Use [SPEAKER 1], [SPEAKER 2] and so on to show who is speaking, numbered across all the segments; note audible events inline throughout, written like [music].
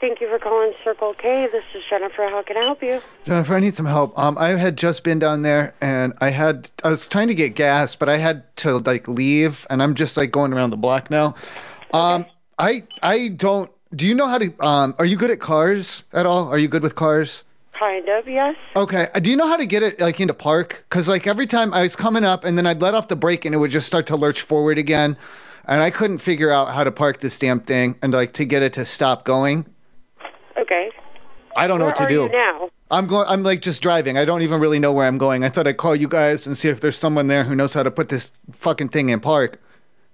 [SPEAKER 1] Thank you for calling Circle K. This is Jennifer. How can I help you?
[SPEAKER 2] Jennifer, I need some help. Um, I had just been down there and I had I was trying to get gas, but I had to like leave, and I'm just like going around the block now. Um, I I don't. Do you know how to? Um, are you good at cars at all? Are you good with cars?
[SPEAKER 1] Kind of, yes.
[SPEAKER 2] Okay. Uh, Do you know how to get it like into park? Cause like every time I was coming up and then I'd let off the brake and it would just start to lurch forward again, and I couldn't figure out how to park this damn thing and like to get it to stop going.
[SPEAKER 1] Okay.
[SPEAKER 2] I don't know what to
[SPEAKER 1] Where
[SPEAKER 2] do.
[SPEAKER 1] are you now?
[SPEAKER 2] I'm going. I'm like just driving. I don't even really know where I'm going. I thought I'd call you guys and see if there's someone there who knows how to put this fucking thing in park.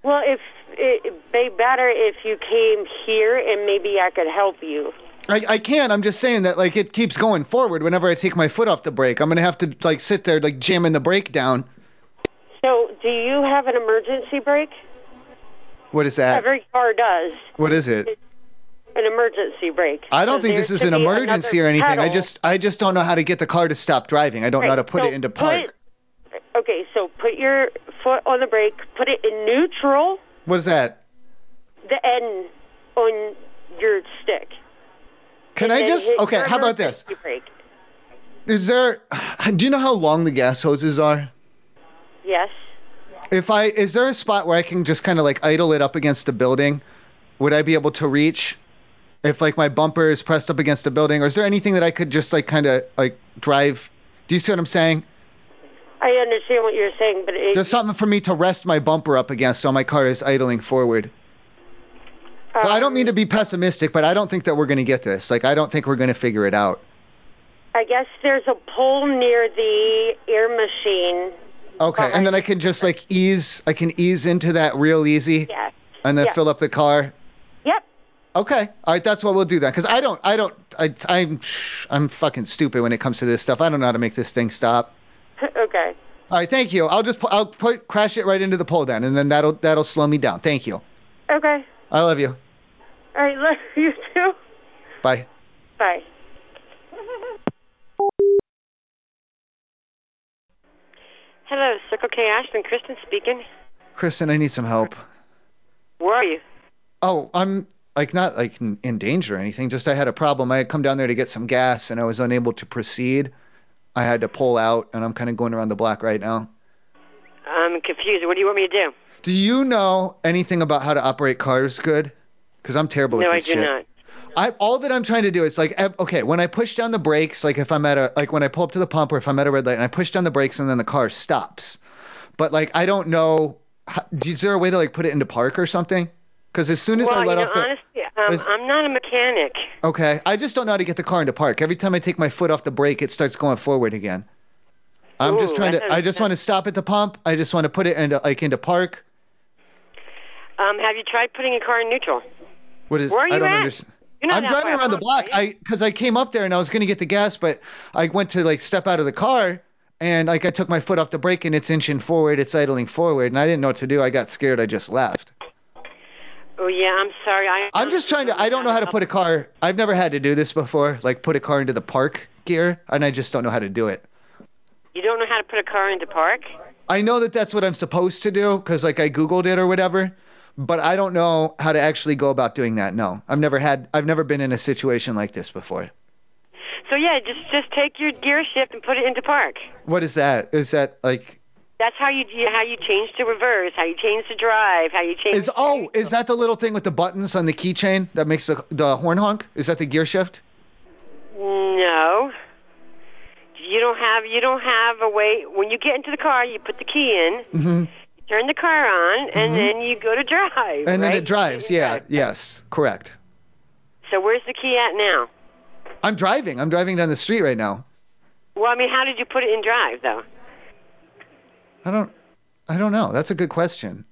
[SPEAKER 1] Well, if it it'd be better if you came here and maybe I could help you.
[SPEAKER 2] I, I can't. I'm just saying that like it keeps going forward whenever I take my foot off the brake. I'm gonna have to like sit there like jamming the brake down.
[SPEAKER 1] So, do you have an emergency brake?
[SPEAKER 2] What is that?
[SPEAKER 1] Every car does
[SPEAKER 2] What is it?
[SPEAKER 1] an emergency brake.
[SPEAKER 2] I don't
[SPEAKER 1] So
[SPEAKER 2] think this
[SPEAKER 1] there
[SPEAKER 2] is
[SPEAKER 1] could
[SPEAKER 2] an
[SPEAKER 1] be another
[SPEAKER 2] emergency or anything. I
[SPEAKER 1] pedal.
[SPEAKER 2] just I just don't know how to get the car to stop driving. I don't know how to put
[SPEAKER 1] so
[SPEAKER 2] it into park.
[SPEAKER 1] put- okay, so put your foot on the brake, put it in neutral,
[SPEAKER 2] What is that?
[SPEAKER 1] the N on your stick.
[SPEAKER 2] Can
[SPEAKER 1] and
[SPEAKER 2] I
[SPEAKER 1] then
[SPEAKER 2] just
[SPEAKER 1] hit
[SPEAKER 2] okay?
[SPEAKER 1] your
[SPEAKER 2] How about this?
[SPEAKER 1] emergency brake.
[SPEAKER 2] Is there? [sighs] Do you know how long the gas hoses are?
[SPEAKER 1] Yes.
[SPEAKER 2] If I is there a spot where I can just kind of like idle it up against a building? Would I be able to reach? If like my bumper is pressed up against a building, or is there anything that I could just like kind of like drive? Do you see what I'm saying?
[SPEAKER 1] I understand what you're saying, but it,
[SPEAKER 2] There's something for me to rest my bumper up against so my car is idling forward. So I don't mean to be pessimistic, but I don't think that we're going to get this. Like I don't think we're going to figure it out.
[SPEAKER 1] I guess there's a pole near the air machine.
[SPEAKER 2] Okay, and then I can just like ease, I can ease into that real easy,
[SPEAKER 1] Yes.
[SPEAKER 2] and then
[SPEAKER 1] yeah.
[SPEAKER 2] fill up the car.
[SPEAKER 1] Yep.
[SPEAKER 2] Okay, all right, that's what we'll do then, because I don't, I don't, I, I'm, I'm fucking stupid when it comes to this stuff. I don't know how to make this thing stop.
[SPEAKER 1] [laughs] okay.
[SPEAKER 2] All right, thank you. I'll just, pu- I'll put crash it right into the pole then, and then that'll, that'll slow me down. Thank you.
[SPEAKER 1] Okay.
[SPEAKER 2] I love you.
[SPEAKER 1] All right. [laughs] Love you too.
[SPEAKER 2] Bye.
[SPEAKER 1] Bye. Hello, Circle K Ashton. Kristen speaking.
[SPEAKER 2] Kristen, I need some help.
[SPEAKER 1] Where are you?
[SPEAKER 2] Oh, I'm like not like in, in danger or anything. Just I had a problem. I had come down there to get some gas and I was unable to proceed. I had to pull out and I'm kind of going around the block right now.
[SPEAKER 1] I'm confused. What do you want me to do?
[SPEAKER 2] Do you know anything about how to operate cars good? Because I'm terrible
[SPEAKER 1] no,
[SPEAKER 2] at
[SPEAKER 1] I
[SPEAKER 2] this
[SPEAKER 1] do
[SPEAKER 2] shit.
[SPEAKER 1] not.
[SPEAKER 2] I all that I'm trying to do is like ev- okay, when I push down the brakes, like if I'm at a like when I pull up to the pump or if I'm at a red light and I push down the brakes and then the car stops. But like I don't know, how, is there a way to like put it into park or something? Because as soon as
[SPEAKER 1] Well,
[SPEAKER 2] I
[SPEAKER 1] you
[SPEAKER 2] let
[SPEAKER 1] know,
[SPEAKER 2] off the
[SPEAKER 1] honestly, um,
[SPEAKER 2] Listen.
[SPEAKER 1] I'm not a mechanic.
[SPEAKER 2] Okay. I just don't know how to get the car into park. Every time I take my foot off the brake, it starts going forward again. I'm just
[SPEAKER 1] Ooh,
[SPEAKER 2] trying
[SPEAKER 1] that
[SPEAKER 2] to. I
[SPEAKER 1] sounds
[SPEAKER 2] just want to stop at the pump. I just want to put it into like into park.
[SPEAKER 1] Um, have you tried putting a car in neutral?
[SPEAKER 2] What is?
[SPEAKER 1] Where are
[SPEAKER 2] I
[SPEAKER 1] you
[SPEAKER 2] don't
[SPEAKER 1] at?
[SPEAKER 2] understand.
[SPEAKER 1] You're not
[SPEAKER 2] I'm
[SPEAKER 1] that
[SPEAKER 2] driving
[SPEAKER 1] far
[SPEAKER 2] around the
[SPEAKER 1] off,
[SPEAKER 2] block.
[SPEAKER 1] are you?
[SPEAKER 2] I because I came up there and I was gonna get the gas, but I went to like step out of the car and like I took my foot off the brake and it's inching forward. It's idling forward and I didn't know what to do. I got scared. I just left.
[SPEAKER 1] Oh yeah, I'm sorry. I,
[SPEAKER 2] I'm just trying to. I don't know how to put a car. I've never had to do this before. Like put a car into the park gear, and I just don't know how to do it.
[SPEAKER 1] You don't know how to put a car into park?
[SPEAKER 2] I know that that's what I'm supposed to do because like I googled it or whatever, but I don't know how to actually go about doing that. No, I've never had, I've never been in a situation like this before.
[SPEAKER 1] So yeah, just just take your gear shift and put it into park.
[SPEAKER 2] What is that? Is that like?
[SPEAKER 1] That's how you how you change to reverse, how you change to drive, how you change.
[SPEAKER 2] Is oh, is that the little thing with the buttons on the keychain that makes the the horn honk? Is that the gear shift?
[SPEAKER 1] No. You don't have you don't have a way. When you get into the car, you put the key in,
[SPEAKER 2] hmm
[SPEAKER 1] you turn the car on, and then you go to drive.
[SPEAKER 2] Mm-hmm. And then
[SPEAKER 1] right?
[SPEAKER 2] it drives. Yeah. Yes. Correct.
[SPEAKER 1] So where's the key at now?
[SPEAKER 2] I'm driving. I'm driving down the street right now.
[SPEAKER 1] Well, I mean, how did you put it in drive though?
[SPEAKER 2] I don't. I don't know. That's a good question.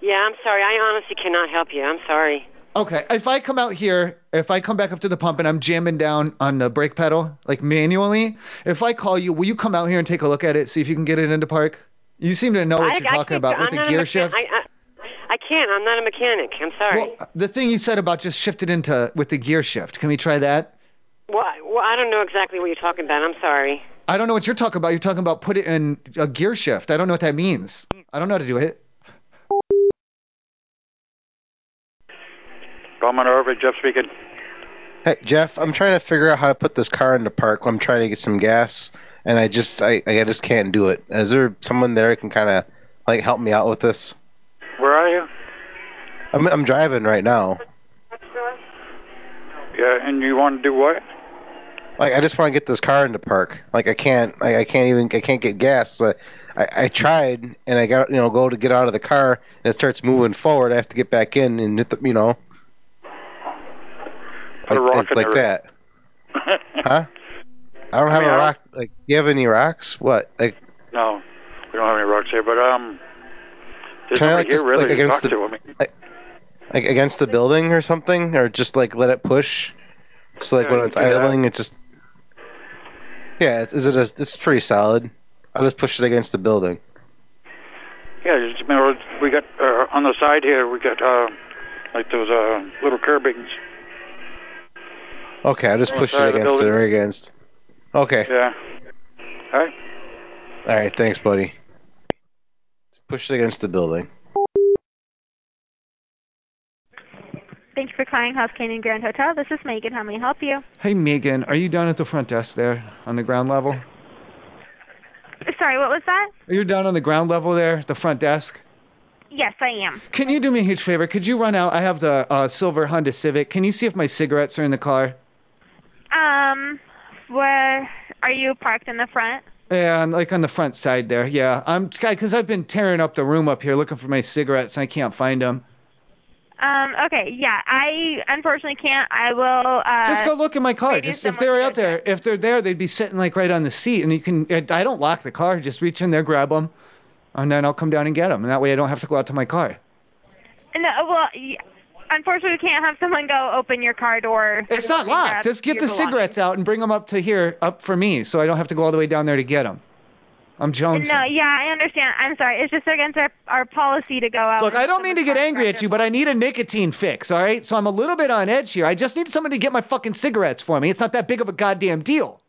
[SPEAKER 1] Yeah, I'm sorry. I honestly cannot help you. I'm sorry.
[SPEAKER 2] Okay, if I come out here, if I come back up to the pump and I'm jamming down on the brake pedal, like manually, if I call you, will you come out here and take a look at it, see if you can get it into park? You seem to know what
[SPEAKER 1] I,
[SPEAKER 2] you're
[SPEAKER 1] I
[SPEAKER 2] talking
[SPEAKER 1] can't-
[SPEAKER 2] about with
[SPEAKER 1] I'm
[SPEAKER 2] the
[SPEAKER 1] not a
[SPEAKER 2] gear
[SPEAKER 1] mechan-
[SPEAKER 2] shift.
[SPEAKER 1] I, I, I can't. I'm not a mechanic. I'm sorry.
[SPEAKER 2] well, the thing you said about just shifted into with the gear shift, can we try that?
[SPEAKER 1] Well, I- well, I don't know exactly what you're talking about. I'm sorry.
[SPEAKER 2] I don't know what you're talking about. You're talking about put it in a gear shift. I don't know what that means. I don't know how to do it.
[SPEAKER 3] Roman Irvin, Jeff speaking. Hey, Jeff, I'm trying to figure out how to put this car into park. I'm trying to get some gas, and I just I, I just can't do it. Is there someone there who can kind of like help me out with this?
[SPEAKER 4] Where are you?
[SPEAKER 3] I'm I'm driving right now.
[SPEAKER 4] Yeah, and you want to do what? [laughs]
[SPEAKER 3] Like I just want to get this car into park. Like I can't I, I can't even I can't get gas. I, I I tried and I got you know go to get out of the car and it starts moving forward. I have to get back in and hit the, you know
[SPEAKER 4] Put a rock
[SPEAKER 3] like,
[SPEAKER 4] in
[SPEAKER 3] like
[SPEAKER 4] there.
[SPEAKER 3] that. Huh? I don't
[SPEAKER 4] I
[SPEAKER 3] have
[SPEAKER 4] mean, I
[SPEAKER 3] a
[SPEAKER 4] don't-
[SPEAKER 3] rock. Like, do you have any rocks? What? Like,
[SPEAKER 4] No, we don't have any rocks here, but um, there's
[SPEAKER 3] Try,
[SPEAKER 4] nobody
[SPEAKER 3] like,
[SPEAKER 4] here
[SPEAKER 3] just,
[SPEAKER 4] really
[SPEAKER 3] like,
[SPEAKER 4] to
[SPEAKER 3] against
[SPEAKER 4] talk
[SPEAKER 3] the-
[SPEAKER 4] to. I mean,
[SPEAKER 3] like against the building or something, or just like let it push. So like
[SPEAKER 4] Yeah,
[SPEAKER 3] when
[SPEAKER 4] you
[SPEAKER 3] it's
[SPEAKER 4] can do that.
[SPEAKER 3] idling, it just. Yeah, it's- is it a? It's pretty solid. I'll just push it against the building.
[SPEAKER 4] yeah, just, you know, we got uh, on the side here. We got uh, like those uh little curbings.
[SPEAKER 3] Okay, I'll just push
[SPEAKER 4] Inside
[SPEAKER 3] it
[SPEAKER 4] the
[SPEAKER 3] against it
[SPEAKER 4] building.
[SPEAKER 3] or against. Okay.
[SPEAKER 4] Yeah. All right.
[SPEAKER 3] All right. Thanks, buddy. Push it against the building.
[SPEAKER 5] Thank you for calling House Canyon Grand Hotel. This is Megan. How may I help you?
[SPEAKER 2] Hey Megan, are you down at the front desk there on the ground level?
[SPEAKER 5] Sorry, what was that?
[SPEAKER 2] Are you down on the ground level there, the front desk?
[SPEAKER 5] Yes, I am.
[SPEAKER 2] Can you do me a huge favor? Could you run out? I have the uh, silver Honda Civic. Can you see if my cigarettes are in the car?
[SPEAKER 5] Um, where are you parked in the front?
[SPEAKER 2] Yeah, on- like on the front side there. Yeah, I'm because I've been tearing up the room up here looking for my cigarettes and I can't find them.
[SPEAKER 5] Um, okay, yeah. I unfortunately can't. I will. Uh,
[SPEAKER 2] Just go look in my car.
[SPEAKER 5] maybe
[SPEAKER 2] Just if
[SPEAKER 5] someone
[SPEAKER 2] they're out
[SPEAKER 5] could-
[SPEAKER 2] there, if they're there, they'd be sitting like right on the seat, and you can. uh, I don't lock the car. Just reach in there, grab them, and then I'll come down and get them. And that way, I don't have to go out to my car.
[SPEAKER 5] No, well, y unfortunately, we can't have someone go open your car door.
[SPEAKER 2] It's not
[SPEAKER 5] and
[SPEAKER 2] locked.
[SPEAKER 5] grab
[SPEAKER 2] Just get
[SPEAKER 5] your
[SPEAKER 2] the cigarettes out and bring them up to here, up for me, so I don't have to go all the way down there to get them. I'm
[SPEAKER 5] belongings.
[SPEAKER 2] Jones.
[SPEAKER 5] No, yeah, I understand. I'm sorry. It's just against our, our policy to go out.
[SPEAKER 2] Look,
[SPEAKER 5] and
[SPEAKER 2] I don't mean to get
[SPEAKER 5] someone's
[SPEAKER 2] angry
[SPEAKER 5] car
[SPEAKER 2] at you,
[SPEAKER 5] door.
[SPEAKER 2] but I need a nicotine fix, all right? So I'm a little bit on edge here. I just need someone to get my fucking cigarettes for me. It's not that big of a goddamn deal.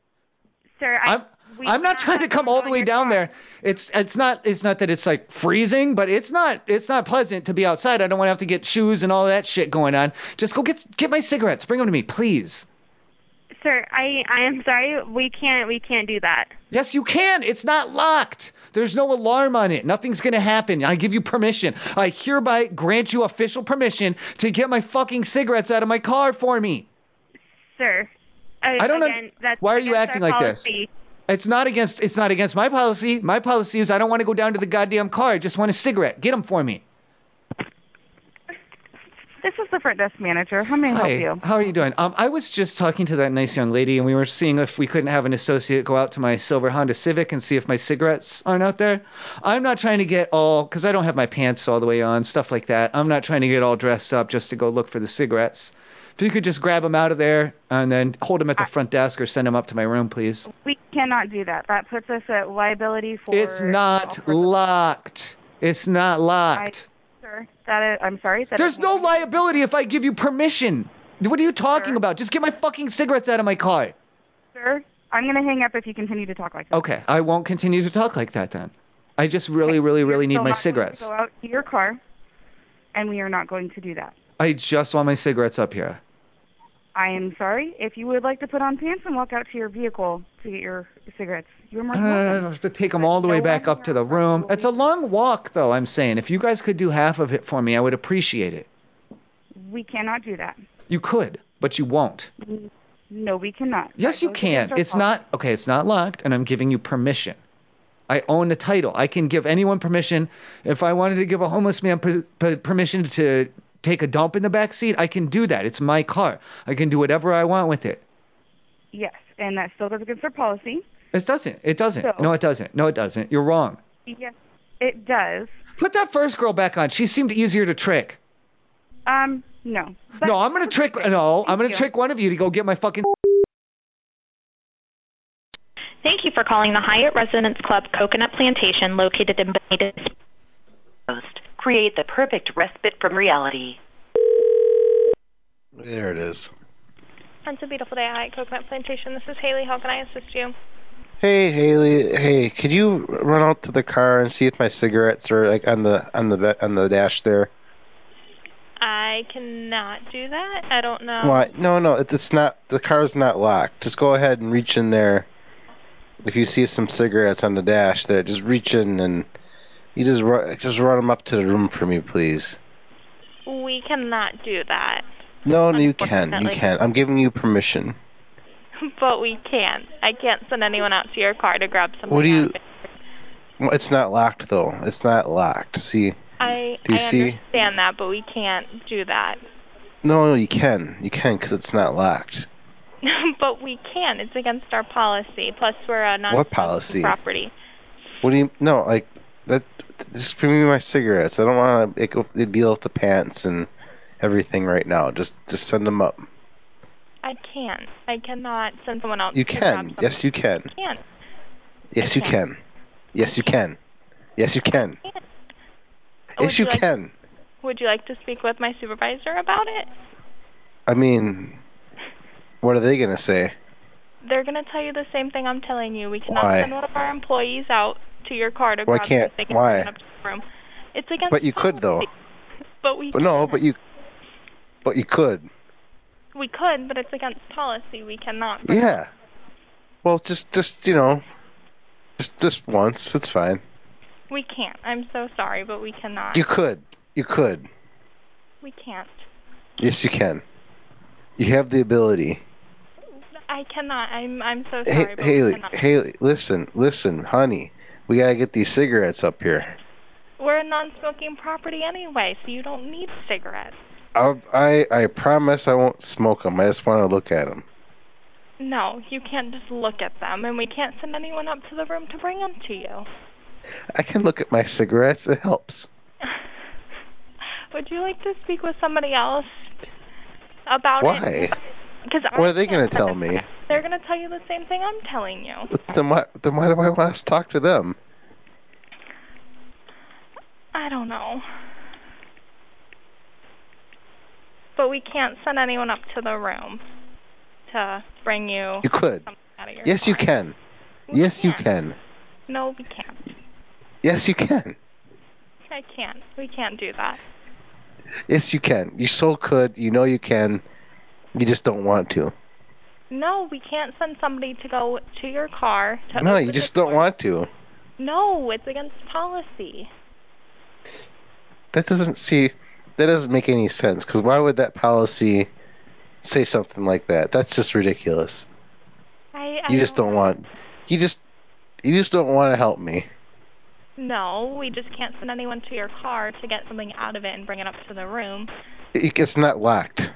[SPEAKER 5] Sir, I,
[SPEAKER 2] I'm
[SPEAKER 5] we
[SPEAKER 2] I'm not
[SPEAKER 5] cannot
[SPEAKER 2] trying to
[SPEAKER 5] have
[SPEAKER 2] come
[SPEAKER 5] someone
[SPEAKER 2] all
[SPEAKER 5] go
[SPEAKER 2] the
[SPEAKER 5] in
[SPEAKER 2] way
[SPEAKER 5] your
[SPEAKER 2] down
[SPEAKER 5] car.
[SPEAKER 2] there. It's it's not it's not that it's like freezing, but it's not it's not pleasant to be outside. I don't want to have to get shoes and all that shit going on. Just go get get my cigarettes. Bring them to me, please.
[SPEAKER 5] Sir, I I am sorry. We can't we can't do that.
[SPEAKER 2] Yes, you can. It's not locked. There's no alarm on it. Nothing's going to happen. I give you permission. I hereby grant you official permission to get my fucking cigarettes out of my car for me.
[SPEAKER 5] Sir. I,
[SPEAKER 2] I don't un-
[SPEAKER 5] again, that's
[SPEAKER 2] why are you
[SPEAKER 5] against
[SPEAKER 2] acting
[SPEAKER 5] our
[SPEAKER 2] like this?
[SPEAKER 5] policy.
[SPEAKER 2] It's not against it's not against my policy. My policy is I don't want to go down to the goddamn car. I just want a cigarette. Get them for me.
[SPEAKER 6] This is the front desk manager. How may I
[SPEAKER 2] Hi.
[SPEAKER 6] help you?
[SPEAKER 2] How are you doing? Um, I was just talking to that nice young lady, and we were seeing if we couldn't have an associate go out to my silver Honda Civic and see if my cigarettes aren't out there. I'm not trying to get all, because I don't have my pants all the way on, stuff like that. I'm not trying to get all dressed up just to go look for the cigarettes. If you could just grab them out of there and then hold them at the front desk or send them up to my room, please.
[SPEAKER 6] We cannot do that. That puts us at liability for.
[SPEAKER 2] It's not
[SPEAKER 6] all
[SPEAKER 2] locked. It's not locked.
[SPEAKER 6] Sir, that is, I'm sorry. That
[SPEAKER 2] There's
[SPEAKER 6] is
[SPEAKER 2] no
[SPEAKER 6] not-
[SPEAKER 2] liability if I give you permission. What are you talking
[SPEAKER 6] Sure.
[SPEAKER 2] about? Just get my fucking cigarettes out of my car.
[SPEAKER 6] Sir, I'm gonna hang up if you continue to talk like that.
[SPEAKER 2] Okay, I won't continue to talk like that then. I just really, really, really need
[SPEAKER 6] You're
[SPEAKER 2] my
[SPEAKER 6] still not going to
[SPEAKER 2] cigarettes.
[SPEAKER 6] Go out to your car, and we are not going to do that.
[SPEAKER 2] I just want my cigarettes up
[SPEAKER 6] [laughs]
[SPEAKER 2] here.
[SPEAKER 6] I am sorry. If you would like to put on pants and walk out to your vehicle to get your cigarettes, you're more
[SPEAKER 2] I
[SPEAKER 6] than
[SPEAKER 2] don't I
[SPEAKER 6] welcome.
[SPEAKER 2] don't have to take them all the way
[SPEAKER 6] No
[SPEAKER 2] back
[SPEAKER 6] one
[SPEAKER 2] up to the room. It's a long walk, though, I'm saying. If you guys could do half of it for me, I would appreciate it.
[SPEAKER 6] We cannot do that.
[SPEAKER 2] You could, but you won't.
[SPEAKER 6] No, we cannot.
[SPEAKER 2] Yes,
[SPEAKER 6] That
[SPEAKER 2] you
[SPEAKER 6] goes
[SPEAKER 2] can.
[SPEAKER 6] against our
[SPEAKER 2] It's
[SPEAKER 6] policy.
[SPEAKER 2] not, okay, it's not locked, and I'm giving you permission. I own the title. I can give anyone permission. If I wanted to give a homeless man per, per, permission to take a dump in the back seat, I can do that. It's my car. I can do whatever I want with it.
[SPEAKER 6] Yes, and that still goes against our policy.
[SPEAKER 2] It doesn't. It doesn't.
[SPEAKER 6] So-
[SPEAKER 2] no, it doesn't. No, it doesn't. You're wrong.
[SPEAKER 6] Yes, it does.
[SPEAKER 2] Put that first girl back on. She seemed easier to trick.
[SPEAKER 6] Um, no.
[SPEAKER 2] no, I'm gonna trick. No, I'm gonna trick one of you to go get my fucking. [laughs]
[SPEAKER 7] Thank you for calling the Hyatt Residence Club Coconut Plantation located in Bonita.
[SPEAKER 8] Coast. Create the perfect respite from reality.
[SPEAKER 3] There it is.
[SPEAKER 9] It's a beautiful day at Hyatt Coconut Plantation. This is Haley. How can I assist you?
[SPEAKER 3] Hey Haley, hey, could you run out to the car and see if my cigarettes are like on the on the ve- on the dash there?
[SPEAKER 9] I I cannot do that. I don't know.
[SPEAKER 3] Why? No, no, it, it's not. The car's not locked. Just go ahead and reach in there. If you see some cigarettes on the dash, there, just reach in and you just run, just run them up to the room for me, please.
[SPEAKER 9] We cannot do that. [laughs]
[SPEAKER 3] No, no, you can, you
[SPEAKER 9] Unfortunately.
[SPEAKER 3] can. I'm giving you permission.
[SPEAKER 9] But we can't. I can't send anyone out to your car to grab something.
[SPEAKER 3] What do you? Well, It's not locked though. It's not locked. See?
[SPEAKER 9] I,
[SPEAKER 3] Do you
[SPEAKER 9] I
[SPEAKER 3] see?
[SPEAKER 9] understand that, but we can't do that. [laughs]
[SPEAKER 3] No, no, you can, you can, because it's not locked.
[SPEAKER 9] but we can. It's against our policy. Plus, we're a non
[SPEAKER 3] What policy?
[SPEAKER 9] property.
[SPEAKER 3] What do you? No, like that. Just give me my cigarettes. I don't want to deal with the pants and everything right now. Just, just send them up.
[SPEAKER 9] I can't. I cannot send someone else.
[SPEAKER 3] You
[SPEAKER 9] to grab
[SPEAKER 3] can. Yes, you can.
[SPEAKER 9] something. I can't.
[SPEAKER 3] Yes, you can. Yes, you can. Yes, you can.
[SPEAKER 9] Would
[SPEAKER 3] Yes, you
[SPEAKER 9] like-
[SPEAKER 3] can.
[SPEAKER 9] Would you like to speak with my supervisor about it?
[SPEAKER 3] I mean, what are they gonna say?
[SPEAKER 9] They're gonna tell you the same thing I'm telling you. We cannot
[SPEAKER 3] Why?
[SPEAKER 9] send one of our employees out to your car to
[SPEAKER 3] Why
[SPEAKER 9] grab
[SPEAKER 3] can't-
[SPEAKER 9] something
[SPEAKER 3] why?
[SPEAKER 9] and send it up to the room. It's against.
[SPEAKER 3] But you could though.
[SPEAKER 9] But we
[SPEAKER 3] But no, but you, but you could.
[SPEAKER 9] we could, but it's against policy. We cannot.
[SPEAKER 3] Yeah. Well, just, just you know, just, just once. It's fine.
[SPEAKER 9] We can't. I'm so sorry, but we cannot.
[SPEAKER 3] You could. You could.
[SPEAKER 9] We can't.
[SPEAKER 3] Yes, you can. You have the ability.
[SPEAKER 9] I cannot. I'm I'm so sorry,
[SPEAKER 3] Hey,
[SPEAKER 9] but we
[SPEAKER 3] Haley,
[SPEAKER 9] cannot.
[SPEAKER 3] Haley, listen, listen, honey. We gotta get these cigarettes up here.
[SPEAKER 9] We're a non-smoking property anyway, so you don't need cigarettes.
[SPEAKER 3] I'll, I, I promise I won't smoke them. I just want to look at them.
[SPEAKER 9] No, you can't just look at them, and we can't send anyone up to the room to bring them to you.
[SPEAKER 3] I can look at my cigarettes. It helps.
[SPEAKER 9] [laughs] Would you like to speak with somebody else about
[SPEAKER 3] Why?
[SPEAKER 9] it? Because
[SPEAKER 3] What are they gonna tell me?
[SPEAKER 9] They're gonna tell you the same thing I'm telling you.
[SPEAKER 3] But Then why, then why do I want to talk to them?
[SPEAKER 9] I don't know. But we can't send anyone up to the room to bring you
[SPEAKER 3] You could.
[SPEAKER 9] something out of your
[SPEAKER 3] Yes, you
[SPEAKER 9] car.
[SPEAKER 3] can.
[SPEAKER 9] We
[SPEAKER 3] Yes, you
[SPEAKER 9] can't.
[SPEAKER 3] can.
[SPEAKER 9] No, we can't.
[SPEAKER 3] Yes, you can.
[SPEAKER 9] I can't. We can't do that.
[SPEAKER 3] Yes, you can. You so could. You know you can. You just don't want to.
[SPEAKER 9] No, we can't send somebody to go to your car. To
[SPEAKER 3] No,
[SPEAKER 9] open
[SPEAKER 3] you
[SPEAKER 9] the
[SPEAKER 3] just don't
[SPEAKER 9] door.
[SPEAKER 3] want to. Mm-hmm.
[SPEAKER 9] No, it's against policy.
[SPEAKER 3] That doesn't see. That doesn't make any sense. Because why would that policy say something like that? That's just ridiculous.
[SPEAKER 9] I, I
[SPEAKER 3] You just don't want. You just. You just don't want to help me.
[SPEAKER 9] No, we just can't send anyone to your car to get something out of it and bring it up to the room.
[SPEAKER 3] It- It's not locked.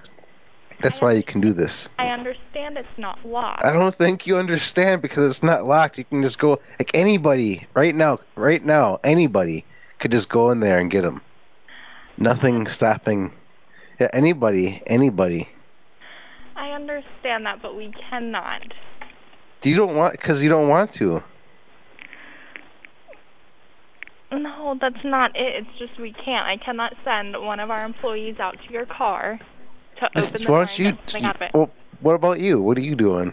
[SPEAKER 3] That's why you can do this.
[SPEAKER 9] I understand it's not locked.
[SPEAKER 3] I don't think you understand because it's not locked. You can just go like anybody right now, right now, anybody could just go in there and get them. Nothing stopping. Yeah, anybody, anybody.
[SPEAKER 9] I understand that, but we cannot.
[SPEAKER 3] You don't want because you don't want to.
[SPEAKER 9] No, that's not it. It's just we can't. I cannot send one of our employees out to your car to
[SPEAKER 3] Just,
[SPEAKER 9] open the
[SPEAKER 3] why
[SPEAKER 9] door
[SPEAKER 3] don't
[SPEAKER 9] and
[SPEAKER 3] you?
[SPEAKER 9] get something out of it.
[SPEAKER 3] Well, what about you? What are you doing?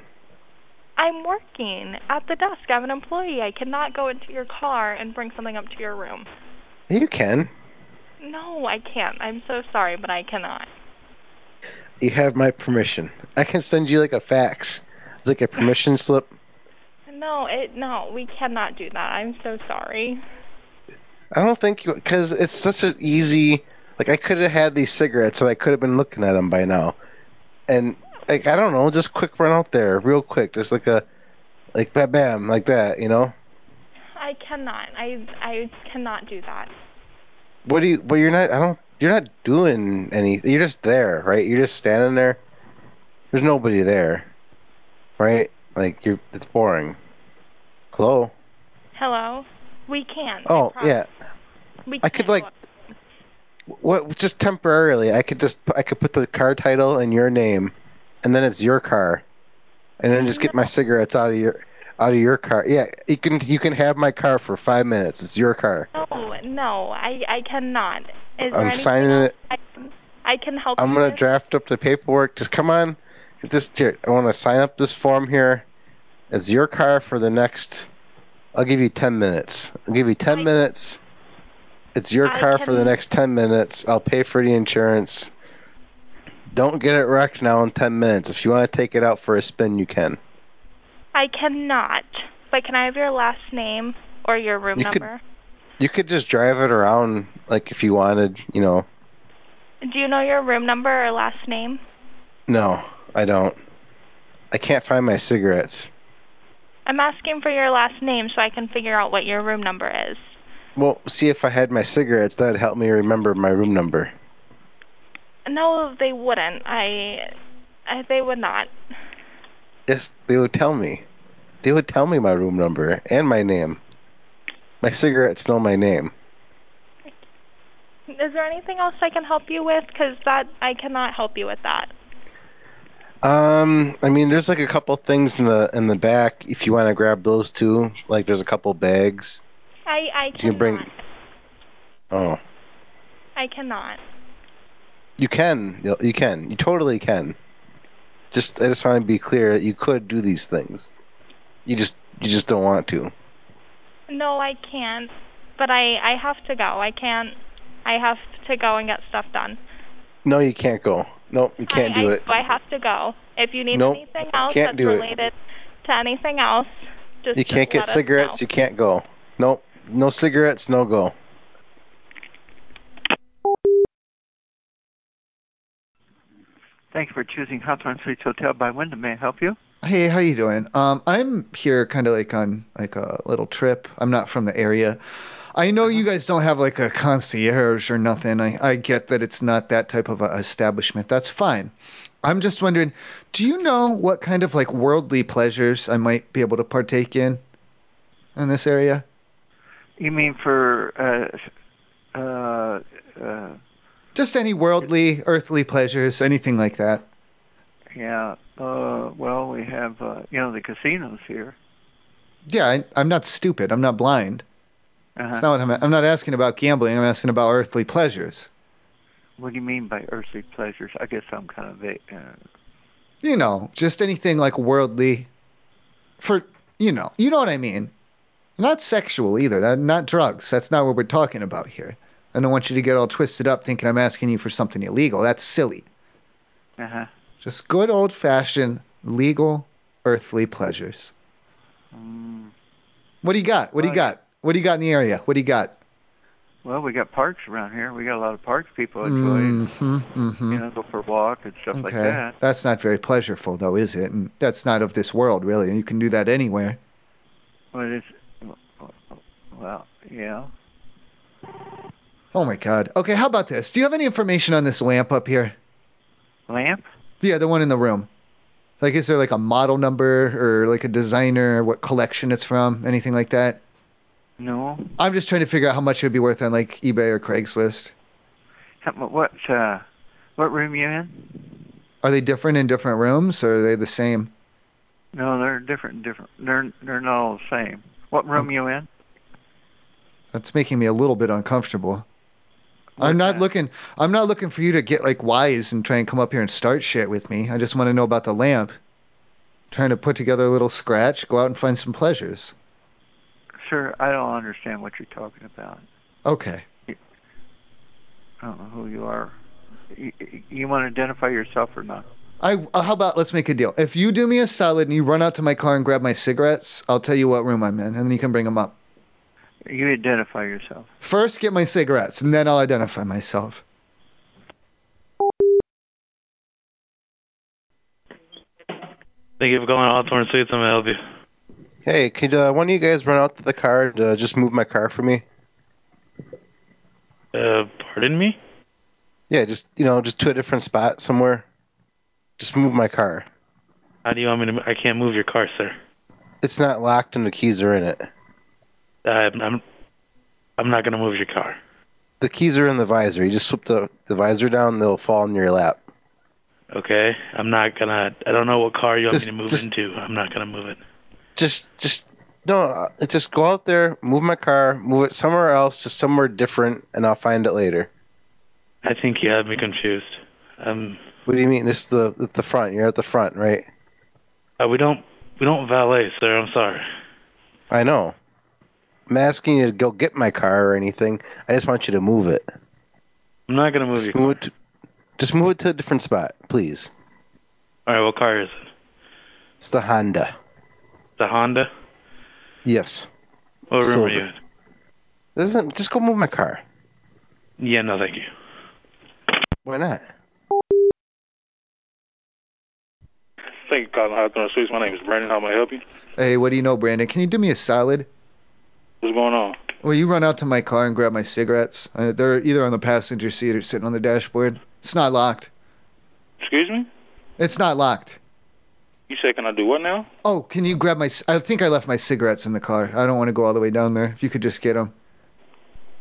[SPEAKER 9] I'm working at the desk. I'm an employee. I cannot go into your car and bring something up to your room.
[SPEAKER 3] You can.
[SPEAKER 9] No, I can't. I'm so sorry, but I cannot.
[SPEAKER 3] You have my permission. I can send you like a fax, It's like a permission slip.
[SPEAKER 9] No, it no, we cannot do that. I'm so sorry.
[SPEAKER 3] I don't think you because it's such an easy. Like I could have had these cigarettes and I could have been looking at them by now, and like I don't know, just quick run out there, real quick, just like a, like bam, bam, like that, you know.
[SPEAKER 9] I cannot. I I cannot do that.
[SPEAKER 3] What do you? But you're not. I don't. You're not doing any. You're just there, right? You're just standing there. There's nobody there, right? Like you're. It's boring. Hello.
[SPEAKER 9] Hello? We can't. I
[SPEAKER 3] Oh
[SPEAKER 9] promise.
[SPEAKER 3] yeah.
[SPEAKER 9] We
[SPEAKER 3] I
[SPEAKER 9] can't
[SPEAKER 3] could like
[SPEAKER 9] go up-
[SPEAKER 3] what just temporarily I could just I could put the car title and your name and then it's your car and then just get my cigarettes out of your out of your car. Yeah, you can you can have my car for 5 minutes. It's your car.
[SPEAKER 9] No, no, I I cannot. Is there
[SPEAKER 3] I'm
[SPEAKER 9] anything
[SPEAKER 3] signing
[SPEAKER 9] else
[SPEAKER 3] it.
[SPEAKER 9] I can, I can help
[SPEAKER 3] I'm
[SPEAKER 9] you
[SPEAKER 3] going to
[SPEAKER 9] with?
[SPEAKER 3] draft up the paperwork. Just come on. Just here. I want to sign up this form here. It's your car for the next I'll give you 10 minutes. I'll give you 10
[SPEAKER 9] I-
[SPEAKER 3] minutes. It's your
[SPEAKER 9] I
[SPEAKER 3] car for the
[SPEAKER 9] can-
[SPEAKER 3] next 10 minutes. I'll pay for the insurance. Don't get it wrecked now in 10 minutes. If you want to take it out for a spin, you can.
[SPEAKER 9] I cannot. But can I have your last name or your room
[SPEAKER 3] You could-
[SPEAKER 9] number?
[SPEAKER 3] You could just drive it around, like, if you wanted, you know.
[SPEAKER 9] Do you know your room number or last name?
[SPEAKER 3] No, I don't. I can't find my cigarettes.
[SPEAKER 9] I'm asking for your last name so I can figure out what your room number is.
[SPEAKER 3] Well, see if I had my cigarettes. That'd help me remember my room number.
[SPEAKER 9] No, they wouldn't. I, I they would not.
[SPEAKER 3] Yes, they would tell me. They would tell me my room number and my name. My cigarettes know my name.
[SPEAKER 9] Is there anything else I can help you with? Because that I cannot help you with that.
[SPEAKER 3] Um, I mean, there's like a couple things in the in the back. If you want to grab those too, like there's a couple bags.
[SPEAKER 9] I I
[SPEAKER 3] You can
[SPEAKER 9] cannot.
[SPEAKER 3] bring. Oh,
[SPEAKER 9] I cannot.
[SPEAKER 3] you can. You- You can. You totally can. Just I just want to be clear that you could do these things. You just you just don't want to.
[SPEAKER 9] No, I can't. But I I have to go. I can't. I have to go and get stuff done.
[SPEAKER 3] No, you can't go. Nope, you can't
[SPEAKER 9] I,
[SPEAKER 3] do
[SPEAKER 9] I,
[SPEAKER 3] it.
[SPEAKER 9] I have to go. If you need
[SPEAKER 3] Nope,
[SPEAKER 9] anything else
[SPEAKER 3] can't
[SPEAKER 9] that's
[SPEAKER 3] do it.
[SPEAKER 9] related to anything else, just [laughs]
[SPEAKER 3] You can't
[SPEAKER 9] just
[SPEAKER 3] get
[SPEAKER 9] let us
[SPEAKER 3] cigarettes.
[SPEAKER 9] know.
[SPEAKER 3] You can't go. Nope. No cigarettes. No go.
[SPEAKER 10] Thank you for choosing Hawthorne Suites Hotel by Wyndham. May I help you?
[SPEAKER 2] Hey, how you doing? Um, I'm here kind of like on like a little trip. I'm not from the area. I know you guys don't have like a concierge or nothing. I, I get that it's not that type of a establishment. That's fine. I'm just wondering, do you know what kind of like worldly pleasures I might be able to partake in in this area?
[SPEAKER 10] You mean for uh, uh, uh,
[SPEAKER 2] Just any worldly, earthly pleasures, anything like that.
[SPEAKER 10] yeah? Uh, well, we have uh, you know the casinos here.
[SPEAKER 2] Yeah, I, I'm not stupid. I'm not blind. That's
[SPEAKER 10] Uh-huh.
[SPEAKER 2] not what I'm. I'm not asking about gambling. I'm asking about earthly pleasures.
[SPEAKER 10] What do you mean by earthly pleasures? I guess I'm kind of a, uh,
[SPEAKER 2] you know, just anything like worldly for you know, you know what I mean. Not sexual either. That not drugs. That's not what we're talking about here. I don't want you to get all twisted up thinking I'm asking you for something illegal. That's silly.
[SPEAKER 10] uh-huh.
[SPEAKER 2] Just good old fashioned legal earthly pleasures.
[SPEAKER 10] Mm,
[SPEAKER 2] What do you got? What do you
[SPEAKER 10] Right.
[SPEAKER 2] got? What do you got in the area? What do you got?
[SPEAKER 10] well, we got parks around here. We got a lot of parks people enjoy.
[SPEAKER 2] Mm-hmm, mm-hmm.
[SPEAKER 10] You know, go for a walk and stuff like
[SPEAKER 2] okay.
[SPEAKER 10] that.
[SPEAKER 2] That's not very pleasureful though, is it? And that's not of this world really. You can do that anywhere.
[SPEAKER 10] Well, it's well, yeah.
[SPEAKER 2] Oh my god. Okay, how about this? Do you have any information on this lamp up here?
[SPEAKER 10] Lamp?
[SPEAKER 2] Yeah, the one in the room. Like, is there like a model number or like a designer, what collection it's from, anything like that?
[SPEAKER 10] No.
[SPEAKER 2] I'm just trying to figure out how much it would be worth on like eBay or Craigslist.
[SPEAKER 10] How- What uh, what room you in?
[SPEAKER 2] Are they different in different rooms or are they the same?
[SPEAKER 10] No, they're different. Different. They're they're not all the same. What room you in?
[SPEAKER 2] That's making me a little bit uncomfortable. I'm not
[SPEAKER 10] Okay.
[SPEAKER 2] looking I'm not looking for you to get like wise and try and come up here and start shit with me. I just want to know about the lamp. Trying to put together a little scratch, go out and find some pleasures.
[SPEAKER 10] Sir, I don't understand what you're talking about.
[SPEAKER 2] Okay.
[SPEAKER 10] I don't know who you are. You, you want to identify yourself or not?
[SPEAKER 2] I uh, how about let's make a deal. If you do me a solid and you run out to my car and grab my cigarettes, I'll tell you what room I'm in, and then you can bring them up.
[SPEAKER 10] You identify yourself.
[SPEAKER 2] First, get my cigarettes, and then I'll identify myself.
[SPEAKER 11] Thank you for calling Hawthorne Suites. I'm gonna help you.
[SPEAKER 3] Hey, could uh, one of you guys run out to the car and uh, just move my car for me?
[SPEAKER 11] Uh, pardon me?
[SPEAKER 3] Yeah, just you know, just to a different spot somewhere. Just move my car.
[SPEAKER 11] How do you want me to? I can't move your car, sir.
[SPEAKER 3] It's not locked and the keys are in it.
[SPEAKER 11] I'm I'm, I'm not gonna move your car.
[SPEAKER 3] The keys are in the visor. You just flip the, the visor down, they'll fall in your lap.
[SPEAKER 11] Okay? I'm not gonna. I don't know what car you want
[SPEAKER 3] Just-
[SPEAKER 11] me to move
[SPEAKER 3] just-
[SPEAKER 11] into. I'm not gonna move it.
[SPEAKER 3] Just just no, uh, just go out there, move my car, move it somewhere else, just somewhere different, and I'll find it later.
[SPEAKER 11] I think you have me confused. Um,
[SPEAKER 3] What do you mean? It's the at the front. You're at the front, right?
[SPEAKER 11] uh, we don't we don't valet, sir. I'm sorry.
[SPEAKER 3] I know. I'm asking you to go get my car or anything. I just want you to move it.
[SPEAKER 11] I'm not gonna move your.
[SPEAKER 3] Just move it, to, Just move it to a different spot, please.
[SPEAKER 11] All right, what car is it?
[SPEAKER 3] It's the Honda.
[SPEAKER 11] The Honda?
[SPEAKER 3] Yes.
[SPEAKER 11] What room are
[SPEAKER 3] Silver.
[SPEAKER 11] you in?
[SPEAKER 3] This isn't, just go move my car.
[SPEAKER 11] Yeah, no, thank you.
[SPEAKER 3] Why not?
[SPEAKER 4] Thank you, Colin Hawthorne Suites. My name is Brandon. How may I help you?
[SPEAKER 2] Hey, what do you know, Brandon? Can you do me a solid?
[SPEAKER 4] What's going on?
[SPEAKER 2] Will you run out to my car and grab my cigarettes? Uh, they're either on the passenger seat or sitting on the dashboard. It's not locked.
[SPEAKER 4] Excuse me?
[SPEAKER 2] It's not locked.
[SPEAKER 4] You say, can I do what now?
[SPEAKER 2] Oh, can you grab my? c- I think I left my cigarettes in the car. I don't want to go all the way down there. If you could just get them.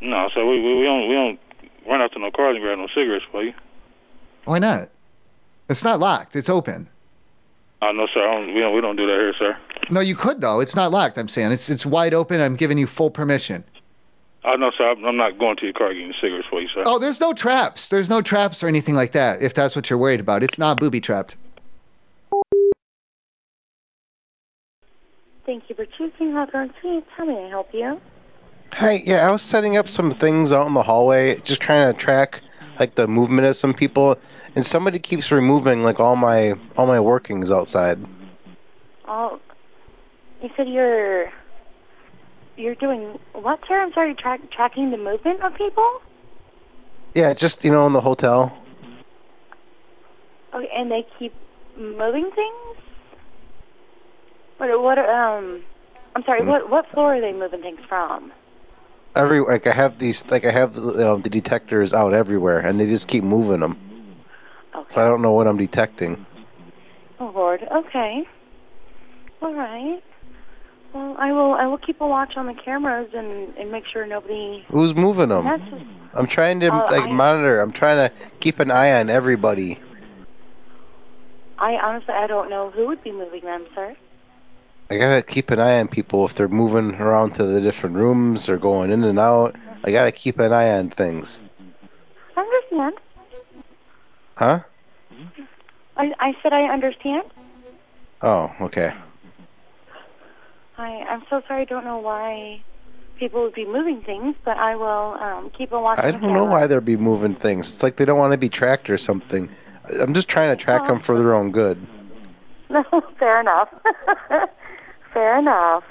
[SPEAKER 4] No, so we, we, we don't we don't run out to no cars and grab no cigarettes for you.
[SPEAKER 2] Why not? It's not locked. It's open.
[SPEAKER 4] Oh no, sir. I don't, we don't we don't do that here, sir.
[SPEAKER 2] No, you could though. It's not locked. I'm saying it's it's wide open. I'm giving you full permission.
[SPEAKER 4] Oh no, sir. I'm, I'm not going to your car getting cigarettes for you, sir.
[SPEAKER 2] Oh, there's no traps. There's no traps or anything like that. If that's what you're worried about, it's not booby trapped.
[SPEAKER 12] Thank you for choosing Hawthorne Suites. How may I help you?
[SPEAKER 3] Hi, yeah, I was setting up some things out in the hallway, just trying to track like the movement of some people, and somebody keeps removing like all my all my workings outside.
[SPEAKER 12] Oh, you said you're you're doing what, sir? I'm sorry, track, tracking the movement of people.
[SPEAKER 3] Yeah, just you know in the hotel.
[SPEAKER 12] Okay, Oh, and they keep moving things. What? What? Um, I'm sorry. What? What floor are they moving things from?
[SPEAKER 3] Every like I have these like I have uh, the detectors out everywhere, and they just keep moving them. So I don't know what I'm detecting.
[SPEAKER 12] Oh Lord. Okay. All right. Well, I will. I will keep a watch on the cameras and and make sure nobody.
[SPEAKER 3] Who's moving them?
[SPEAKER 12] messes-
[SPEAKER 3] I'm trying to
[SPEAKER 12] Uh,
[SPEAKER 3] like
[SPEAKER 12] I-
[SPEAKER 3] monitor. I'm trying to keep an eye on everybody.
[SPEAKER 12] I honestly, I don't know who would be moving them, sir.
[SPEAKER 3] I gotta keep an eye on people if they're moving around to the different rooms or going in and out. I gotta keep an eye on things.
[SPEAKER 12] I understand.
[SPEAKER 3] Huh?
[SPEAKER 12] I I said I understand.
[SPEAKER 3] Oh, okay.
[SPEAKER 12] I I'm so sorry. I don't know why people would be moving things, but I will um, keep a watch.
[SPEAKER 3] I
[SPEAKER 12] on
[SPEAKER 3] don't
[SPEAKER 12] the
[SPEAKER 3] know
[SPEAKER 12] camera.
[SPEAKER 3] why they'd be moving things. It's like they don't want to be tracked or something. I- I'm just trying to track them for their own good.
[SPEAKER 12] [laughs] No, fair enough. [laughs] fair enough.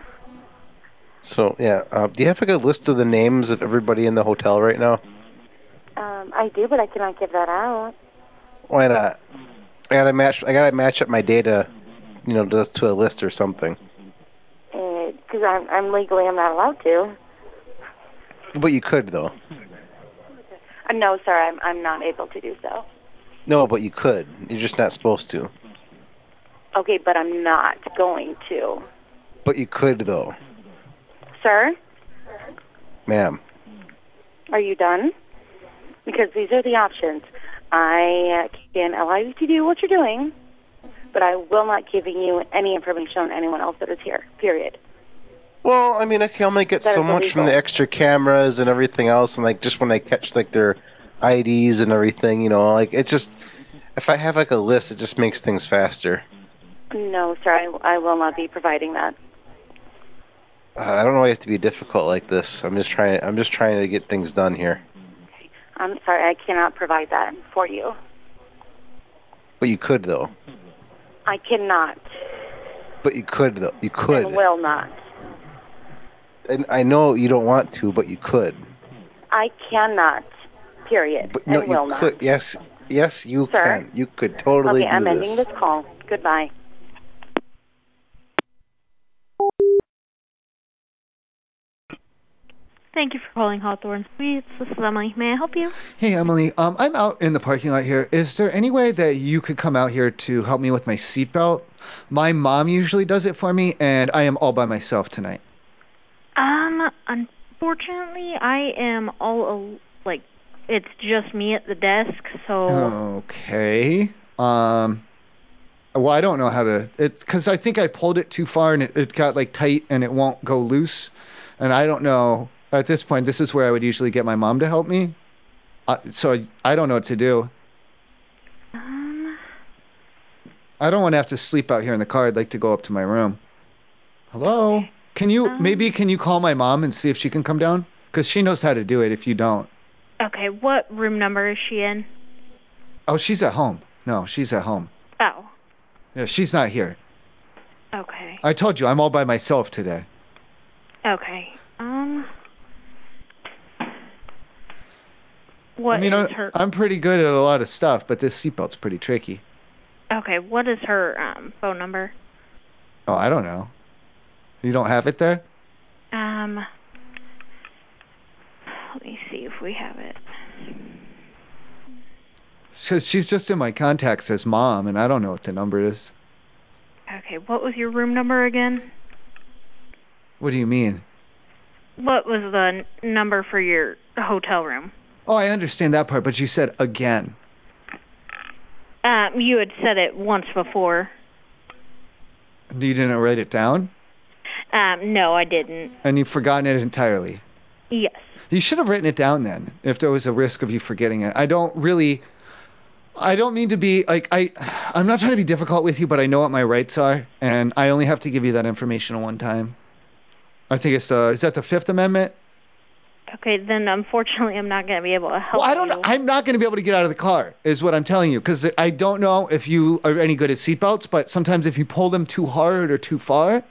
[SPEAKER 3] So yeah, uh, do you have like a list of the names of everybody in the hotel right now?
[SPEAKER 12] Um, I do, but I cannot give that out.
[SPEAKER 3] Why not? I gotta match. I gotta match up my data, you know, just to a list or something.
[SPEAKER 12] Because I'm I'm legally I'm not allowed to.
[SPEAKER 3] But you could though.
[SPEAKER 12] Uh, no, sir, I'm I'm not able to do so.
[SPEAKER 3] No, but you could. You're just not supposed to.
[SPEAKER 12] Okay, but I'm not going to,
[SPEAKER 3] But you could though,
[SPEAKER 12] sir.
[SPEAKER 3] ma'am.
[SPEAKER 12] Are you done? Because these are the options. I can allow you to do what you're doing, but I will not giving you any information on anyone else that is here. Period.
[SPEAKER 3] Well, I mean, okay, I'm gonna get
[SPEAKER 12] That
[SPEAKER 3] so
[SPEAKER 12] is
[SPEAKER 3] much from the
[SPEAKER 12] illegal.
[SPEAKER 3] extra cameras and everything else, and like just when I catch like their IDs and everything, you know, like it's just if I have like a list, it just makes things faster.
[SPEAKER 12] No, sir, I, I will not be providing that.
[SPEAKER 3] Uh, I don't know why you have to be difficult like this. I'm just trying. I'm just trying to get things done here.
[SPEAKER 12] I'm sorry, I cannot provide that for you.
[SPEAKER 3] But you could though.
[SPEAKER 12] I cannot
[SPEAKER 3] But you could though. You could.
[SPEAKER 12] and will not.
[SPEAKER 3] And I know you don't want to, but you could.
[SPEAKER 12] I cannot. Period.
[SPEAKER 3] But no,
[SPEAKER 12] and
[SPEAKER 3] you
[SPEAKER 12] will
[SPEAKER 3] could.
[SPEAKER 12] not.
[SPEAKER 3] Yes, yes, you
[SPEAKER 12] Sir?
[SPEAKER 3] can. You could totally
[SPEAKER 12] okay,
[SPEAKER 3] do
[SPEAKER 12] I'm
[SPEAKER 3] this.
[SPEAKER 12] ending this call. Goodbye.
[SPEAKER 7] Thank you for calling Hawthorne Suites. This is Emily. May I help you?
[SPEAKER 2] Hey Emily, um, I'm out in the parking lot here. Is there any way that you could come out here to help me with my seatbelt? My mom usually does it for me, and I am all by myself tonight.
[SPEAKER 7] Um, unfortunately, I am all al- like it's just me at the desk, so
[SPEAKER 2] Uh-huh. Okay. Um. Well, I don't know how to. It because I think I pulled it too far and it, it got like tight and it won't go loose, and I don't know. At this point, this is where I would usually get my mom to help me. Uh, so I, I don't know what to do.
[SPEAKER 7] um,
[SPEAKER 2] I don't want to have to sleep out here in the car. I'd like to go up to my room. Hello. Can you
[SPEAKER 7] Um,
[SPEAKER 2] maybe can you call my mom and see if she can come down? Because she knows how to do it. If you don't,
[SPEAKER 7] okay. What room number is she in?
[SPEAKER 2] Oh, she's at home. No, she's at home.
[SPEAKER 7] Oh,
[SPEAKER 2] Yeah, she's not here.
[SPEAKER 7] okay.
[SPEAKER 2] I told you I'm all by myself today.
[SPEAKER 7] Okay. Um. What
[SPEAKER 2] I mean,
[SPEAKER 7] is
[SPEAKER 2] I'm,
[SPEAKER 7] her?
[SPEAKER 2] I'm pretty good at a lot of stuff, but this seatbelt's pretty tricky.
[SPEAKER 7] Okay. What is her um phone number?
[SPEAKER 2] Oh, I don't know. You don't have it there?
[SPEAKER 7] Um. Let me see if we have it.
[SPEAKER 2] So she's just in my contacts as mom, and I don't know what the number is.
[SPEAKER 7] Okay. What was your room number again?
[SPEAKER 2] What do you mean?
[SPEAKER 7] What was the n- number for your hotel room?
[SPEAKER 2] Oh, I understand that part, but you said again.
[SPEAKER 7] Um, you had said it once before.
[SPEAKER 2] You didn't write it down,
[SPEAKER 7] Um, no, I didn't.
[SPEAKER 2] and you've forgotten it entirely.
[SPEAKER 7] Yes.
[SPEAKER 2] You should have written it down then, if there was a risk of you forgetting it. I don't really. I don't mean to be like I. I'm not trying to be difficult with you, but I know what my rights are, and I only have to give you that information one time. I think it's uh, is that the Fifth Amendment?
[SPEAKER 7] Okay, then unfortunately, I'm not going to be able to help.
[SPEAKER 2] Well, I don't. I'm not going to be able to get out of the car, is what I'm telling you, because I don't know if you are any good at seatbelts, but sometimes if you pull them too hard or too far,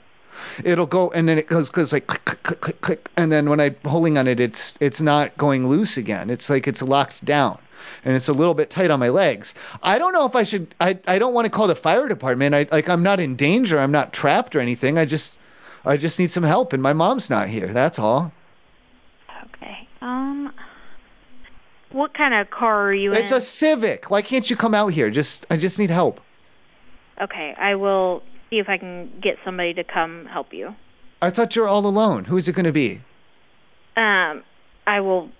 [SPEAKER 2] it'll go and then it goes goes like click click click click click, and then when I'm pulling on it, it's it's not going loose again. It's like it's locked down. And it's a little bit tight on my legs. I don't know if I should. I, I don't want to call the fire department. I like I'm not in danger. I'm not trapped or anything. I just I just need some help, and my mom's not here. That's all.
[SPEAKER 7] Okay. Um, what kind of car are you
[SPEAKER 2] It's
[SPEAKER 7] in?
[SPEAKER 2] a civic. Why can't you come out here? Just I just need help.
[SPEAKER 7] Okay, I will see if I can get somebody to come help you.
[SPEAKER 2] I thought you were all alone. Who is it going to be?
[SPEAKER 7] Um, I will.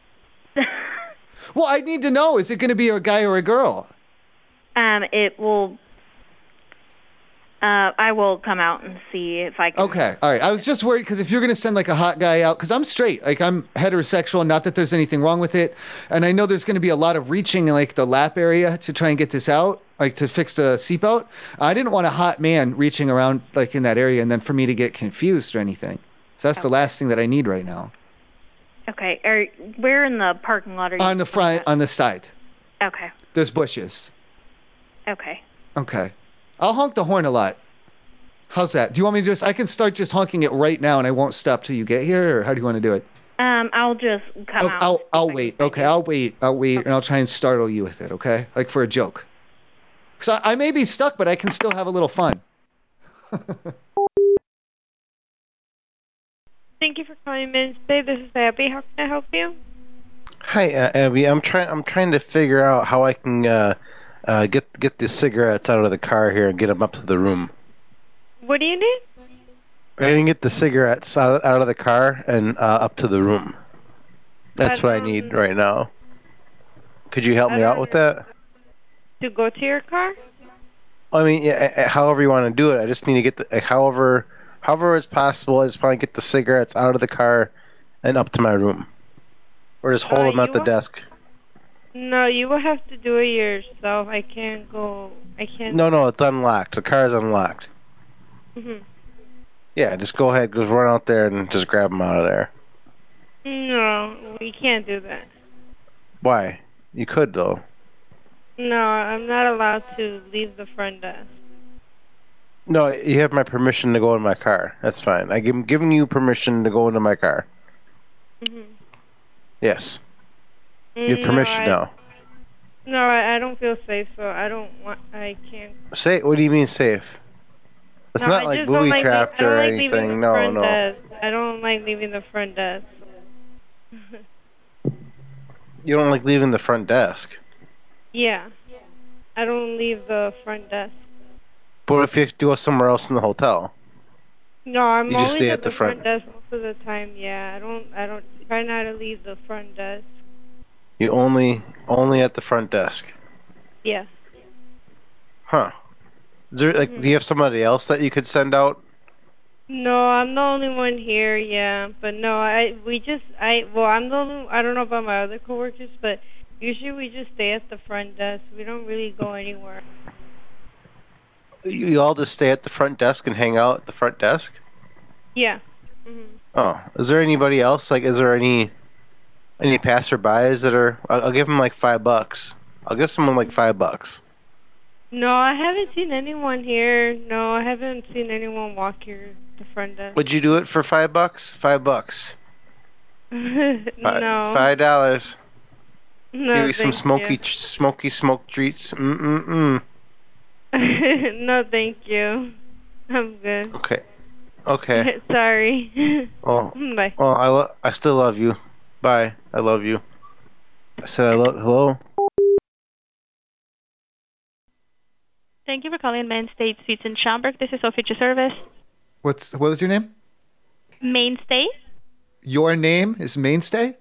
[SPEAKER 2] Well, I need to know. Is it going to be a guy or a girl?
[SPEAKER 7] Um, it will. Uh, I will come out and see if I can.
[SPEAKER 2] Okay. All right. I was just worried because if you're going to send like a hot guy out, because I'm straight, like I'm heterosexual, not that there's anything wrong with it. And I know there's going to be a lot of reaching in like the lap area to try and get this out, like to fix the seatbelt. I didn't want a hot man reaching around like in that area and then for me to get confused or anything. So that's the last thing that I need right now.
[SPEAKER 7] Okay. Are where in the parking lot are you?
[SPEAKER 2] On the front, on the side,
[SPEAKER 7] Okay.
[SPEAKER 2] there's bushes.
[SPEAKER 7] Okay.
[SPEAKER 2] Okay. I'll honk the horn a lot. How's that? Do you want me to just I can start just honking it right now and I won't stop till you get here or how do you want to do it?
[SPEAKER 7] Um, I'll just come
[SPEAKER 2] I'll
[SPEAKER 7] out.
[SPEAKER 2] I'll, I'll wait. Okay, I'll wait. I'll wait and I'll try and startle you with it, okay? Like for a joke. Cuz I, I may be stuck but I can still have a little fun. [laughs]
[SPEAKER 13] Thank you for calling in today. This is Abby. How can I help you?
[SPEAKER 3] Hi, uh, Abby. I'm trying. I'm trying to figure out how I can uh, uh, get get the cigarettes out of the car here and get them up to the room.
[SPEAKER 13] What do you need?
[SPEAKER 3] I can get the cigarettes out of, out of the car and uh, up to the room. That's what I need right now. Could you help me out with that?
[SPEAKER 13] To go to your car?
[SPEAKER 3] I mean, yeah, I- I- however you want to do it. I just need to get the like, however however it's possible. I just probably get the cigarettes out of the car and up to my room, or just hold
[SPEAKER 13] Uh,
[SPEAKER 3] them at
[SPEAKER 13] you
[SPEAKER 3] the
[SPEAKER 13] are-
[SPEAKER 3] desk.
[SPEAKER 13] No, you will have to do it yourself. I can't go. I can't.
[SPEAKER 3] No, no, it's unlocked. The car's unlocked.
[SPEAKER 13] Mhm.
[SPEAKER 3] Yeah, just go ahead, just run out there and just grab them out of there.
[SPEAKER 13] No, we can't do that.
[SPEAKER 3] Why? You could though.
[SPEAKER 13] No, I'm not allowed to leave the front desk.
[SPEAKER 3] No, you have my permission to go in my car. That's fine. I'm giving you permission to go into my car.
[SPEAKER 13] Mhm.
[SPEAKER 3] Yes. You have permission
[SPEAKER 13] no, I,
[SPEAKER 3] now.
[SPEAKER 13] No, I, I don't feel safe, so I don't want. I can't.
[SPEAKER 3] Say, what do you mean safe? It's
[SPEAKER 13] no,
[SPEAKER 3] not
[SPEAKER 13] I
[SPEAKER 3] like
[SPEAKER 13] just don't
[SPEAKER 3] booby
[SPEAKER 13] like leave-
[SPEAKER 3] trapped
[SPEAKER 13] I don't
[SPEAKER 3] or
[SPEAKER 13] like leaving
[SPEAKER 3] anything.
[SPEAKER 13] the
[SPEAKER 3] No,
[SPEAKER 13] front
[SPEAKER 3] no.
[SPEAKER 13] Desk. I don't like leaving the front desk. [laughs]
[SPEAKER 3] You don't like leaving the front desk.
[SPEAKER 13] yeah. I don't leave the front desk.
[SPEAKER 3] But if you have to go somewhere else in the hotel,
[SPEAKER 13] No, I'm
[SPEAKER 3] You just
[SPEAKER 13] always
[SPEAKER 3] stay
[SPEAKER 13] at,
[SPEAKER 3] at the
[SPEAKER 13] front. desk most of the time. Yeah, I don't. I don't try not to leave the front desk.
[SPEAKER 3] you only only at the front desk.
[SPEAKER 13] Yeah.
[SPEAKER 3] Huh. Is there like do you have somebody else that you could send out?
[SPEAKER 13] No, I'm the only one here. Yeah, but no, I we just I well I'm the only, I don't know about my other coworkers, but usually we just stay at the front desk. We don't really go anywhere.
[SPEAKER 3] You you all just stay at the front desk and hang out at the front desk?
[SPEAKER 13] Yeah.
[SPEAKER 3] Oh, is there anybody else? Like, is there any any passerbys that are? I'll, I'll give them like five bucks. I'll give someone like five bucks.
[SPEAKER 13] No, I haven't seen anyone here. No, I haven't seen anyone walk here the front desk. [laughs]
[SPEAKER 3] Would you do it for five bucks? Five bucks. Fi-
[SPEAKER 13] no.
[SPEAKER 3] Five dollars.
[SPEAKER 13] No,
[SPEAKER 3] Give you some
[SPEAKER 13] thank
[SPEAKER 3] smoky,
[SPEAKER 13] [laughs]
[SPEAKER 3] tr- smoky smoke treats. Mm mm mm.
[SPEAKER 13] no, thank you. I'm good.
[SPEAKER 3] Okay.
[SPEAKER 14] [laughs]
[SPEAKER 3] Okay.
[SPEAKER 13] [laughs] Sorry. [laughs]
[SPEAKER 3] Oh.
[SPEAKER 13] Bye.
[SPEAKER 3] Well, I lo- I still love you. Bye. I love you. I said I love. Hello.
[SPEAKER 14] Thank you for calling Main State Suites in Schaumburg. This is Sophie to service.
[SPEAKER 2] What's what was your name?
[SPEAKER 14] Main State?
[SPEAKER 2] Your name is Mainstay.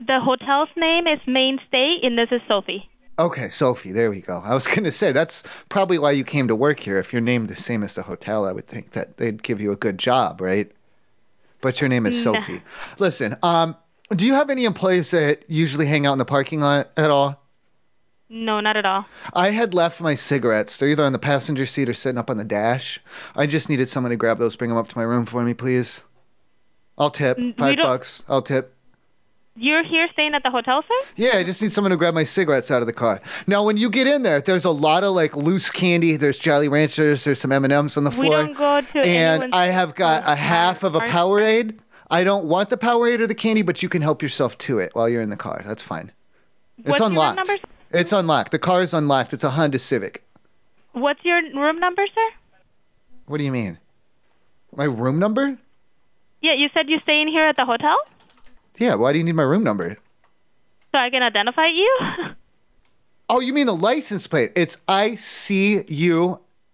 [SPEAKER 14] The hotel's name is Main State, and this is Sophie.
[SPEAKER 2] Okay, Sophie. There we go. I was [laughs] gonna say that's probably why you came to work here. If your name the same as the hotel, I would think that they'd give you a good job, right? But your name is
[SPEAKER 14] No.
[SPEAKER 2] Sophie. Listen, um, do you have any employees that usually hang out in the parking lot at all?
[SPEAKER 14] No, not at all.
[SPEAKER 2] I had left my cigarettes. They're either on the passenger seat or sitting up on the dash. I just needed someone to grab those, bring them up to my room for me, please. I'll tip
[SPEAKER 14] Mm, we
[SPEAKER 2] five
[SPEAKER 14] don't-
[SPEAKER 2] bucks. I'll tip.
[SPEAKER 14] You're here staying at the hotel, sir?
[SPEAKER 2] Yeah, I just need someone to grab my cigarettes out of the car. Now, when you get in there, there's a lot of like loose candy. There's Jolly Ranchers. There's some M&Ms on the
[SPEAKER 14] We
[SPEAKER 2] floor.
[SPEAKER 14] don't go to
[SPEAKER 2] and
[SPEAKER 14] anyone's
[SPEAKER 2] I have got a half of a
[SPEAKER 14] Aren't-
[SPEAKER 2] Powerade. I don't want the Powerade or the candy, but you can help yourself to it while you're in the car. That's fine.
[SPEAKER 14] What's
[SPEAKER 2] it's
[SPEAKER 14] your
[SPEAKER 2] unlocked.
[SPEAKER 14] numbers?
[SPEAKER 2] It's unlocked. The car is unlocked. It's a Honda Civic.
[SPEAKER 14] What's your room number, sir?
[SPEAKER 2] What do you mean? My room number?
[SPEAKER 14] Yeah, you said you're staying here at the hotel,
[SPEAKER 2] Yeah, why do you need my room number?
[SPEAKER 14] so I can identify you. [laughs]
[SPEAKER 2] Oh, you mean the license plate? It's ICU
[SPEAKER 14] This is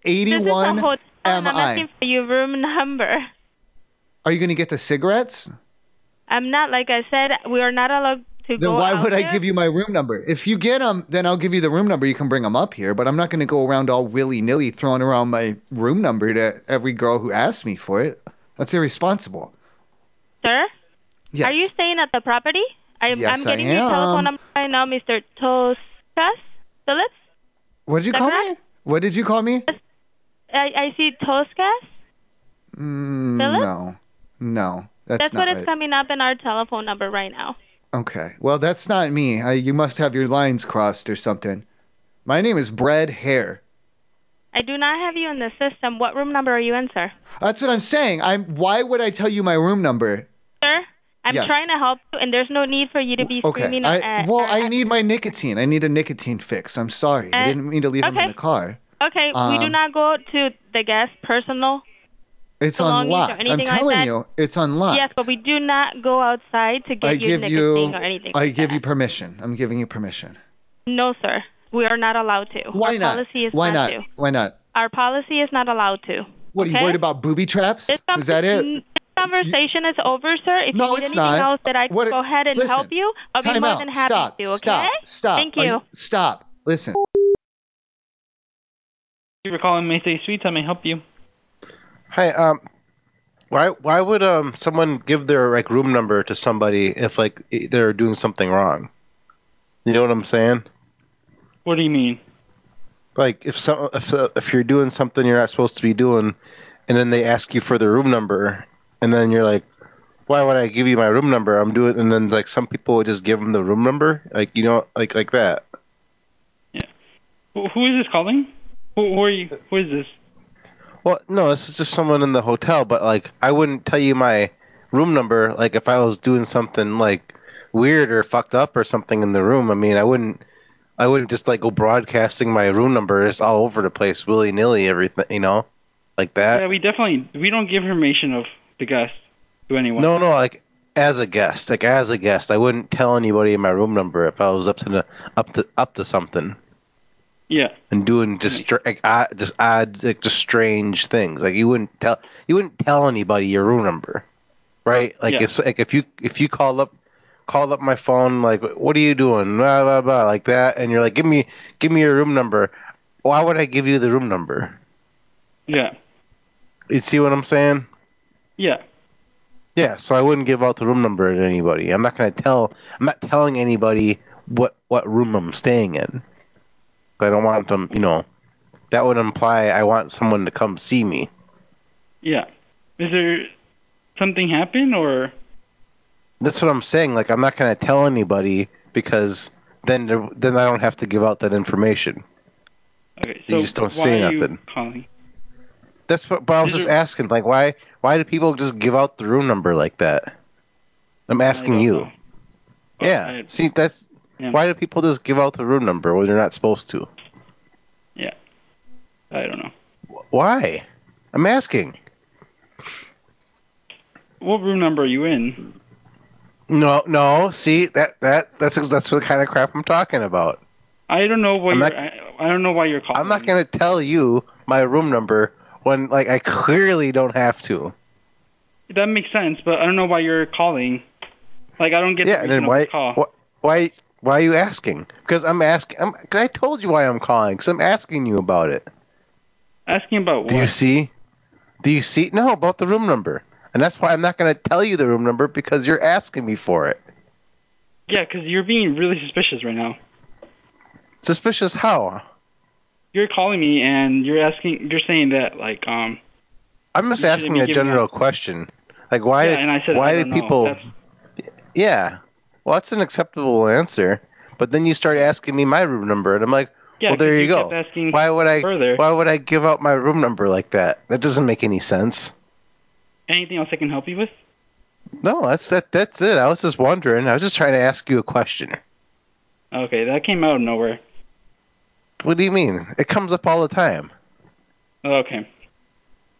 [SPEAKER 14] a
[SPEAKER 2] 81.
[SPEAKER 14] hotel, and I'm
[SPEAKER 2] MI.
[SPEAKER 14] asking for your room number.
[SPEAKER 2] Are you going to get the cigarettes?
[SPEAKER 14] I'm not, like I said, we are not allowed
[SPEAKER 2] Then
[SPEAKER 14] to go
[SPEAKER 2] why
[SPEAKER 14] out
[SPEAKER 2] would I
[SPEAKER 14] there.
[SPEAKER 2] give you my room number? If you get 'em, then I'll give you the room number. You can bring 'em up here, but I'm not going to go around all willy nilly throwing around my room number to every girl who asks me for it. That's irresponsible.
[SPEAKER 14] Sir?
[SPEAKER 2] Yes.
[SPEAKER 14] Are you staying at the property? I,
[SPEAKER 2] Yes,
[SPEAKER 14] I'm getting
[SPEAKER 2] I
[SPEAKER 14] your
[SPEAKER 2] am.
[SPEAKER 14] telephone number right now, Mr. Toscas. Phillips?
[SPEAKER 2] what did you
[SPEAKER 14] Is that
[SPEAKER 2] call me?
[SPEAKER 14] correct?
[SPEAKER 2] What did you call me?
[SPEAKER 14] I, I see Toscas.
[SPEAKER 2] Mm,
[SPEAKER 14] Philip?
[SPEAKER 2] no. No. That's,
[SPEAKER 14] what
[SPEAKER 2] not
[SPEAKER 14] is
[SPEAKER 2] right.
[SPEAKER 14] coming up in our telephone number right now.
[SPEAKER 2] Okay. Well, that's not me. I, you must have your lines crossed or something. My name is Brad Hare.
[SPEAKER 14] I do not have you in the system. What room number are you in, sir?
[SPEAKER 2] That's what I'm saying. I'm. Why would I tell you my room number?
[SPEAKER 14] Sir, I'm
[SPEAKER 2] Yes.
[SPEAKER 14] trying to help you, and there's no need for you to be
[SPEAKER 2] Okay.
[SPEAKER 14] screaming uh,
[SPEAKER 2] I,
[SPEAKER 14] at.
[SPEAKER 2] well, I need my nicotine. I need a nicotine fix. I'm sorry. I
[SPEAKER 14] Uh,
[SPEAKER 2] didn't mean to leave them in
[SPEAKER 14] okay.
[SPEAKER 2] the car.
[SPEAKER 14] okay, we do
[SPEAKER 2] um,
[SPEAKER 14] not go to the guest personal.
[SPEAKER 2] It's
[SPEAKER 14] belongings or
[SPEAKER 2] unlocked. I'm
[SPEAKER 14] anything like
[SPEAKER 2] telling
[SPEAKER 14] that?
[SPEAKER 2] you, it's unlocked.
[SPEAKER 14] Yes, but we do not go outside to get
[SPEAKER 2] I
[SPEAKER 14] you
[SPEAKER 2] give
[SPEAKER 14] nicotine
[SPEAKER 2] you.
[SPEAKER 14] or anything.
[SPEAKER 2] I give you permission. I'm giving you permission.
[SPEAKER 14] No, sir. We are not allowed to.
[SPEAKER 2] Why
[SPEAKER 14] our
[SPEAKER 2] not?
[SPEAKER 14] Policy is
[SPEAKER 2] Why not?
[SPEAKER 14] to.
[SPEAKER 2] Why not?
[SPEAKER 14] Our policy is not allowed to.
[SPEAKER 2] What are
[SPEAKER 14] Okay?
[SPEAKER 2] you worried about? Booby traps? Is that it?
[SPEAKER 14] This conversation is over, sir. If
[SPEAKER 2] No,
[SPEAKER 14] you need
[SPEAKER 2] it's
[SPEAKER 14] anything
[SPEAKER 2] not.
[SPEAKER 14] else that I can
[SPEAKER 2] What-
[SPEAKER 14] go ahead and
[SPEAKER 2] listen,
[SPEAKER 14] help you, I'll be
[SPEAKER 2] Time
[SPEAKER 14] more
[SPEAKER 2] out.
[SPEAKER 14] than happy
[SPEAKER 2] stop.
[SPEAKER 14] to, okay?
[SPEAKER 2] Stop. Stop.
[SPEAKER 14] Thank
[SPEAKER 2] Are
[SPEAKER 14] you.
[SPEAKER 2] Stop. Listen.
[SPEAKER 11] Thank you for calling Maysay Suites. I may help you.
[SPEAKER 3] Hi. Um. Why Why would um someone give their like room number to somebody if like i- they're doing something wrong? You know what I'm saying?
[SPEAKER 11] What do you mean?
[SPEAKER 3] Like if some if uh, if you're doing something you're not supposed to be doing, and then they ask you for the room number, and then you're like, why would I give you my room number? I'm doing, and then like some people would just give them the room number, like you know, like like that.
[SPEAKER 11] Who, who is this calling? Who, who are you? Who is this?
[SPEAKER 3] Well, no, this is just someone in the hotel, but like I wouldn't tell you my room number like if I was doing something like weird or fucked up or something in the room. I mean, I wouldn't I wouldn't just like go broadcasting my room number just all over the place willy-nilly everything, you know? Like
[SPEAKER 11] yeah,
[SPEAKER 3] that.
[SPEAKER 11] we definitely we don't give information of the guest to anyone.
[SPEAKER 3] No, no, like as a guest, like as a guest, I wouldn't tell anybody my room number if I was up to the, up to up to something
[SPEAKER 11] Yeah.
[SPEAKER 3] and doing just str- like, odd, just odd, like, just strange things. Like you wouldn't tell you wouldn't tell anybody your room number, right? Like
[SPEAKER 11] Yeah.
[SPEAKER 3] it's like if you if you call up call up my phone, like what are you doing, blah blah blah, like that, and you're like, give me give me your room number. Why would I give you the room number?
[SPEAKER 11] Yeah.
[SPEAKER 3] You see what I'm saying?
[SPEAKER 11] Yeah.
[SPEAKER 3] Yeah. So I wouldn't give out the room number to anybody. I'm not gonna tell. I'm not telling anybody what what room I'm staying in. I don't want them. You know, that would imply I want someone to come see me.
[SPEAKER 11] Yeah. Is there something happen or
[SPEAKER 3] That's what I'm saying. Like, I'm not gonna tell anybody because then there, then I don't have to give out that information.
[SPEAKER 11] Okay,
[SPEAKER 3] You
[SPEAKER 11] so
[SPEAKER 3] just don't
[SPEAKER 11] why
[SPEAKER 3] say
[SPEAKER 11] are you
[SPEAKER 3] nothing.
[SPEAKER 11] calling?
[SPEAKER 3] That's what. But I was
[SPEAKER 11] These
[SPEAKER 3] just
[SPEAKER 11] are-
[SPEAKER 3] asking, like, why why do people just give out the room number like that? I'm asking you. Yeah. See, that's
[SPEAKER 11] Yeah.
[SPEAKER 3] why do people just give out the room number when they're not supposed to?
[SPEAKER 11] Yeah. I don't know.
[SPEAKER 3] Why? I'm asking.
[SPEAKER 11] What room number are you in?
[SPEAKER 3] No, no. See, that that that's that's the kind of crap I'm talking about.
[SPEAKER 11] I don't know what
[SPEAKER 3] I'm
[SPEAKER 11] you're,
[SPEAKER 3] not-
[SPEAKER 11] I, I don't know why you're calling.
[SPEAKER 3] I'm not gonna tell you my room number when like I clearly don't have to.
[SPEAKER 11] That makes sense, but I don't know why you're calling. Like I don't get
[SPEAKER 3] yeah,
[SPEAKER 11] the
[SPEAKER 3] and then
[SPEAKER 11] reason
[SPEAKER 3] why
[SPEAKER 11] of the call.
[SPEAKER 3] wh- why why are you asking? Because I'm asking. I'm, cause I told you why I'm calling. Because I'm asking you about it.
[SPEAKER 11] Asking about
[SPEAKER 3] Do you see? Do you see? No, about the room number. And that's why I'm not going to tell you the room number because you're asking me for it.
[SPEAKER 11] Yeah, because you're being really suspicious right now.
[SPEAKER 3] Suspicious how?
[SPEAKER 11] You're calling me and you're asking, you're saying that like um.
[SPEAKER 3] I'm just
[SPEAKER 11] You shouldn't
[SPEAKER 3] asking
[SPEAKER 11] be
[SPEAKER 3] a
[SPEAKER 11] giving
[SPEAKER 3] general question. Like why?
[SPEAKER 11] Yeah, and I said,
[SPEAKER 3] why
[SPEAKER 11] I
[SPEAKER 3] do
[SPEAKER 11] don't know.
[SPEAKER 3] people?
[SPEAKER 11] That's-
[SPEAKER 3] Yeah. Well, that's an acceptable answer. But then you start asking me my room number, and I'm like,
[SPEAKER 11] Yeah,
[SPEAKER 3] well, there
[SPEAKER 11] 'cause
[SPEAKER 3] you,
[SPEAKER 11] you
[SPEAKER 3] go.
[SPEAKER 11] kept asking
[SPEAKER 3] Why would I?
[SPEAKER 11] further.
[SPEAKER 3] Why would I give out my room number like that? That doesn't make any sense.
[SPEAKER 11] Anything else I can help you with?
[SPEAKER 3] No, that's that. That's it. I was just wondering. I was just trying to ask you a question.
[SPEAKER 11] Okay, that came out of nowhere.
[SPEAKER 3] What do you mean? It comes up all the time.
[SPEAKER 11] Okay.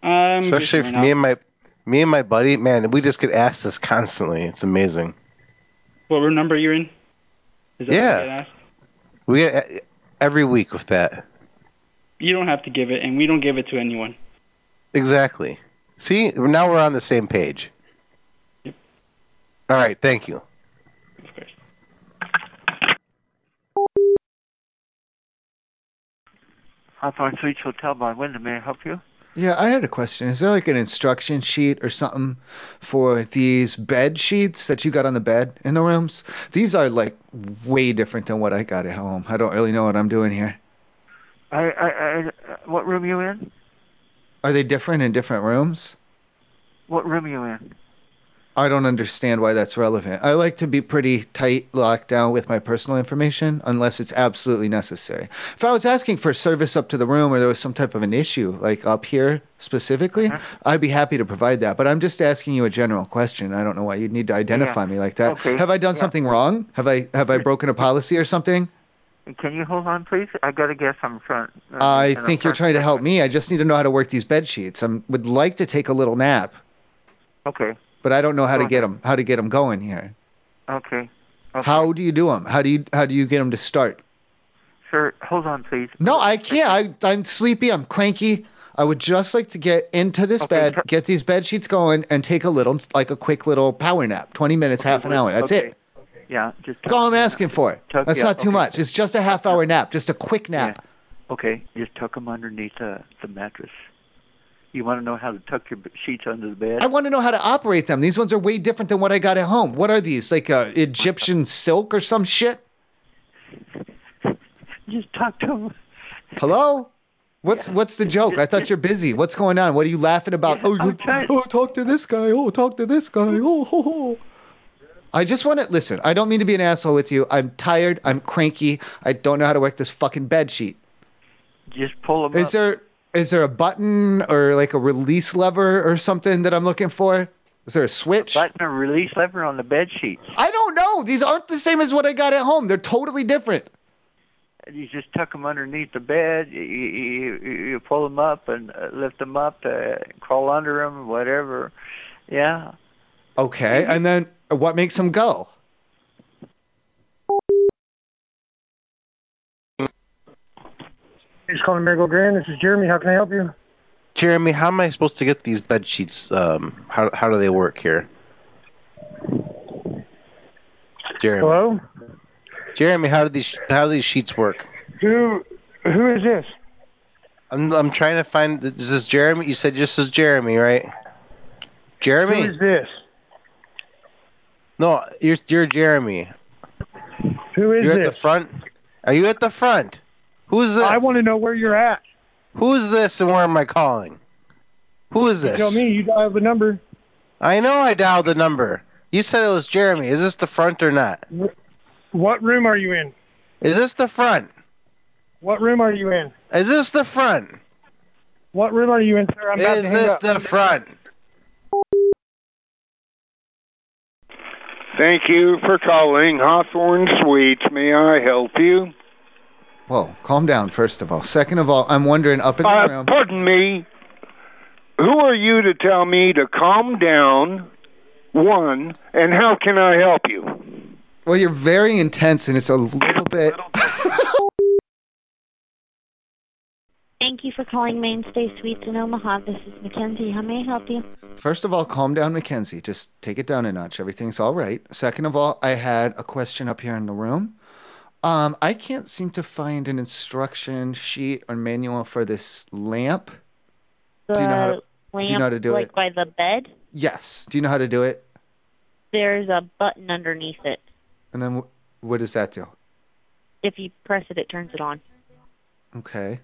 [SPEAKER 11] Um.
[SPEAKER 3] especially if me and my me and my buddy man we just get asked this constantly it's amazing
[SPEAKER 11] What room number you're in? Is that what
[SPEAKER 3] Yeah.
[SPEAKER 11] I get asked?
[SPEAKER 3] we get a- every week with that
[SPEAKER 11] You don't have to give it, and we don't give it to anyone.
[SPEAKER 3] exactly see now we're on the same page all right thank you
[SPEAKER 10] Hawthorne Suites Hotel by Wyndham. May I help you?
[SPEAKER 2] Yeah, I had a question. Is there like an instruction sheet or something for these bed sheets that you got on the bed in the rooms? These are like way different than what I got at home. I don't really know what I'm doing here.
[SPEAKER 10] I, I, I, what room you in?
[SPEAKER 2] Are they different in different rooms?
[SPEAKER 10] What room you in?
[SPEAKER 2] I don't understand why that's relevant. I like to be pretty tight locked down with my personal information unless it's absolutely necessary. If I was asking for service up to the room or there was some type of an issue, like up here specifically,
[SPEAKER 10] Uh-huh.
[SPEAKER 2] I'd be happy to provide that. But I'm just asking you a general question. I don't know why you'd need to identify me like that.
[SPEAKER 10] Okay.
[SPEAKER 2] Have I done
[SPEAKER 10] Yeah.
[SPEAKER 2] something wrong? Have I have I broken a policy or something?
[SPEAKER 10] Can you hold on, please? I got a guess. I'm trying.
[SPEAKER 2] I think you're trying to help me. I just need to know how to work these bed sheets. I would like to take a little nap,
[SPEAKER 10] Okay.
[SPEAKER 2] but I don't know how to
[SPEAKER 10] Go
[SPEAKER 2] get 'em how to get 'em going here.
[SPEAKER 10] Okay.
[SPEAKER 2] How do you do them? How do you how do you get them to start?
[SPEAKER 10] Sir, hold on, please.
[SPEAKER 2] No, I can't. I I'm sleepy. I'm cranky. I would just like to get into this bed, get these bed sheets going, and take a little like a quick little power nap, 20 minutes, half an hour. That's
[SPEAKER 10] okay.
[SPEAKER 2] it.
[SPEAKER 10] Yeah. Just
[SPEAKER 2] That's all I'm asking for.
[SPEAKER 10] Tuck-
[SPEAKER 2] That's
[SPEAKER 10] yeah,
[SPEAKER 2] not too
[SPEAKER 10] okay.
[SPEAKER 2] much. It's just a half hour nap, just a quick nap.
[SPEAKER 10] okay. Just tuck them underneath the the mattress. You want to know how to tuck your b- sheets under the bed?
[SPEAKER 2] I want to know how to operate them. These ones are way different than what I got at home. What are these? Like uh, Egyptian silk or some shit?
[SPEAKER 10] Just tuck them.
[SPEAKER 2] Hello? What's what's the joke? I thought you're busy. What's going on? What are you laughing about? Oh, you, oh, talk to this guy. Oh, talk to this guy. Oh, ho, ho. I just want to listen. I don't mean to be an asshole with you. I'm tired. I'm cranky. I don't know how to work this fucking bed sheet.
[SPEAKER 10] Just pull them
[SPEAKER 2] Is
[SPEAKER 10] up.
[SPEAKER 2] there is there a button or like a release lever or something that I'm looking for? Is there a switch?
[SPEAKER 10] button or release lever on the bed sheets.
[SPEAKER 2] I don't know. These aren't the same as what I got at home. They're totally different.
[SPEAKER 10] You just tuck them underneath the bed. You you, you, you pull them up and uh, lift them up. Uh, crawl under them, whatever. Yeah.
[SPEAKER 2] Okay, and then what makes them go?
[SPEAKER 15] He's calling Miracle Grand. This is Jeremy. How can I help you?
[SPEAKER 3] jeremy how am i supposed to get these bed sheets um how, how do they work here jeremy
[SPEAKER 15] hello
[SPEAKER 3] jeremy how do these how do these sheets work
[SPEAKER 15] Who who is this?
[SPEAKER 3] i'm, I'm trying to find is this jeremy you said this is jeremy right jeremy
[SPEAKER 15] Who is this?
[SPEAKER 3] No, you're you're Jeremy.
[SPEAKER 15] Who is
[SPEAKER 3] you're at
[SPEAKER 15] this?
[SPEAKER 3] the front. Are you at the front? Who's this? I want
[SPEAKER 15] to know where you're at.
[SPEAKER 3] Who's this and where am I calling? Who is
[SPEAKER 15] You
[SPEAKER 3] this?
[SPEAKER 15] tell me. You dial the number.
[SPEAKER 3] I know I dialed the number. You said it was Jeremy. Is this the front or not?
[SPEAKER 15] What room are you in?
[SPEAKER 3] Is this the front?
[SPEAKER 16] What room are you in?
[SPEAKER 3] Is this the front?
[SPEAKER 16] What room are you in, sir? I'm about
[SPEAKER 3] Is
[SPEAKER 16] to hang
[SPEAKER 3] this
[SPEAKER 16] up.
[SPEAKER 3] the front?
[SPEAKER 17] Thank you for calling Hawthorne Suites. May I help you?
[SPEAKER 2] Whoa, calm down, first of all. Second of all, I'm wondering up in the
[SPEAKER 17] Uh,
[SPEAKER 2] room.
[SPEAKER 17] pardon me. Who are you to tell me to calm down? One, and how can I help
[SPEAKER 2] [laughs]
[SPEAKER 17] you?
[SPEAKER 2] Well, you're very intense, and it's a little bit.
[SPEAKER 5] Thank you for calling Mainstay Suites in Omaha. This is Mackenzie. How may I help you?
[SPEAKER 2] First of all, calm down, Mackenzie. Just take it down a notch. Everything's all right. Second of all, I had a question up here in the room. Um, I can't seem to find an instruction sheet or manual for this lamp. Do you know how to-
[SPEAKER 5] The
[SPEAKER 2] do you know how to
[SPEAKER 5] lamp,
[SPEAKER 2] do
[SPEAKER 5] like
[SPEAKER 2] it?
[SPEAKER 5] by the bed,
[SPEAKER 2] Yes. Do you know how to do it?
[SPEAKER 5] there's a button underneath it.
[SPEAKER 2] And then wh- what does that do?
[SPEAKER 5] If you press it, it turns it on.
[SPEAKER 2] Okay.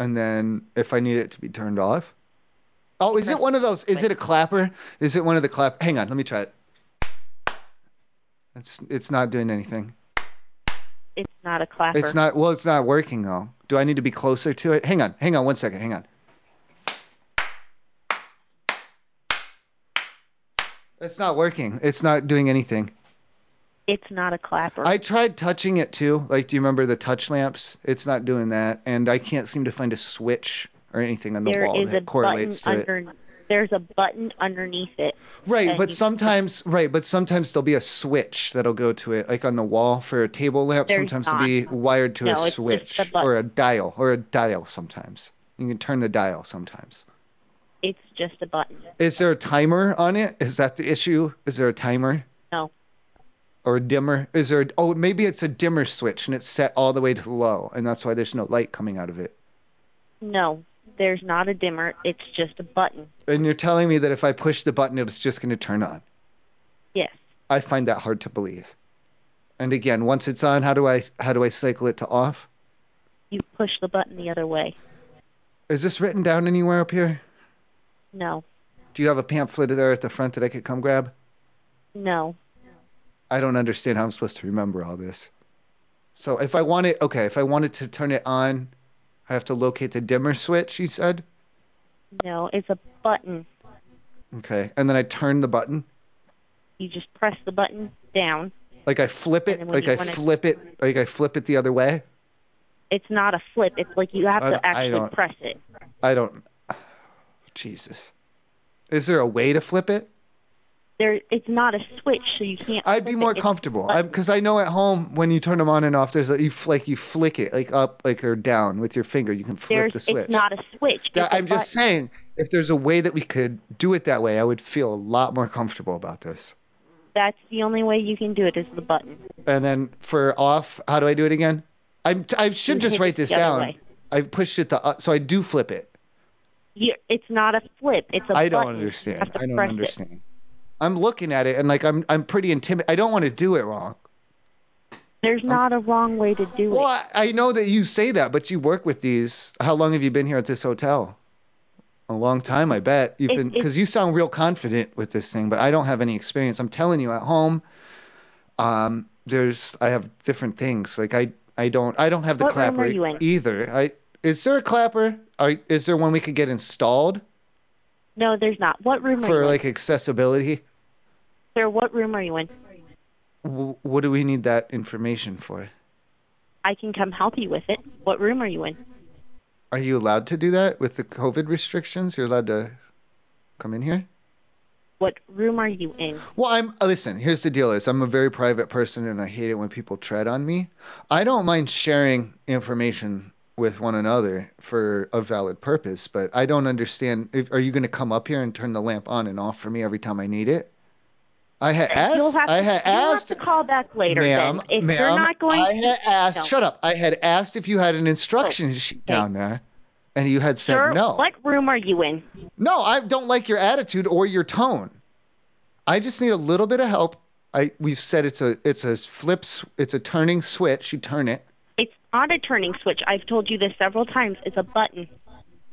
[SPEAKER 2] And then if I need it to be turned off. Oh, is it one of those? Is it a clapper? Is it one of the clap? Hang on, let me try it. It's it's not doing anything.
[SPEAKER 5] It's not a clapper.
[SPEAKER 2] It's not well, it's not working though. Do I need to be closer to it? Hang on, hang on one second, hang on. It's not working. It's not doing anything.
[SPEAKER 5] It's not a clapper.
[SPEAKER 2] I tried touching it too. Like, do you remember the touch lamps? It's not doing that, and I can't seem to find a switch or anything on the
[SPEAKER 5] There
[SPEAKER 2] wall
[SPEAKER 5] is a
[SPEAKER 2] that
[SPEAKER 5] button
[SPEAKER 2] correlates to it.
[SPEAKER 5] under. There's a button underneath it.
[SPEAKER 2] Right,
[SPEAKER 5] that
[SPEAKER 2] but
[SPEAKER 5] you-
[SPEAKER 2] sometimes right, but sometimes there'll be a switch that'll go to it, like on the wall for a table lamp.
[SPEAKER 5] There's
[SPEAKER 2] sometimes
[SPEAKER 5] not.
[SPEAKER 2] it'll be wired to
[SPEAKER 5] No,
[SPEAKER 2] a
[SPEAKER 5] it's just
[SPEAKER 2] switch
[SPEAKER 5] the button.
[SPEAKER 2] or a dial or a dial. Sometimes you can turn the dial. Sometimes
[SPEAKER 5] It's just a button.
[SPEAKER 2] is there a timer on it? Is that the issue? Is there a timer
[SPEAKER 5] No,
[SPEAKER 2] or a dimmer? Is there? oh, maybe it's a dimmer switch and it's set all the way to low, and that's why there's no light coming out of it.
[SPEAKER 5] no. There's not a dimmer. It's just a button.
[SPEAKER 2] And you're telling me that if I push the button, it's just going to turn on.
[SPEAKER 5] Yes.
[SPEAKER 2] I find that hard to believe. And again, once it's on, how do I how do I cycle it to off?
[SPEAKER 5] You push the button the other way.
[SPEAKER 2] Is this written down anywhere up here?
[SPEAKER 5] No,
[SPEAKER 2] Do you have a pamphlet there at the front that I could come grab?
[SPEAKER 5] no.
[SPEAKER 2] I don't understand how I'm supposed to remember all this. So if I want it, okay, if I wanted to turn it on, I have to locate the dimmer switch. You said,
[SPEAKER 5] No, it's a button.
[SPEAKER 2] okay, and then I turn the button,
[SPEAKER 5] You just press the button down.
[SPEAKER 2] like I flip it,
[SPEAKER 5] then when
[SPEAKER 2] like
[SPEAKER 5] you
[SPEAKER 2] I
[SPEAKER 5] wanna-
[SPEAKER 2] flip it, like I flip it the other way.
[SPEAKER 5] It's not a flip. It's like you have
[SPEAKER 2] I-
[SPEAKER 5] to
[SPEAKER 2] I
[SPEAKER 5] actually
[SPEAKER 2] don't-
[SPEAKER 5] press it.
[SPEAKER 2] I don't. Jesus, is there a way to flip it?
[SPEAKER 5] There, it's not a switch, so you can't.
[SPEAKER 2] I'd be more comfortable because I know at home when you turn them on and off, there's a, you fl- like you flick it like up like or down with your finger. You can flip
[SPEAKER 5] There's,
[SPEAKER 2] the switch.
[SPEAKER 5] it's not a switch.
[SPEAKER 2] That-
[SPEAKER 5] it's a
[SPEAKER 2] I'm just
[SPEAKER 5] button.
[SPEAKER 2] saying, if there's a way that we could do it that way, I would feel a lot more comfortable about this.
[SPEAKER 5] That's the only way you can do it is the button.
[SPEAKER 2] And then for off, how do I do it again? I'm t- I should
[SPEAKER 5] You
[SPEAKER 2] just
[SPEAKER 5] hit
[SPEAKER 2] write
[SPEAKER 5] it
[SPEAKER 2] this
[SPEAKER 5] the other
[SPEAKER 2] down.
[SPEAKER 5] way.
[SPEAKER 2] I pushed it the up, so I do flip it.
[SPEAKER 5] You, it's not a flip. It's a
[SPEAKER 2] I
[SPEAKER 5] button.
[SPEAKER 2] don't understand.
[SPEAKER 5] have to
[SPEAKER 2] I don't
[SPEAKER 5] press it.
[SPEAKER 2] understand. I'm looking at it and like I'm I'm pretty intimidated. I don't want to do it wrong.
[SPEAKER 5] There's not a wrong way to do
[SPEAKER 2] Well,
[SPEAKER 5] it.
[SPEAKER 2] I- I know that you say that, but you work with these. How long have you been here at this hotel? A long time, I bet. You've
[SPEAKER 5] It-
[SPEAKER 2] been
[SPEAKER 5] it-
[SPEAKER 2] because you sound real confident with this thing, but I don't have any experience. I'm telling you, at home, um, there's I have different things. Like I, I don't, I don't have the
[SPEAKER 5] What room
[SPEAKER 2] clapper
[SPEAKER 5] are you in?
[SPEAKER 2] either. I is there a clapper? Are, is there one we could get installed
[SPEAKER 5] No, there's not. What room are
[SPEAKER 2] for
[SPEAKER 5] you
[SPEAKER 2] like accessibility?
[SPEAKER 5] in? Sir, what room are you in?
[SPEAKER 2] W- what do we need that information for?
[SPEAKER 5] I can come help you with it. What room are you in?
[SPEAKER 2] Are you allowed to do that with the COVID restrictions? You're allowed to come in here.
[SPEAKER 5] What room are you in?
[SPEAKER 2] Well, I'm uh, listen. Here's the deal: is I'm a very private person, and I hate it when people tread on me. I don't mind sharing information with one another for a valid purpose, but I don't understand. If, are you going to come up here and turn the lamp on and off for me every time I need it? I had asked.
[SPEAKER 5] You'll have to,
[SPEAKER 2] I had
[SPEAKER 5] you'll
[SPEAKER 2] asked.
[SPEAKER 5] have to call back later.
[SPEAKER 2] ma'am,
[SPEAKER 5] then. If
[SPEAKER 2] ma'am,
[SPEAKER 5] you're not going,
[SPEAKER 2] I had asked.
[SPEAKER 5] No.
[SPEAKER 2] Shut up. I had asked if you had an
[SPEAKER 5] Oh,
[SPEAKER 2] instruction sheet down there, and you had said
[SPEAKER 5] Sir,
[SPEAKER 2] no.
[SPEAKER 5] what room are you in?
[SPEAKER 2] No, I don't like your attitude or your tone. I just need a little bit of help. I we've said it's a it's a flips it's a turning switch. You turn it.
[SPEAKER 5] It's not a turning switch. I've told you this several times. It's a button.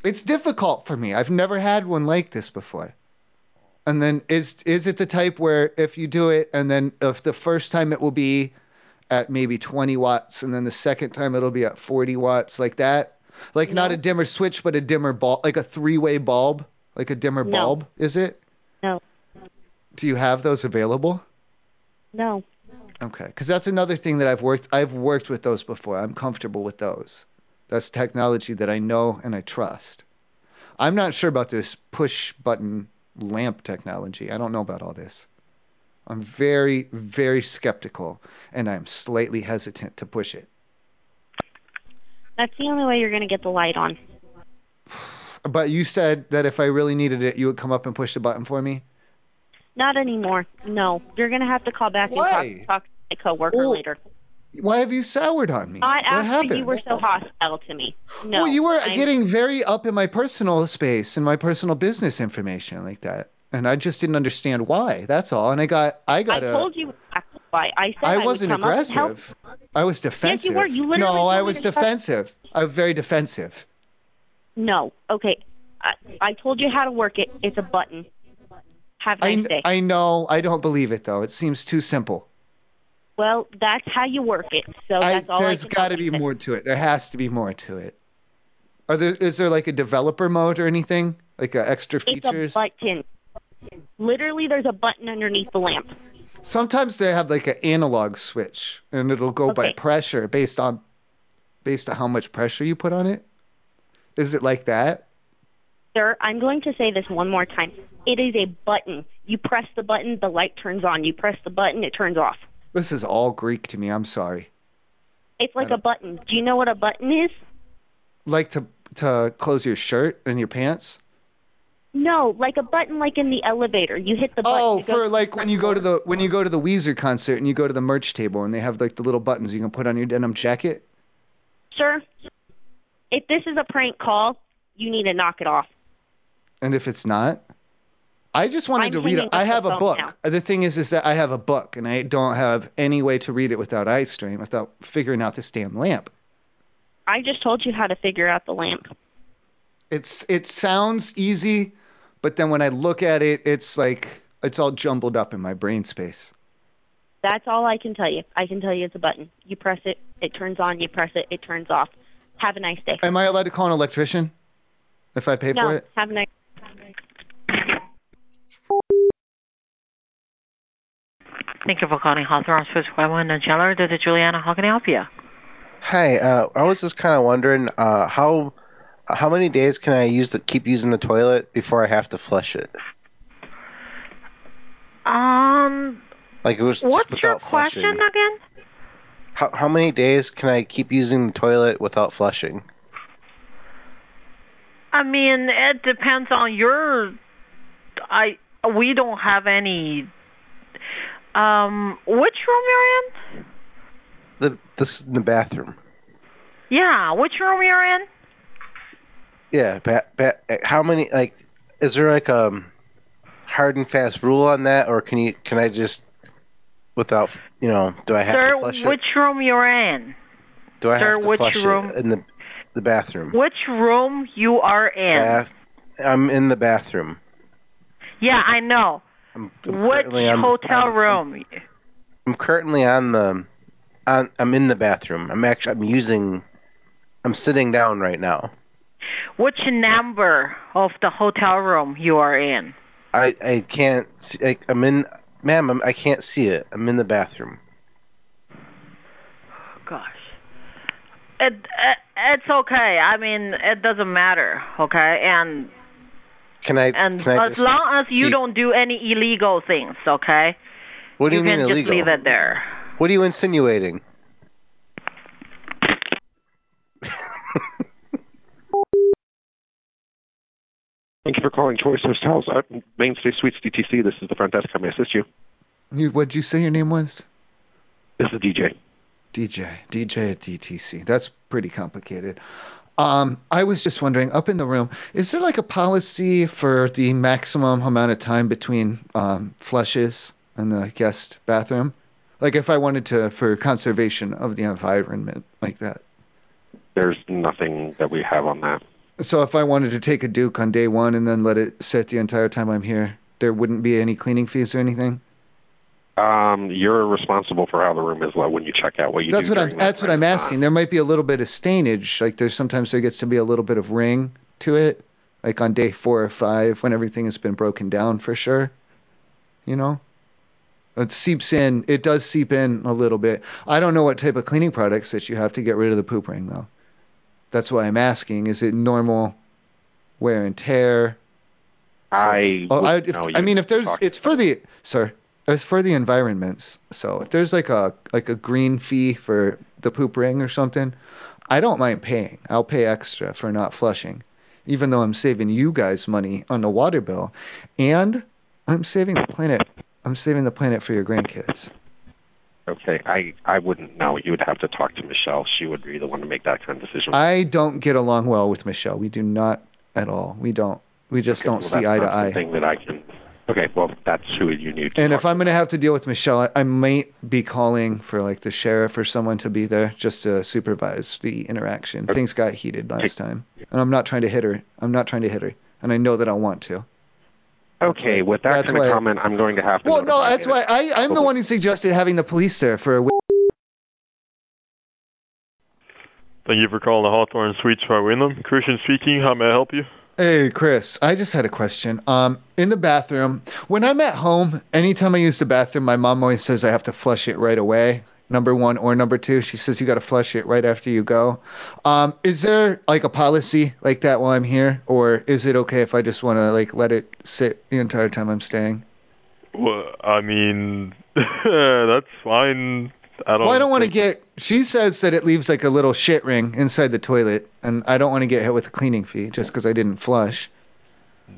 [SPEAKER 2] It's difficult for me. I've never had one like this before. And then is is it the type where if you do it and then if the first time it will be at maybe 20 watts, and then the second time it'll be at 40 watts, like that. Like not a dimmer switch, but a dimmer bulb, like a three-way bulb, like a dimmer
[SPEAKER 5] No.
[SPEAKER 2] bulb. Is it?
[SPEAKER 5] No.
[SPEAKER 2] Do you have those available?
[SPEAKER 5] No.
[SPEAKER 2] Okay, because that's another thing that I've worked. I've worked with those before. I'm comfortable with those. That's technology that I know and I trust. I'm not sure about this push button lamp technology. I don't know about all this. I'm very, very skeptical, and I'm slightly hesitant to push it.
[SPEAKER 5] That's the only way you're going to get the light on.
[SPEAKER 2] But you said that if I really needed it, you would come up and push the button for me.
[SPEAKER 5] Not anymore. No. You're going to have to call back
[SPEAKER 2] Why?
[SPEAKER 5] and talk, talk to my coworker later.
[SPEAKER 2] Why have you soured on me?
[SPEAKER 5] Not
[SPEAKER 2] what
[SPEAKER 5] after
[SPEAKER 2] happened?
[SPEAKER 5] you were so hostile to me. No.
[SPEAKER 2] well, you were
[SPEAKER 5] I'm-
[SPEAKER 2] getting very up in my personal space and my personal business information like that, and I just didn't understand why. That's all. And I got, I
[SPEAKER 5] I
[SPEAKER 2] got a-
[SPEAKER 5] told you exactly why. I said I,
[SPEAKER 2] I
[SPEAKER 5] would
[SPEAKER 2] wasn't
[SPEAKER 5] come up and help.
[SPEAKER 2] aggressive. I was defensive.
[SPEAKER 5] were. You literally
[SPEAKER 2] no,
[SPEAKER 5] told
[SPEAKER 2] I
[SPEAKER 5] me
[SPEAKER 2] was
[SPEAKER 5] to shut-
[SPEAKER 2] defensive. I'm very defensive.
[SPEAKER 5] No. Okay. I, I told you how to work it. It's a button. Have a
[SPEAKER 2] I,
[SPEAKER 5] nice day.
[SPEAKER 2] I know. I don't believe it though. It seems too simple.
[SPEAKER 5] well, that's how you work it. So that's all I
[SPEAKER 2] There's
[SPEAKER 5] can
[SPEAKER 2] got to be more to it. There has to be more to it. Are there? Is there like a developer mode or anything? Like uh, extra features?
[SPEAKER 5] It's a button. Literally, there's a button underneath the lamp.
[SPEAKER 2] Sometimes they have like an analog switch, and it'll go by pressure based on based on how much pressure you put on it. Is it like that?
[SPEAKER 5] Sir, I'm going to say this one more time. It is a button. You press the button, the light turns on. You press the button, it turns off.
[SPEAKER 2] This is all Greek to me. I'm sorry.
[SPEAKER 5] It's like
[SPEAKER 2] I
[SPEAKER 5] a button. Do you know what a button is?
[SPEAKER 2] Like to to close your shirt and your pants.
[SPEAKER 5] No, like a button, like in the elevator. You hit the button.
[SPEAKER 2] Oh,
[SPEAKER 5] it goes-
[SPEAKER 2] for like when you go to the when you go to the Weezer concert and you go to the merch table and they have like the little buttons you can put on your denim jacket.
[SPEAKER 5] Sir, if this is a prank call, you need to knock it off.
[SPEAKER 2] And if it's not, I just wanted
[SPEAKER 5] I'm
[SPEAKER 2] to read
[SPEAKER 5] hanging
[SPEAKER 2] it. I
[SPEAKER 5] up the
[SPEAKER 2] have a
[SPEAKER 5] phone
[SPEAKER 2] book.
[SPEAKER 5] now.
[SPEAKER 2] The thing is, is that I have a book, and I don't have any way to read it without eye strain, without figuring out this damn lamp.
[SPEAKER 5] I just told you how to figure out the lamp.
[SPEAKER 2] It's it sounds easy, but then when I look at it, it's like it's all jumbled up in my brain space.
[SPEAKER 5] That's all I can tell you. I can tell you it's a button. You press it, it turns on. You press it, it turns off. Have a nice day.
[SPEAKER 2] Am I allowed to call an electrician if I pay
[SPEAKER 5] no,
[SPEAKER 2] for it?
[SPEAKER 5] have a nice
[SPEAKER 18] Thank you for calling Hawthorne Switch 51 and Chandler. This is Juliana. How can I help you?
[SPEAKER 3] Hi, uh, I was just kind of wondering uh, how how many days can I use the keep using the toilet before I have to flush it?
[SPEAKER 18] Um,
[SPEAKER 3] Like it was
[SPEAKER 18] what's
[SPEAKER 3] just
[SPEAKER 18] your
[SPEAKER 3] without
[SPEAKER 18] question
[SPEAKER 3] flushing.
[SPEAKER 18] again?
[SPEAKER 3] How how many days can I keep using the toilet without flushing?
[SPEAKER 18] I mean, it depends on your. I we don't have any. Um, which room you're in?
[SPEAKER 3] The this in the bathroom.
[SPEAKER 18] Yeah, which room you're in?
[SPEAKER 3] Yeah, ba- ba- eh, how many like is there like a hard and fast rule on that or can you can I just without you know, do I have
[SPEAKER 18] Sir,
[SPEAKER 3] to flush
[SPEAKER 18] which
[SPEAKER 3] it?
[SPEAKER 18] room you're in?
[SPEAKER 3] Do I
[SPEAKER 18] sir,
[SPEAKER 3] have to
[SPEAKER 18] which
[SPEAKER 3] flush
[SPEAKER 18] room-
[SPEAKER 3] it in the the bathroom?
[SPEAKER 18] Which room you are in?
[SPEAKER 3] Bath- I'm in the bathroom.
[SPEAKER 18] yeah, I know. Which
[SPEAKER 3] currently on the-
[SPEAKER 18] hotel
[SPEAKER 3] I'm-
[SPEAKER 18] room?
[SPEAKER 3] I'm currently on the on I'm in the bathroom. I'm actually I'm using I'm sitting down right now.
[SPEAKER 18] Which number of the hotel room you are in?
[SPEAKER 3] I I can't see I, I'm in ma'am, I'm, I can't see it. I'm in the bathroom.
[SPEAKER 18] Gosh. It, it it's okay. I mean, it doesn't matter. Okay, and
[SPEAKER 3] Can I
[SPEAKER 18] and
[SPEAKER 3] can I
[SPEAKER 18] as
[SPEAKER 3] just
[SPEAKER 18] long as you
[SPEAKER 3] keep-
[SPEAKER 18] don't do any illegal things, okay?
[SPEAKER 3] What do you,
[SPEAKER 18] can
[SPEAKER 3] mean
[SPEAKER 18] just
[SPEAKER 3] illegal?
[SPEAKER 18] leave it there.
[SPEAKER 3] What are you insinuating?
[SPEAKER 19] Thank you for calling Choice Hotels at Mainstay Suites DTC. This is the front desk. How may I assist you?
[SPEAKER 2] You, what'd you say your name was?
[SPEAKER 19] This is DJ.
[SPEAKER 2] DJ, DJ at DTC. That's pretty complicated. Um, I was just wondering, up in the room, is there like a policy for the maximum amount of time between um, flushes in the guest bathroom? Like if I wanted to, for conservation of the environment, like that.
[SPEAKER 19] There's nothing that we have on that.
[SPEAKER 2] So if I wanted to take a Duke on day one and then let it sit the entire time I'm here, there wouldn't be any cleaning fees or anything?
[SPEAKER 19] Um, you're responsible for how the room is lit when you check out. What you
[SPEAKER 2] that's
[SPEAKER 19] do
[SPEAKER 2] what I'm
[SPEAKER 19] during that
[SPEAKER 2] that's what I'm asking. There might be a little bit of stainage. Like there's sometimes there gets to be a little bit of ring to it, like on day four or five when everything has been broken down for sure. You know, it seeps in. It does seep in a little bit. I don't know what type of cleaning products that you have to get rid of the poop ring though. That's why I'm asking. Is it normal wear and tear?
[SPEAKER 19] I
[SPEAKER 2] Oh, I,
[SPEAKER 19] wouldn't
[SPEAKER 2] if,
[SPEAKER 19] know
[SPEAKER 2] I
[SPEAKER 19] you
[SPEAKER 2] mean, if there's,
[SPEAKER 19] talked
[SPEAKER 2] it's for the, sir, it's for the environments. So if there's like a like a green fee for the poop ring or something, I don't mind paying. I'll pay extra for not flushing, even though I'm saving you guys money on the water bill, and I'm saving the planet. I'm saving the planet for your grandkids.
[SPEAKER 19] Okay, I I wouldn't know. You would have to talk to Michelle. She would be the one to make that kind of decision.
[SPEAKER 2] I don't get along well with Michelle. We do not at all. We don't. We just don't
[SPEAKER 19] Well,
[SPEAKER 2] see
[SPEAKER 19] that's
[SPEAKER 2] eye to
[SPEAKER 19] not
[SPEAKER 2] eye.
[SPEAKER 19] something that I can. Okay, well that's who you need.
[SPEAKER 2] And if I'm going to have to deal with Michelle, I, I might be calling for like the sheriff or someone to be there just to supervise the interaction. Things got heated last time, and I'm not trying to hit her. I'm not trying to hit her, and I know that I want to.
[SPEAKER 19] Okay, with that
[SPEAKER 2] That's
[SPEAKER 19] kind of
[SPEAKER 2] why-
[SPEAKER 19] comment, I'm going to have to.
[SPEAKER 2] Well, no, that's why I, I'm the one who suggested having the police there for. A w-
[SPEAKER 20] Thank you for calling the Hawthorne Suites by Wyndham. Christian speaking. How may I help you?
[SPEAKER 2] Hey, Chris, I just had a question. Um, in the bathroom, when I'm at home, anytime I use the bathroom, my mom always says I have to flush it right away. Number one or number two, she says you got to flush it right after you go. Um, is there like a policy like that while I'm here, or is it okay if I just want to like let it sit the entire time I'm staying?
[SPEAKER 20] Well, I mean, [laughs] that's fine. I don't.
[SPEAKER 2] well, I don't want to get. She says that it leaves like a little shit ring inside the toilet, and I don't want to get hit with a cleaning fee just because I didn't flush.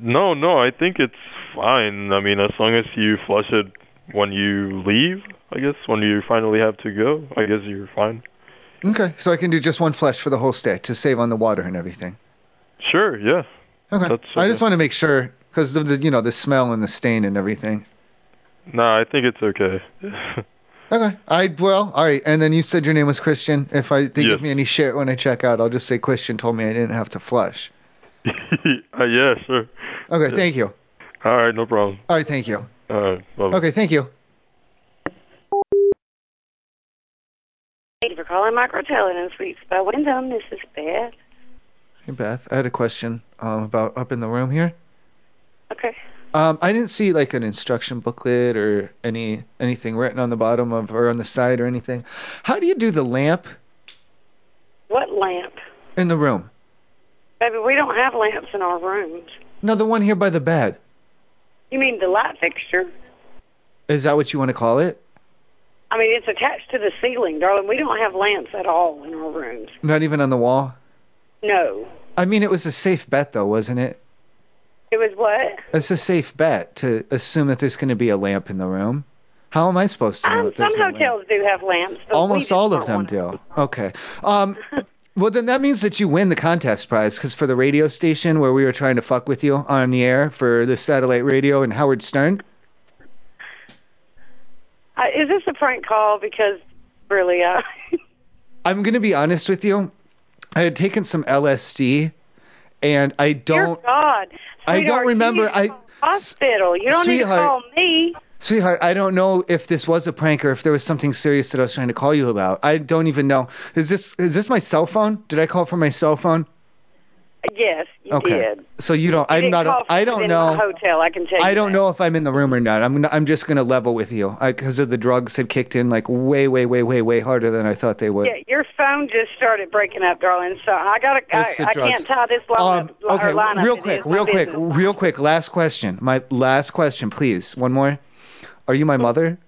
[SPEAKER 20] No, no, I think it's fine. I mean, as long as you flush it when you leave, I guess when you finally have to go, I guess you're fine.
[SPEAKER 2] Okay, so I can do just one flush for the whole stay to save on the water and everything.
[SPEAKER 20] Sure, yeah.
[SPEAKER 2] Okay.
[SPEAKER 20] That's
[SPEAKER 2] I just want to make sure because of the you know the smell and the stain and everything.
[SPEAKER 20] No, I think it's okay. [laughs]
[SPEAKER 2] Okay. I well, all right. And then you said your name was Christian. If I they
[SPEAKER 20] Yes.
[SPEAKER 2] give me any shit when I check out, I'll just say Christian told me I didn't have to flush.
[SPEAKER 20] uh, yeah, sure.
[SPEAKER 2] Okay. Thank you.
[SPEAKER 20] All right, no problem.
[SPEAKER 2] All right. Thank you.
[SPEAKER 20] All right, bye.
[SPEAKER 2] Okay. Thank you.
[SPEAKER 12] Thank you for calling Microtel and Suites by Wyndham. This is Beth.
[SPEAKER 2] Hey Beth, I had a question um, about up in the room here.
[SPEAKER 12] Okay.
[SPEAKER 2] Um, I didn't see like an instruction booklet or any anything written on the bottom of or on the side or anything. How do you do the lamp
[SPEAKER 12] What lamp?
[SPEAKER 2] in the room?
[SPEAKER 12] Baby, we don't have lamps in our rooms.
[SPEAKER 2] No, the one here by the bed.
[SPEAKER 12] You mean the light fixture?
[SPEAKER 2] Is that what you want to call it?
[SPEAKER 12] I mean, it's attached to the ceiling, darling. We don't have lamps at all in our rooms.
[SPEAKER 2] Not even on the wall.
[SPEAKER 12] No.
[SPEAKER 2] I mean, it was a safe bet though, wasn't it?
[SPEAKER 12] It was what?
[SPEAKER 2] It's a safe bet to assume that there's going to be a lamp in the room. How am I supposed to know that
[SPEAKER 12] Some
[SPEAKER 2] there's no lamp?
[SPEAKER 12] hotels do have lamps, but we
[SPEAKER 2] Almost
[SPEAKER 12] just
[SPEAKER 2] all of
[SPEAKER 12] don't
[SPEAKER 2] them do. Okay. Um, well, then that means that you win the contest prize because for the radio station where we were trying to fuck with you on the air for the satellite radio and Howard Stern,
[SPEAKER 12] Uh, is this a prank call? Because really, uh, [laughs]
[SPEAKER 2] I'm going to be honest with you. I had taken some LSD and I
[SPEAKER 12] dear
[SPEAKER 2] don't. I
[SPEAKER 12] God,
[SPEAKER 2] don't
[SPEAKER 12] sweetheart, you
[SPEAKER 2] remember.
[SPEAKER 12] need to
[SPEAKER 2] I-
[SPEAKER 12] call the hospital. You don't need to
[SPEAKER 2] sweetheart.
[SPEAKER 12] call me.
[SPEAKER 2] Sweetheart, I don't know if this was a prank or if there was something serious that I was trying to call you about. I don't even know. Is this is this my cell phone? Did I call from my cell phone?
[SPEAKER 12] Yes, you
[SPEAKER 2] Okay.
[SPEAKER 12] did.
[SPEAKER 2] So you don't. I'm
[SPEAKER 12] Didn't
[SPEAKER 2] not.
[SPEAKER 12] call
[SPEAKER 2] A, I don't
[SPEAKER 12] within
[SPEAKER 2] know.
[SPEAKER 12] the hotel. I can tell you.
[SPEAKER 2] I don't know if I'm in the room or not. I'm I'm just gonna level with you because of the drugs had kicked in like way way way way way harder than I thought they would.
[SPEAKER 12] Yeah, your phone just started breaking up, darling. So I got to.
[SPEAKER 2] It's
[SPEAKER 12] I,
[SPEAKER 2] the
[SPEAKER 12] I
[SPEAKER 2] drugs.
[SPEAKER 12] can't tie this line
[SPEAKER 2] Um,
[SPEAKER 12] up. or
[SPEAKER 2] okay,
[SPEAKER 12] line up.
[SPEAKER 2] real
[SPEAKER 12] It
[SPEAKER 2] quick,
[SPEAKER 12] is my
[SPEAKER 2] real quick,
[SPEAKER 12] business.
[SPEAKER 2] real quick. Last question. My last question, please. One more. Are
[SPEAKER 12] [laughs]
[SPEAKER 2] you my mother?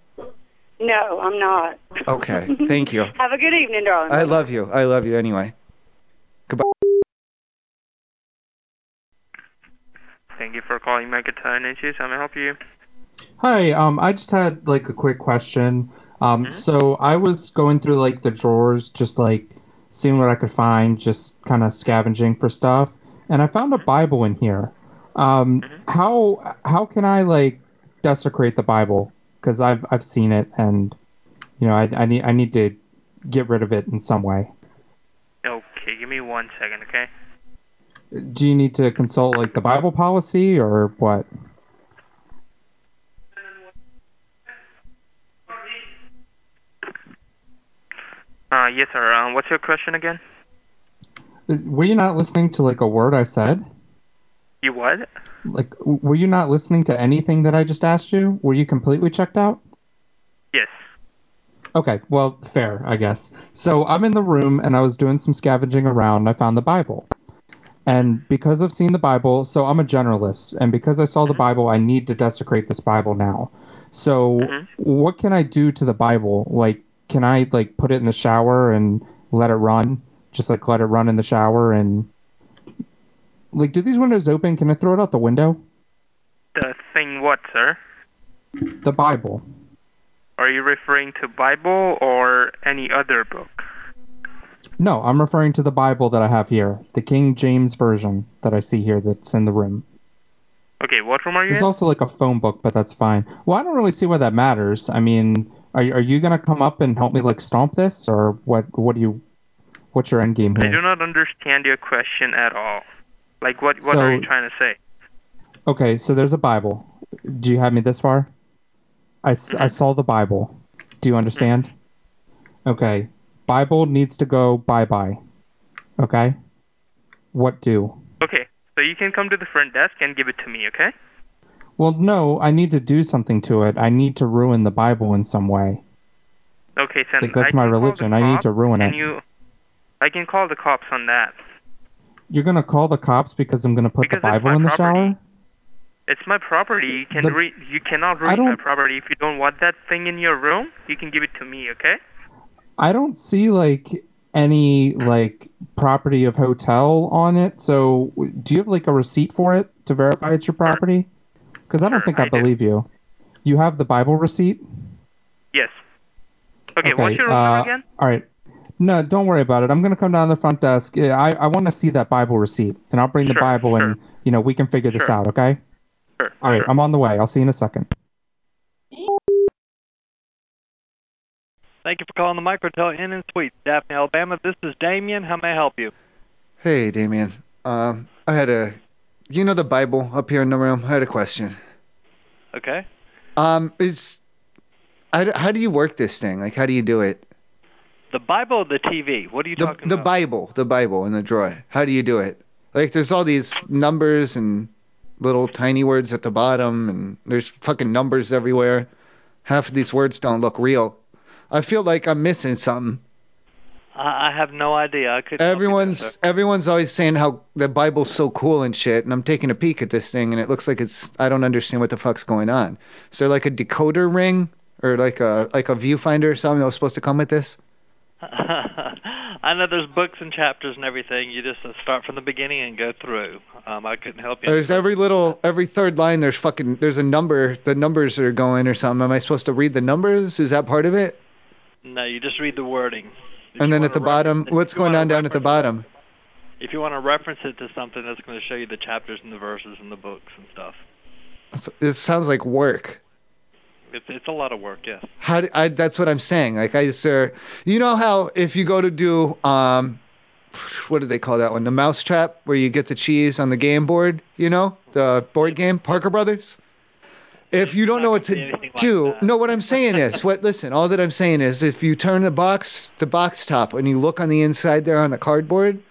[SPEAKER 12] No, I'm not.
[SPEAKER 2] Okay. Thank you.
[SPEAKER 12] Have a good evening, darling.
[SPEAKER 2] I love you. I love you anyway. Goodbye.
[SPEAKER 21] Thank you for calling Megatone Energies. How may I help you?
[SPEAKER 22] Hi, um, I just had like a quick question. Um, so I was going through like the drawers, just like seeing what I could find, just kind of scavenging for stuff, and I found a Bible in here. Um, how how can I like desecrate the Bible? Because I've I've seen it, and you know I I need I need to get rid of it in some way.
[SPEAKER 21] Okay, give me one second, okay?
[SPEAKER 22] Do you need to consult like the Bible policy or what?
[SPEAKER 21] Uh, yes, sir. Um, what's your question again?
[SPEAKER 22] Were you not listening to like a word I said?
[SPEAKER 21] You what?
[SPEAKER 22] Like, w- were you not listening to anything that I just asked you? Were you completely checked out?
[SPEAKER 21] Yes.
[SPEAKER 22] Okay, well, fair, I guess. So I'm in the room and I was doing some scavenging around. I found the Bible. And because I've seen the Bible, so I'm a generalist. And because I saw the Bible, I need to desecrate this Bible now. So what can I do to the Bible? Like, can I, like, put it in the shower and let it run? Just, like, let it run in the shower and. Like, do these windows open? Can I throw it out the window?
[SPEAKER 21] The thing what, sir?
[SPEAKER 22] The Bible.
[SPEAKER 21] Are you referring to Bible or any other book?
[SPEAKER 22] No, I'm referring to the Bible that I have here, the King James version that I see here that's in the room.
[SPEAKER 21] Okay, what room are you
[SPEAKER 22] There's
[SPEAKER 21] in?
[SPEAKER 22] also like a phone book, but that's fine. Well, I don't really see why that matters. I mean, are you- are you gonna come up and help me like stomp this, or what? What do you? What's your end game
[SPEAKER 21] I do
[SPEAKER 22] here?
[SPEAKER 21] not understand your question at all. Like, what what
[SPEAKER 22] So-
[SPEAKER 21] are you trying to say?
[SPEAKER 22] Okay, so there's a Bible. Do you have me this far? I, s- I saw the Bible. Do you understand? Okay, Bible needs to go bye bye. Okay, what do?
[SPEAKER 21] Okay, so you can come to the front desk and give it to me, okay?
[SPEAKER 22] Well, no, I need to do something to it. I need to ruin the Bible in some way.
[SPEAKER 21] Okay, send.
[SPEAKER 22] Like, that's my religion. I need to ruin
[SPEAKER 21] Can
[SPEAKER 22] it.
[SPEAKER 21] you? I can call the cops on that.
[SPEAKER 22] You're gonna call the cops because I'm gonna put the Bible in the shower?
[SPEAKER 21] It's my property. You can
[SPEAKER 22] The-
[SPEAKER 21] re- You cannot ruin my property. If you don't want that thing in your room, you can give it to me, okay?
[SPEAKER 22] I don't see like any like property of hotel on it. So w- do you have like a receipt for it to verify it's your property? Because I don't think I, believe you. You have the Bible receipt?
[SPEAKER 21] Yes. Okay, what's your room
[SPEAKER 22] uh,
[SPEAKER 21] again?
[SPEAKER 22] All right. No, don't worry about it. I'm gonna come down to the front desk. Yeah, I I want to see that Bible receipt, and I'll bring the Bible, and you know we can figure this out, okay?
[SPEAKER 21] Sure.
[SPEAKER 22] All right, I'm on the way. I'll see you in a second.
[SPEAKER 16] Thank you for calling the Microtel Inn and Suites, Daphne, Alabama. This is Damien. How may I help you?
[SPEAKER 2] Hey, Damien. Um, I had a, you know, the Bible up here in the room. I had a question.
[SPEAKER 16] Okay.
[SPEAKER 2] Um, is, I d how do you work this thing? Like, how do you do it?
[SPEAKER 16] The Bible or the TV? What are you
[SPEAKER 2] The
[SPEAKER 16] talking
[SPEAKER 2] the
[SPEAKER 16] about?
[SPEAKER 2] Bible, the Bible in the drawer. How do you do it? Like, there's all these numbers and little tiny words at the bottom, and there's fucking numbers everywhere. Half of these words don't look real. I feel like I'm missing something.
[SPEAKER 16] I, I have no idea. I could.
[SPEAKER 2] Everyone's everyone's always saying how the Bible's so cool and shit, and I'm taking a peek at this thing, and it looks like it's I don't understand what the fuck's going on. Is there like a decoder ring or like a like a viewfinder or something that was supposed to come with this?
[SPEAKER 16] [laughs] I know there's books and chapters and everything. You just start from the beginning and go through. Um, I couldn't help you.
[SPEAKER 2] There's every little every third line there's fucking there's a number the numbers are going or something. Am I supposed to read the numbers? Is that part of it?
[SPEAKER 16] No, you just read the wording.
[SPEAKER 2] And then at the bottom, what's going on down at the bottom?
[SPEAKER 16] If you want to reference it to something, that's going to show you the chapters and the verses and the books and stuff.
[SPEAKER 2] It's- It sounds like work.
[SPEAKER 16] It's it's a lot of work, yes.
[SPEAKER 2] How do, I, that's what I'm saying. Like I sir, you know how if you go to do um, what do they call that one? The mouse trap where you get the cheese on the game board. You know the board game, Parker Brothers. If you don't know what to do, no. What I'm saying is, what listen. All that I'm saying is, if you turn the box, the box top, and you look on the inside there on the cardboard,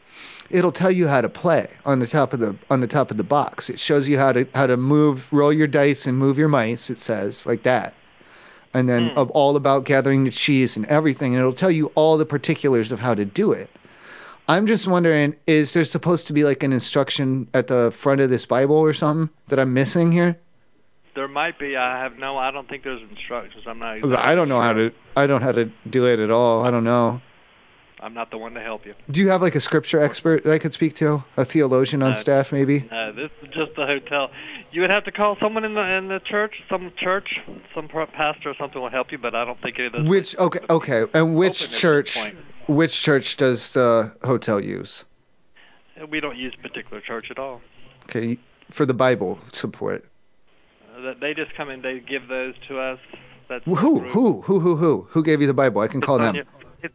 [SPEAKER 2] it'll tell you how to play on the top of the on the top of the box. It shows you how to how to move, roll your dice, and move your mice. It says like that and
[SPEAKER 16] Mm.
[SPEAKER 2] then of all about gathering the cheese and everything, and it'll tell you all the particulars of how to do it. I'm just wondering, is there supposed to be like an instruction at the front of this Bible or something that I'm missing here?
[SPEAKER 16] There might be. I have no. I don't think there's instructions. I'm not.
[SPEAKER 2] I don't know how to. I don't know how to do it at all. I don't know.
[SPEAKER 16] I'm not the one to help you.
[SPEAKER 2] Do you have like a scripture expert that I could speak to? A theologian
[SPEAKER 16] Uh,
[SPEAKER 2] on staff, maybe?
[SPEAKER 16] No, this is just the hotel. You would have to call someone in the in the church, some church, some pro- pastor or something will help you, but I don't think any of those.
[SPEAKER 2] Which okay, okay, and which
[SPEAKER 16] open at this
[SPEAKER 2] church?
[SPEAKER 16] point.
[SPEAKER 2] Which church does the hotel use?
[SPEAKER 16] We don't use particular church at all.
[SPEAKER 2] Okay, for the Bible support.
[SPEAKER 16] Uh, that- they just come in, they give those to us. That's
[SPEAKER 2] Who? Who? Who? Who? Who? Who gave you the Bible? I can call them.
[SPEAKER 16] on your, it's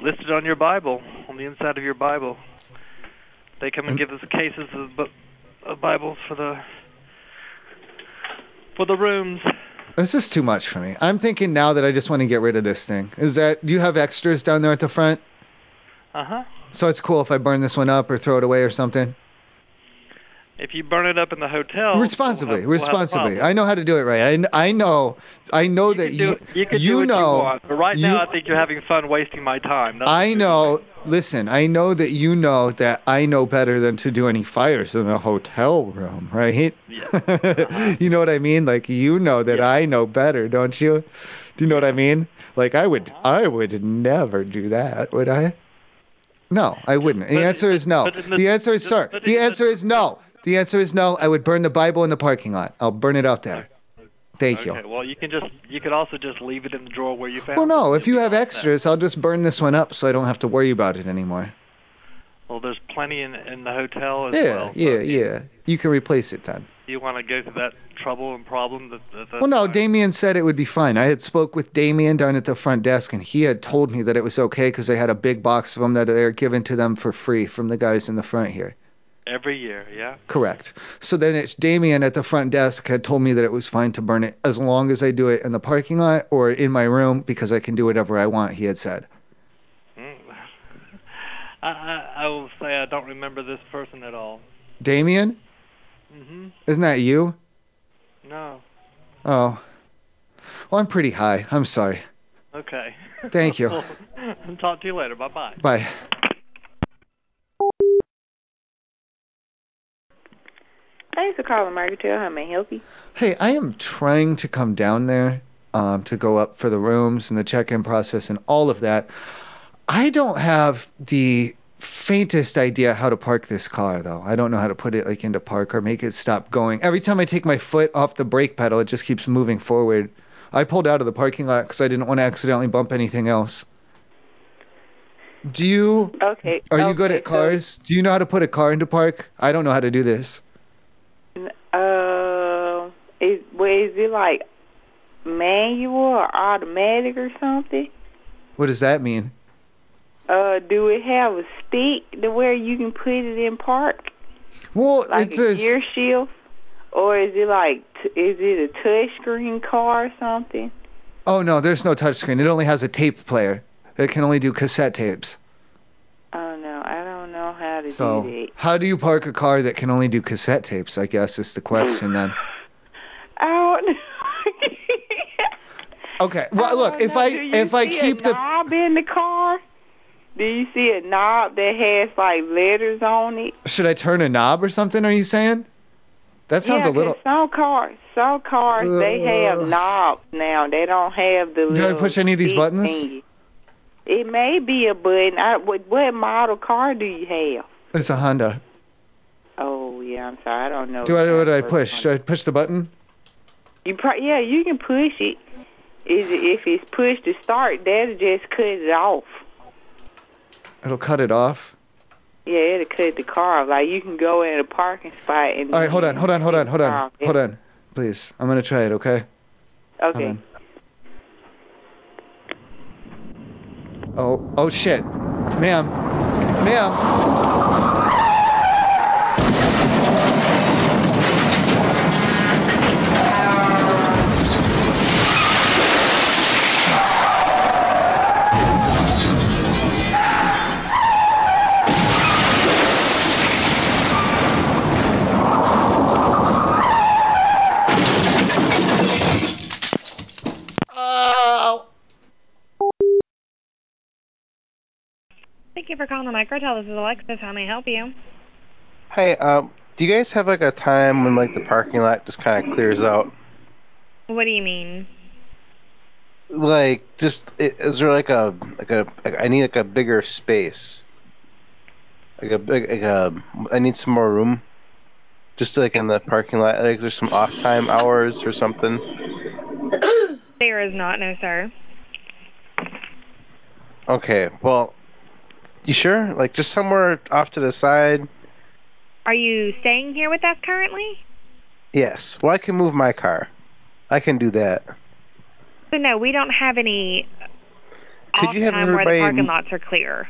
[SPEAKER 16] listed on your Bible, on the inside of your Bible. They come and give us cases of, bu- of Bibles for the for the rooms.
[SPEAKER 2] This is too much for me. I'm thinking now that I just want to get rid of this thing. Is that do you have extras down there at the front?
[SPEAKER 1] Uh huh.
[SPEAKER 2] So it's cool if I burn this one up or throw it away or something.
[SPEAKER 1] If you burn it up in the hotel,
[SPEAKER 2] responsibly,
[SPEAKER 1] we'll have a
[SPEAKER 2] responsibly.
[SPEAKER 1] problem.
[SPEAKER 2] I know how to do it right. I, kn- I know I know that
[SPEAKER 1] you,
[SPEAKER 2] you
[SPEAKER 1] do- you can do what
[SPEAKER 2] know
[SPEAKER 1] you want, but right
[SPEAKER 2] you-
[SPEAKER 1] now I think you're having fun wasting my time. That's
[SPEAKER 2] I know. Listen, I know that you know that I know better than to do any fires in a hotel room, right? [laughs] you know what I mean? Like you know that I know better, don't you? Do you know what I mean? Like I would, I would never do that, would I? No, I wouldn't. The answer is no. The answer is sir. The answer is no. The answer is no. I would burn the Bible in the parking lot. I'll burn it out there. Thank you.
[SPEAKER 1] okay. Well, you can just you could also just leave it in the drawer where you found.
[SPEAKER 2] Well,
[SPEAKER 1] it.
[SPEAKER 2] no, if you have extras, I'll just burn this one up so I don't have to worry about it anymore.
[SPEAKER 1] Well, there's plenty in in the hotel as
[SPEAKER 2] yeah,
[SPEAKER 1] well.
[SPEAKER 2] yeah, yeah. You can replace it then.
[SPEAKER 1] Do you want to go through that trouble and problem? That, that, that
[SPEAKER 2] Well, no, Damien said it would be fine. I had spoke with Damien down at the front desk, and he had told me that it was okay because they had a big box of them that they're given to them for free from the guys in the front here.
[SPEAKER 1] every year, yeah.
[SPEAKER 2] Correct. So then it's Damien at the front desk had told me that it was fine to burn it as long as I do it in the parking lot or in my room because I can do whatever I want, he had said.
[SPEAKER 1] Mm. [laughs] I, I I will say I don't remember this person at all.
[SPEAKER 2] Damien,
[SPEAKER 1] Mhm.
[SPEAKER 2] isn't that you?
[SPEAKER 1] No.
[SPEAKER 2] Oh. Well, I'm pretty high. I'm sorry.
[SPEAKER 1] Okay.
[SPEAKER 2] Thank you.
[SPEAKER 1] Well, [laughs] talk to you later. Bye bye.
[SPEAKER 2] Bye.
[SPEAKER 23] Thanks for calling, Margaret. Tell how may I help you?
[SPEAKER 2] Hey, I am trying to come down there um, to go up for the rooms and the check-in process and all of that. I don't have the faintest idea how to park this car though. I don't know how to put it like into park or make it stop going. Every time I take my foot off the brake pedal, it just keeps moving forward. I pulled out of the parking lot because I didn't want to accidentally bump anything else. Do you?
[SPEAKER 23] Okay.
[SPEAKER 2] Are you good at cars? Do you know how to put a car into park? I don't know how to do this.
[SPEAKER 23] Uh, is well, is it like manual or automatic or something?
[SPEAKER 2] What does that mean?
[SPEAKER 23] Uh, do it have a stick to where you can put it in park?
[SPEAKER 2] Well,
[SPEAKER 23] like
[SPEAKER 2] it's
[SPEAKER 23] a,
[SPEAKER 2] a-
[SPEAKER 23] gear shift, or is it like t- is it a touch screen car or something?
[SPEAKER 2] Oh no, there's no touchscreen. It only has a tape player. It can only do cassette tapes.
[SPEAKER 23] Oh no, I don't know how to do that.
[SPEAKER 2] So how do you park a car that can only do cassette tapes? I guess is the question then.
[SPEAKER 23] I [laughs] don't know.
[SPEAKER 2] Okay. Well, look, if I
[SPEAKER 23] do you
[SPEAKER 2] if I
[SPEAKER 23] see
[SPEAKER 2] keep
[SPEAKER 23] a
[SPEAKER 2] the
[SPEAKER 23] knob in the car? Do you see a knob that has like letters on it?
[SPEAKER 2] should I turn a knob or something? Are you saying? That sounds
[SPEAKER 23] yeah,
[SPEAKER 2] a little.
[SPEAKER 23] 'cause Some cars, some cars, they have
[SPEAKER 2] Ugh.
[SPEAKER 23] knobs now. They don't have the.
[SPEAKER 2] Do I
[SPEAKER 23] little
[SPEAKER 2] push any of these
[SPEAKER 23] stick
[SPEAKER 2] buttons?
[SPEAKER 23] thingy. It may be a button. I, what, what model car do you have?
[SPEAKER 2] It's a Honda.
[SPEAKER 23] Oh yeah, I'm sorry, I don't know.
[SPEAKER 2] Do I what do I push? Do I push the button?
[SPEAKER 23] You pro- yeah, you can push it. Is it- if it's pushed to start, that'll just cut it off.
[SPEAKER 2] It'll cut it off.
[SPEAKER 23] Yeah, it'll cut the car off. Like you can go in a parking spot and.
[SPEAKER 2] All right, hold on, hold on, hold on, hold
[SPEAKER 23] Ah,
[SPEAKER 2] on, hold on, please. I'm gonna try it. Okay. Hold
[SPEAKER 23] Okay.
[SPEAKER 2] on. Oh, oh shit, ma'am, ma'am.
[SPEAKER 13] Thank you for calling the Microtel. This is Alexis. How may I help you?
[SPEAKER 3] Hey, um, do you guys have like a time when like the parking lot just kind of clears out?
[SPEAKER 13] What do you mean?
[SPEAKER 3] Like, just i- is there like a like a like, I need like a bigger space. Like a big like a I need some more room. Just like in the parking lot, like there's some off time hours or something.
[SPEAKER 13] There is not, no, sir.
[SPEAKER 3] Okay, well, you sure? Like just somewhere off to the side.
[SPEAKER 13] Are you staying here with us currently?
[SPEAKER 3] Yes. Well, I can move my car. I can do that.
[SPEAKER 13] So no, we don't have any
[SPEAKER 3] Could
[SPEAKER 13] off
[SPEAKER 3] you have
[SPEAKER 13] time where the
[SPEAKER 3] everybody-
[SPEAKER 13] parking lots are clear.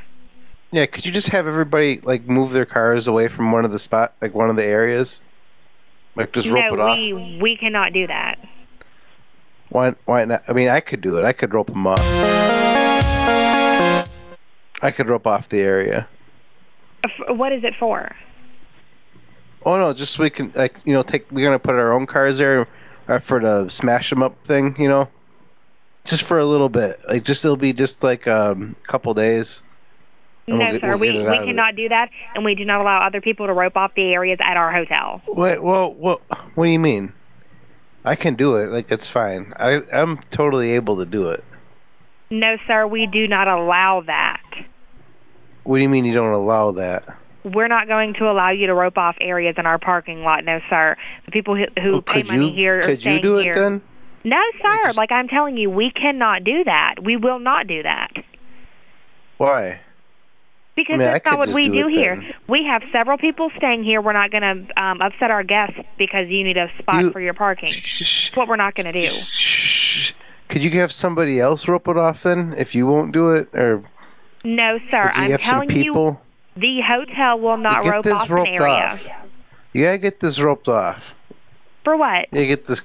[SPEAKER 3] Yeah, could you just have everybody like move their cars away from one of the spot, like one of the areas? Like just rope
[SPEAKER 13] no,
[SPEAKER 3] it off.
[SPEAKER 13] we we cannot do that.
[SPEAKER 3] Why? Why not? I mean, I could do it. I could rope them off. I could rope off the area.
[SPEAKER 24] F- What is it for?
[SPEAKER 3] Oh no, just so we can like you know take we're gonna put our own cars there uh, for the smash 'em up thing, you know. Just for a little bit, like just it'll be just like um, a couple days. and
[SPEAKER 24] no,
[SPEAKER 3] we'll get-
[SPEAKER 24] sir.
[SPEAKER 3] we'll
[SPEAKER 24] we
[SPEAKER 3] get it
[SPEAKER 24] we
[SPEAKER 3] out of it.
[SPEAKER 24] cannot do that, and we do not allow other people to rope off the areas at our hotel.
[SPEAKER 3] Wait, well, what? What do you mean? I can do it. Like it's fine. I I'm totally able to do it.
[SPEAKER 24] No, sir. We do not allow that.
[SPEAKER 3] What do you mean you don't allow that?
[SPEAKER 24] We're not going to allow you to rope off areas in our parking lot. No, sir. The people who, who pay
[SPEAKER 3] could
[SPEAKER 24] money
[SPEAKER 3] you-
[SPEAKER 24] here are
[SPEAKER 3] could you
[SPEAKER 24] staying
[SPEAKER 3] do it
[SPEAKER 24] here.
[SPEAKER 3] then?
[SPEAKER 24] No, sir. Like I'm telling you, we cannot do that. We will not do that.
[SPEAKER 3] Why?
[SPEAKER 24] Because
[SPEAKER 3] I mean,
[SPEAKER 24] that's
[SPEAKER 3] I
[SPEAKER 24] not
[SPEAKER 3] could
[SPEAKER 24] what
[SPEAKER 3] just
[SPEAKER 24] we
[SPEAKER 3] do
[SPEAKER 24] do,
[SPEAKER 3] it
[SPEAKER 24] here.
[SPEAKER 3] then.
[SPEAKER 24] We have several people staying here. We're not going to um, upset our guests because you need a spot for your parking. That's what we're not going to do.
[SPEAKER 3] Could you have somebody else rope it off then if you won't do it, or
[SPEAKER 24] No, sir.
[SPEAKER 3] Does he
[SPEAKER 24] I'm
[SPEAKER 3] have some
[SPEAKER 24] telling you,
[SPEAKER 3] people?
[SPEAKER 24] the hotel will not
[SPEAKER 3] get
[SPEAKER 24] rope
[SPEAKER 3] this
[SPEAKER 24] off an
[SPEAKER 3] roped
[SPEAKER 24] area.
[SPEAKER 3] off. you gotta get this roped off.
[SPEAKER 24] For what?
[SPEAKER 3] You get this,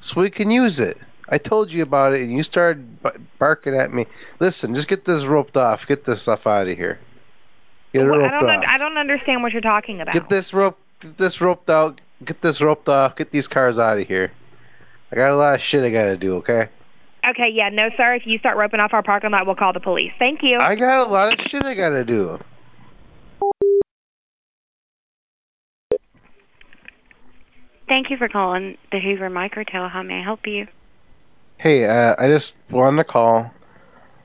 [SPEAKER 3] so we can use it. I told you about it, and you started b- barking at me. Listen, just get this roped off. Get this stuff out of here. Get it
[SPEAKER 24] Well,
[SPEAKER 3] roped
[SPEAKER 24] I don't.
[SPEAKER 3] off.
[SPEAKER 24] Un- I don't understand what you're talking about.
[SPEAKER 3] Get this rope. Get this roped out. Get this roped off. Get these cars out of here. I got a lot of shit I gotta do. Okay.
[SPEAKER 24] Okay, yeah, no, sir. If you start roping off our parking lot, we'll call the police. Thank you.
[SPEAKER 3] I got a lot of shit I gotta do.
[SPEAKER 5] Thank you for calling the Hoover Microtel. How may I help you?
[SPEAKER 3] Hey, uh, I just wanted to call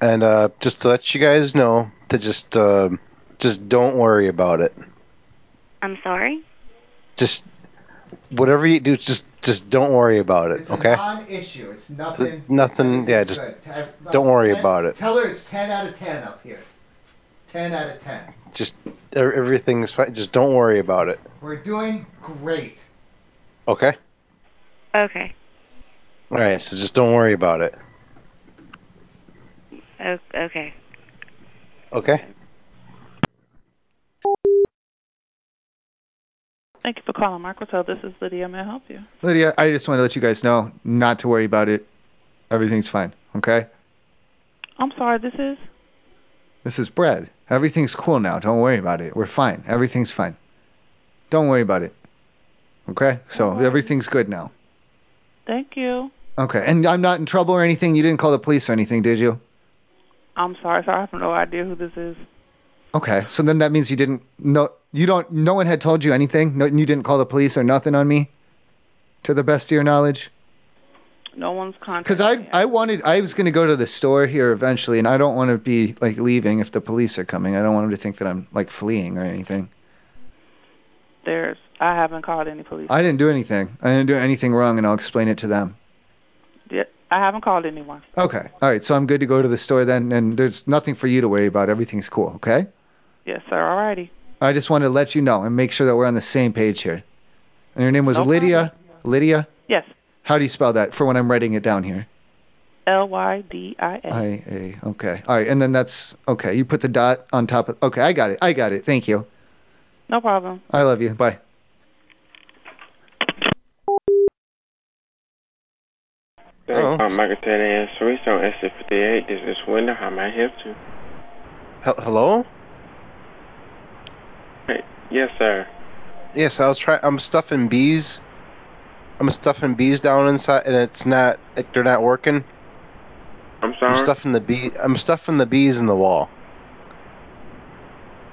[SPEAKER 3] and uh, just to let you guys know to just uh, just don't worry about it.
[SPEAKER 5] I'm sorry.
[SPEAKER 3] Just whatever you do, just just don't worry about it. okay?
[SPEAKER 2] Non-issue. It's nothing.
[SPEAKER 3] Nothing. Yeah, just
[SPEAKER 2] good. T-
[SPEAKER 3] don't worry
[SPEAKER 2] ten-
[SPEAKER 3] about it.
[SPEAKER 2] Tell her it's 10 out of 10 up here. 10 out of 10.
[SPEAKER 3] just e- everything's fine. Just don't worry about it.
[SPEAKER 2] We're doing great.
[SPEAKER 3] Okay?
[SPEAKER 5] Okay.
[SPEAKER 3] All right. So just don't worry about it.
[SPEAKER 5] O- okay.
[SPEAKER 3] Okay?
[SPEAKER 25] Thank you for calling Microtel. This is Lydia. May I help you?
[SPEAKER 2] Lydia, I just want to let you guys know not to worry about it. Everything's fine. Okay?
[SPEAKER 25] I'm sorry. This is.
[SPEAKER 2] This is bread. Everything's cool now. Don't worry about it. We're fine. Everything's fine. Don't worry about it. Okay? So everything's good now.
[SPEAKER 25] Thank you.
[SPEAKER 2] Okay. And I'm not in trouble or anything. You didn't call the police or anything, did you?
[SPEAKER 25] I'm sorry, sir. I have no idea who this is.
[SPEAKER 2] Okay. So then that means you didn't no you don't no one had told you anything. No you didn't call the police or nothing on me to the best of your knowledge.
[SPEAKER 25] No one's contacted.
[SPEAKER 2] Because I I wanted I was gonna go to the store here eventually, and I don't want to be like leaving if the police are coming. I don't want them to think that I'm like fleeing or anything.
[SPEAKER 25] There's. I haven't called any police.
[SPEAKER 2] I didn't do anything. I didn't do anything wrong, and I'll explain it to them.
[SPEAKER 25] Yeah, I haven't called anyone.
[SPEAKER 2] Okay. All right. So I'm good to go to the store then, and there's nothing for you to worry about. Everything's cool. Okay.
[SPEAKER 25] Yes, sir. Alrighty.
[SPEAKER 2] I just wanted to let you know and make sure that we're on the same page here. And your name was
[SPEAKER 25] No
[SPEAKER 2] Lydia. Lydia.
[SPEAKER 25] Yes.
[SPEAKER 2] How do you spell that for when I'm writing it down here?
[SPEAKER 25] L Y D I A.
[SPEAKER 2] I A. Okay. All right. And then that's okay. You put the dot on top of. Okay. I got it. I got it. Thank you.
[SPEAKER 25] No problem.
[SPEAKER 2] I love you. Bye.
[SPEAKER 26] Thank
[SPEAKER 7] Oh.
[SPEAKER 26] you, Michael Teddy and Cerise on S58. This is Wendell. How may I help you?
[SPEAKER 3] Hel- Hello?
[SPEAKER 26] Hey, Yes, sir.
[SPEAKER 3] Yes, I was trying. I'm stuffing bees. I'm stuffing bees down inside, and it's not like they're not working.
[SPEAKER 26] I'm sorry.
[SPEAKER 3] I'm stuffing the bee. I'm stuffing the bees in the wall.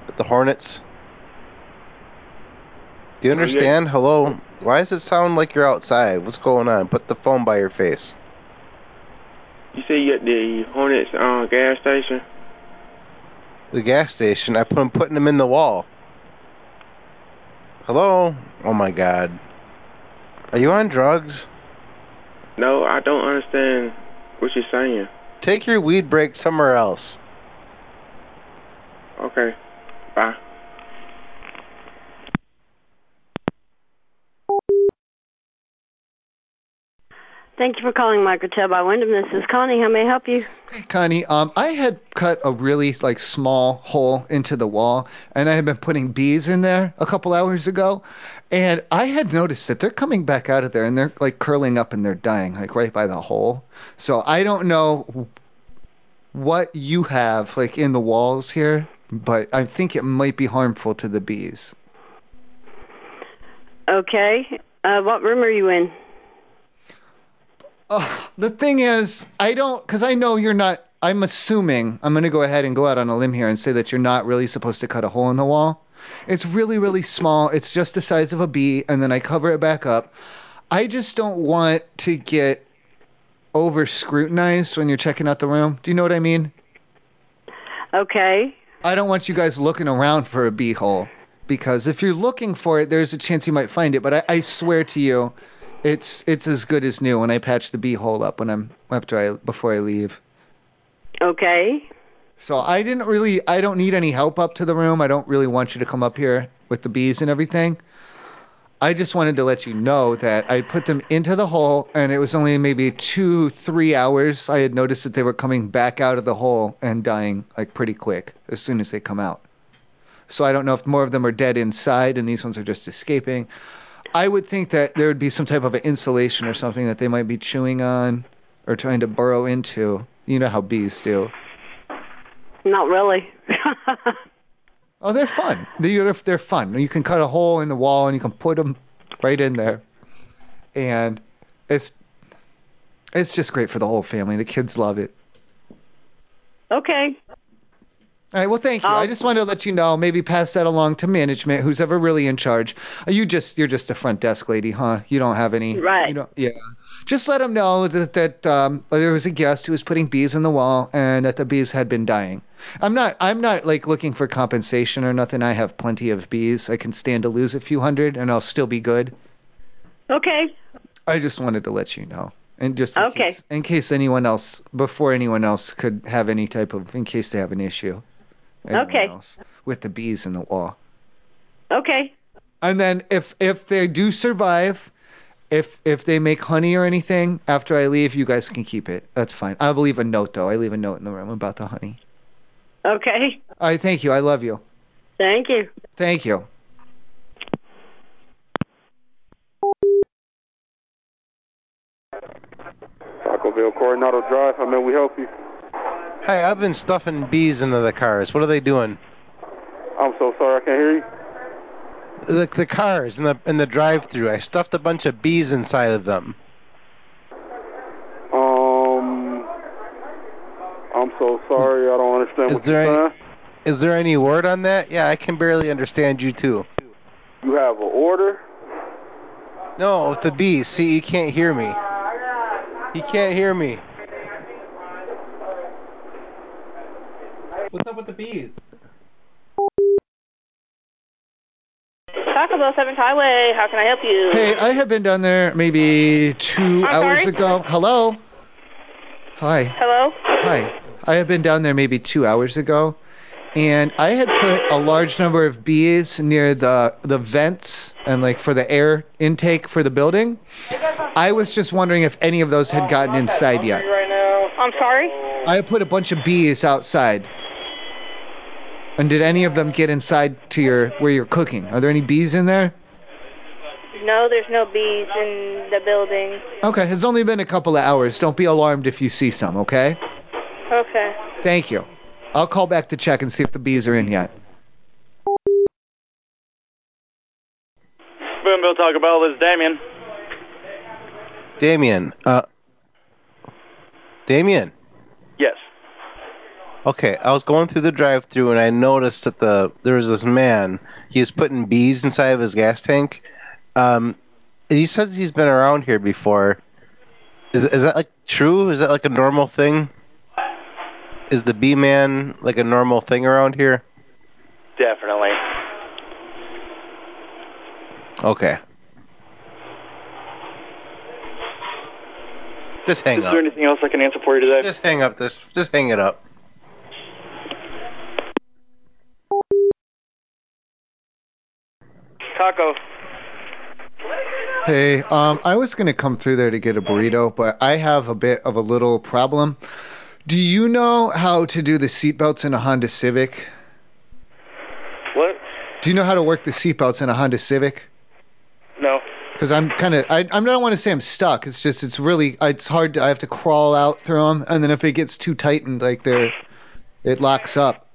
[SPEAKER 3] With the hornets. Do you
[SPEAKER 26] Oh, yeah.
[SPEAKER 3] understand? Hello. Why does it sound like you're outside? What's going on? Put the phone by your face.
[SPEAKER 26] You say you at the Hornets uh, gas station?
[SPEAKER 3] The gas station. I put. I'm putting them in the wall. Hello. Oh my God. Are you on drugs?
[SPEAKER 26] No, I don't understand what you're saying.
[SPEAKER 3] Take your weed break somewhere else.
[SPEAKER 26] Okay. Bye.
[SPEAKER 4] Thank you for calling Microtel by Wyndham. This is Connie. How may I help you?
[SPEAKER 2] Connie, um, I had cut a really like small hole into the wall, and I had been putting bees in there a couple hours ago, and I had noticed that they're coming back out of there, and they're like curling up and they're dying like right by the hole. So I don't know what you have like in the walls here, but I think it might be harmful to the bees.
[SPEAKER 4] Okay. Uh, what room are you in?
[SPEAKER 2] Ugh, the thing is, I don't, because I know you're not. I'm assuming I'm going to go ahead and go out on a limb here and say that you're not really supposed to cut a hole in the wall. It's really, really small. It's just the size of a bee, and then I cover it back up. I just don't want to get over scrutinized when you're checking out the room. Do you know what I mean?
[SPEAKER 4] Okay.
[SPEAKER 2] I don't want you guys looking around for a bee hole because if you're looking for it, there's a chance you might find it. But I, I swear to you, it's it's as good as new when I patch the bee hole up when I'm after I before I leave.
[SPEAKER 4] Okay.
[SPEAKER 2] So I didn't really I don't need any help up to the room. I don't really want you to come up here with the bees and everything. I just wanted to let you know that I put them into the hole and it was only maybe two, three hours I had noticed that they were coming back out of the hole and dying like pretty quick as soon as they come out. So I don't know if more of them are dead inside and these ones are just escaping. I would think that there would be some type of an insulation or something that they might be chewing on or trying to burrow into. You know how bees do.
[SPEAKER 4] Not really. [laughs]
[SPEAKER 2] Oh, they're fun. They're, they're fun. You can cut a hole in the wall and you can put them right in there, and it's it's just great for the whole family. The kids love it.
[SPEAKER 4] okay. Um,
[SPEAKER 2] All right. Well, thank you. I just wanted to let you know. Maybe pass that along to management, who's ever really in charge. Uh, You just you're just a front desk lady, huh? You don't have any.
[SPEAKER 4] Right.
[SPEAKER 2] You don't, yeah. Just let them know that that um, there was a guest who was putting bees in the wall and that the bees had been dying. I'm not I'm not like looking for compensation or nothing. I have plenty of bees. I can stand to lose a few hundred and I'll still be good.
[SPEAKER 4] Okay.
[SPEAKER 2] I just wanted to let you know. And just in,
[SPEAKER 4] Okay.
[SPEAKER 2] case, in case anyone else, before anyone else could have any type of, in case they have an issue. Anyone
[SPEAKER 4] Okay.
[SPEAKER 2] else with the bees in the wall.
[SPEAKER 4] Okay.
[SPEAKER 2] And then if if they do survive, if if they make honey or anything after I leave, you guys can keep it. That's fine. I'll leave a note though. I leave a note in the room about the honey.
[SPEAKER 4] Okay.
[SPEAKER 2] All right. Thank you. I love you.
[SPEAKER 4] Thank you.
[SPEAKER 2] Thank you.
[SPEAKER 14] Taco Bell, Coronado Drive. How may we help you?
[SPEAKER 3] Hey, I've been stuffing bees into the cars. What are they doing?
[SPEAKER 14] I'm so sorry I can't hear you.
[SPEAKER 3] The, the cars in the in the drive-through. I stuffed a bunch of bees inside of them.
[SPEAKER 14] Um, I'm so sorry. I don't understand
[SPEAKER 3] Is
[SPEAKER 14] what you're
[SPEAKER 3] there
[SPEAKER 14] saying.
[SPEAKER 3] any is there any word on that? Yeah, I can barely understand you too.
[SPEAKER 14] You have an order?
[SPEAKER 3] No, with the bees. See, you can't hear me. He can't hear me.
[SPEAKER 22] What's up with the bees?
[SPEAKER 9] Taco Bell 7th Highway, how can I help you?
[SPEAKER 2] Hey, I have been down there maybe 2 hours
[SPEAKER 9] sorry?
[SPEAKER 2] ago. Hello. Hi.
[SPEAKER 9] Hello?
[SPEAKER 2] Hi. I have been down there maybe two hours ago, and I had put a large number of bees near the the vents and like for the air intake for the building. I was just wondering if any of those had gotten inside yet.
[SPEAKER 9] I'm sorry?
[SPEAKER 2] I put a bunch of bees outside. And did any of them get inside to your where you're cooking? Are there any bees in there?
[SPEAKER 9] No, there's no bees in the building.
[SPEAKER 2] Okay, it's only been a couple of hours. Don't be alarmed if you see some, okay?
[SPEAKER 9] Okay.
[SPEAKER 2] Thank you. I'll call back to check and see if the bees are in yet.
[SPEAKER 7] Spoonbill Taco Bell, this is Damien.
[SPEAKER 3] Damien. Uh. Damien.
[SPEAKER 7] Yes.
[SPEAKER 3] Okay, I was going through the drive-through and I noticed that the there was this man. He was putting bees inside of his gas tank. Um, and he says he's been around here before. Is is that like true? Is that like a normal thing? Is the bee man like a normal thing around here?
[SPEAKER 7] Definitely.
[SPEAKER 3] Okay. Just hang
[SPEAKER 7] is
[SPEAKER 3] up.
[SPEAKER 7] there anything else I can answer for you today?
[SPEAKER 3] Just hang up this. Just hang it up.
[SPEAKER 7] Taco.
[SPEAKER 2] Hey, Hey, um, I was gonna come through there to get a burrito, but I have a bit of a little problem. Do you know how to do the seatbelts in a Honda Civic?
[SPEAKER 7] What?
[SPEAKER 2] Do you know how to work the seatbelts in a Honda Civic?
[SPEAKER 7] No.
[SPEAKER 2] Because I'm kind of, I, I don't want to say I'm stuck. It's just, it's really, it's hard. To, I have to crawl out through them, and then if it gets too tightened, like they're, it locks up.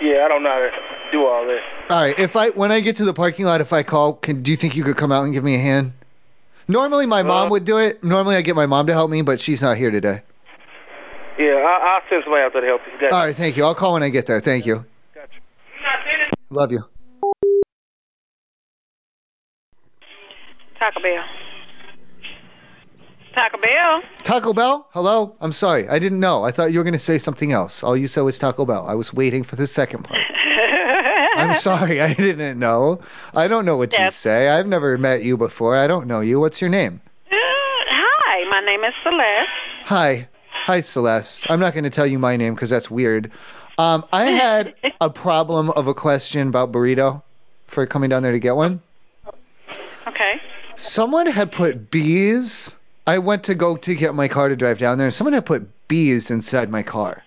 [SPEAKER 7] Yeah, I don't know how to do all this.
[SPEAKER 2] All right. If I when I get to the parking lot, if I call, can do you think you could come out and give me a hand? Normally my mom would do it. Normally I get my mom to help me, but she's not here today.
[SPEAKER 7] Yeah, I, I'll send somebody out there to help you. Gotcha.
[SPEAKER 2] All right. Thank you. I'll call when I get there. Thank you. Love you.
[SPEAKER 10] Taco Bell. Taco Bell.
[SPEAKER 2] Taco Bell? Hello? I'm sorry. I didn't know. I thought you were going to say something else. All you said was Taco Bell. I was waiting for the second
[SPEAKER 10] [laughs]
[SPEAKER 2] part. I'm sorry. I didn't know. I don't know what you
[SPEAKER 10] Yes.
[SPEAKER 2] say. I've never met you before. I don't know you. What's your name?
[SPEAKER 10] Hi, my name is Celeste.
[SPEAKER 2] Hi. Hi, Celeste. I'm not going to tell you my name because that's weird. Um, I had a problem of a question about burrito for coming down there to get one.
[SPEAKER 10] Okay.
[SPEAKER 2] Someone had put bees. I went to go to get my car to drive down there, and someone had put bees inside my car.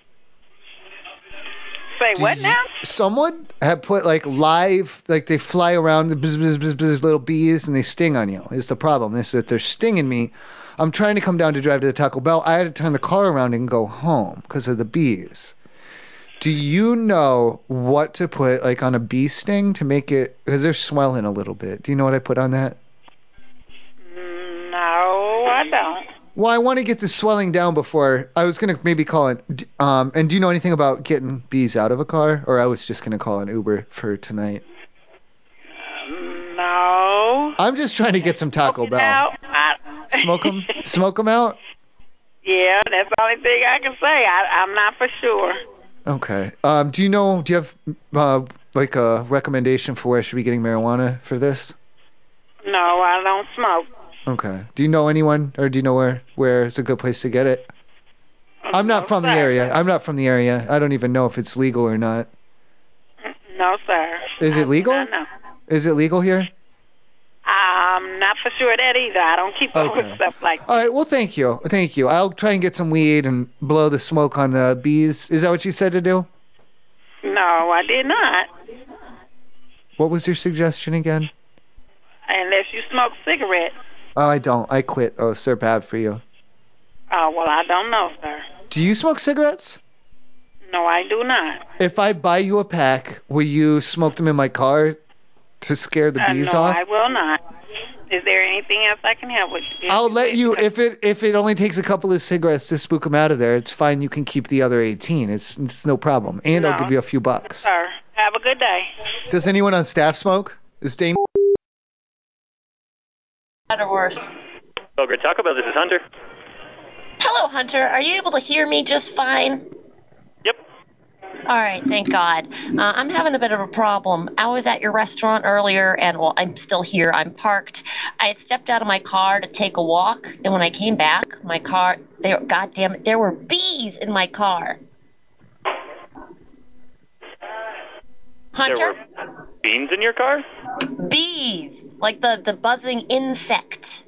[SPEAKER 10] Say what now?
[SPEAKER 2] Someone had put like live, like they fly around, the bzz, bzz, bzz, bzz, little bees, and they sting on you. Is the problem? Is that they're stinging me. I'm trying to come down to drive to the Taco Bell. I had to turn the car around and go home because of the bees. Do you know what to put like on a bee sting to make it? Because they're swelling a little bit. Do you know what I put on that?
[SPEAKER 10] No, I don't.
[SPEAKER 2] Well, I want to get the swelling down before I was gonna maybe call it. d- Um, and do you know anything about getting bees out of a car? Or I was just gonna call an Uber for tonight.
[SPEAKER 10] No.
[SPEAKER 2] I'm just trying to get some Taco Bell.
[SPEAKER 10] No. I,
[SPEAKER 2] Smoke 'em, smoke 'em out.
[SPEAKER 10] yeah, that's the only thing I can say. I, I'm not for sure.
[SPEAKER 2] Okay. Um, do you know? Do you have uh, like a recommendation for where I should be getting marijuana for this?
[SPEAKER 10] No, I don't smoke.
[SPEAKER 2] Okay. Do you know anyone, or do you know where where is a good place to get it? I'm not from the area. I'm not from the area. I don't even know if it's legal or not.
[SPEAKER 10] No, sir.
[SPEAKER 2] Is it legal?
[SPEAKER 10] No.
[SPEAKER 2] Is it legal here?
[SPEAKER 10] I'm not for sure of that either. I don't keep up with
[SPEAKER 2] Okay.
[SPEAKER 10] stuff like
[SPEAKER 2] All right. Well, thank you. Thank you. I'll try and get some weed and blow the smoke on the bees. Is that what you said to do?
[SPEAKER 10] No, I did not.
[SPEAKER 2] What was your suggestion again?
[SPEAKER 10] Unless you smoke cigarettes.
[SPEAKER 2] Oh, I don't. I quit. Oh, sir, bad for you.
[SPEAKER 10] Oh, well, I don't know, sir.
[SPEAKER 2] Do you smoke cigarettes?
[SPEAKER 10] No, I do not.
[SPEAKER 2] If I buy you a pack, will you smoke them in my car to scare the
[SPEAKER 10] Uh,
[SPEAKER 2] bees
[SPEAKER 10] no,
[SPEAKER 2] off?
[SPEAKER 10] I will not. Is there anything else I can help with? you?
[SPEAKER 2] I'll let you if it if it only takes a couple of cigarettes to spook them out of there. It's fine. You can keep the other 18. It's it's no problem. And I'll
[SPEAKER 10] No.
[SPEAKER 2] give you a few bucks.
[SPEAKER 10] Sir, have a good day.
[SPEAKER 2] Does anyone on staff smoke? Is Dame?
[SPEAKER 11] Better worse.
[SPEAKER 7] Well, great Taco Bell. This is Hunter.
[SPEAKER 11] Hello, Hunter. Are you able to hear me just fine? Yep. All right, thank God. Uh, I'm having a bit of a problem. I was at your restaurant earlier, and well, I'm still here. I'm parked. I had stepped out of my car to take a walk, and when I came back, my car, there, God damn it, there were bees in my car. Hunter?
[SPEAKER 7] There were beans in your car?
[SPEAKER 11] Bees, like the, the buzzing insect.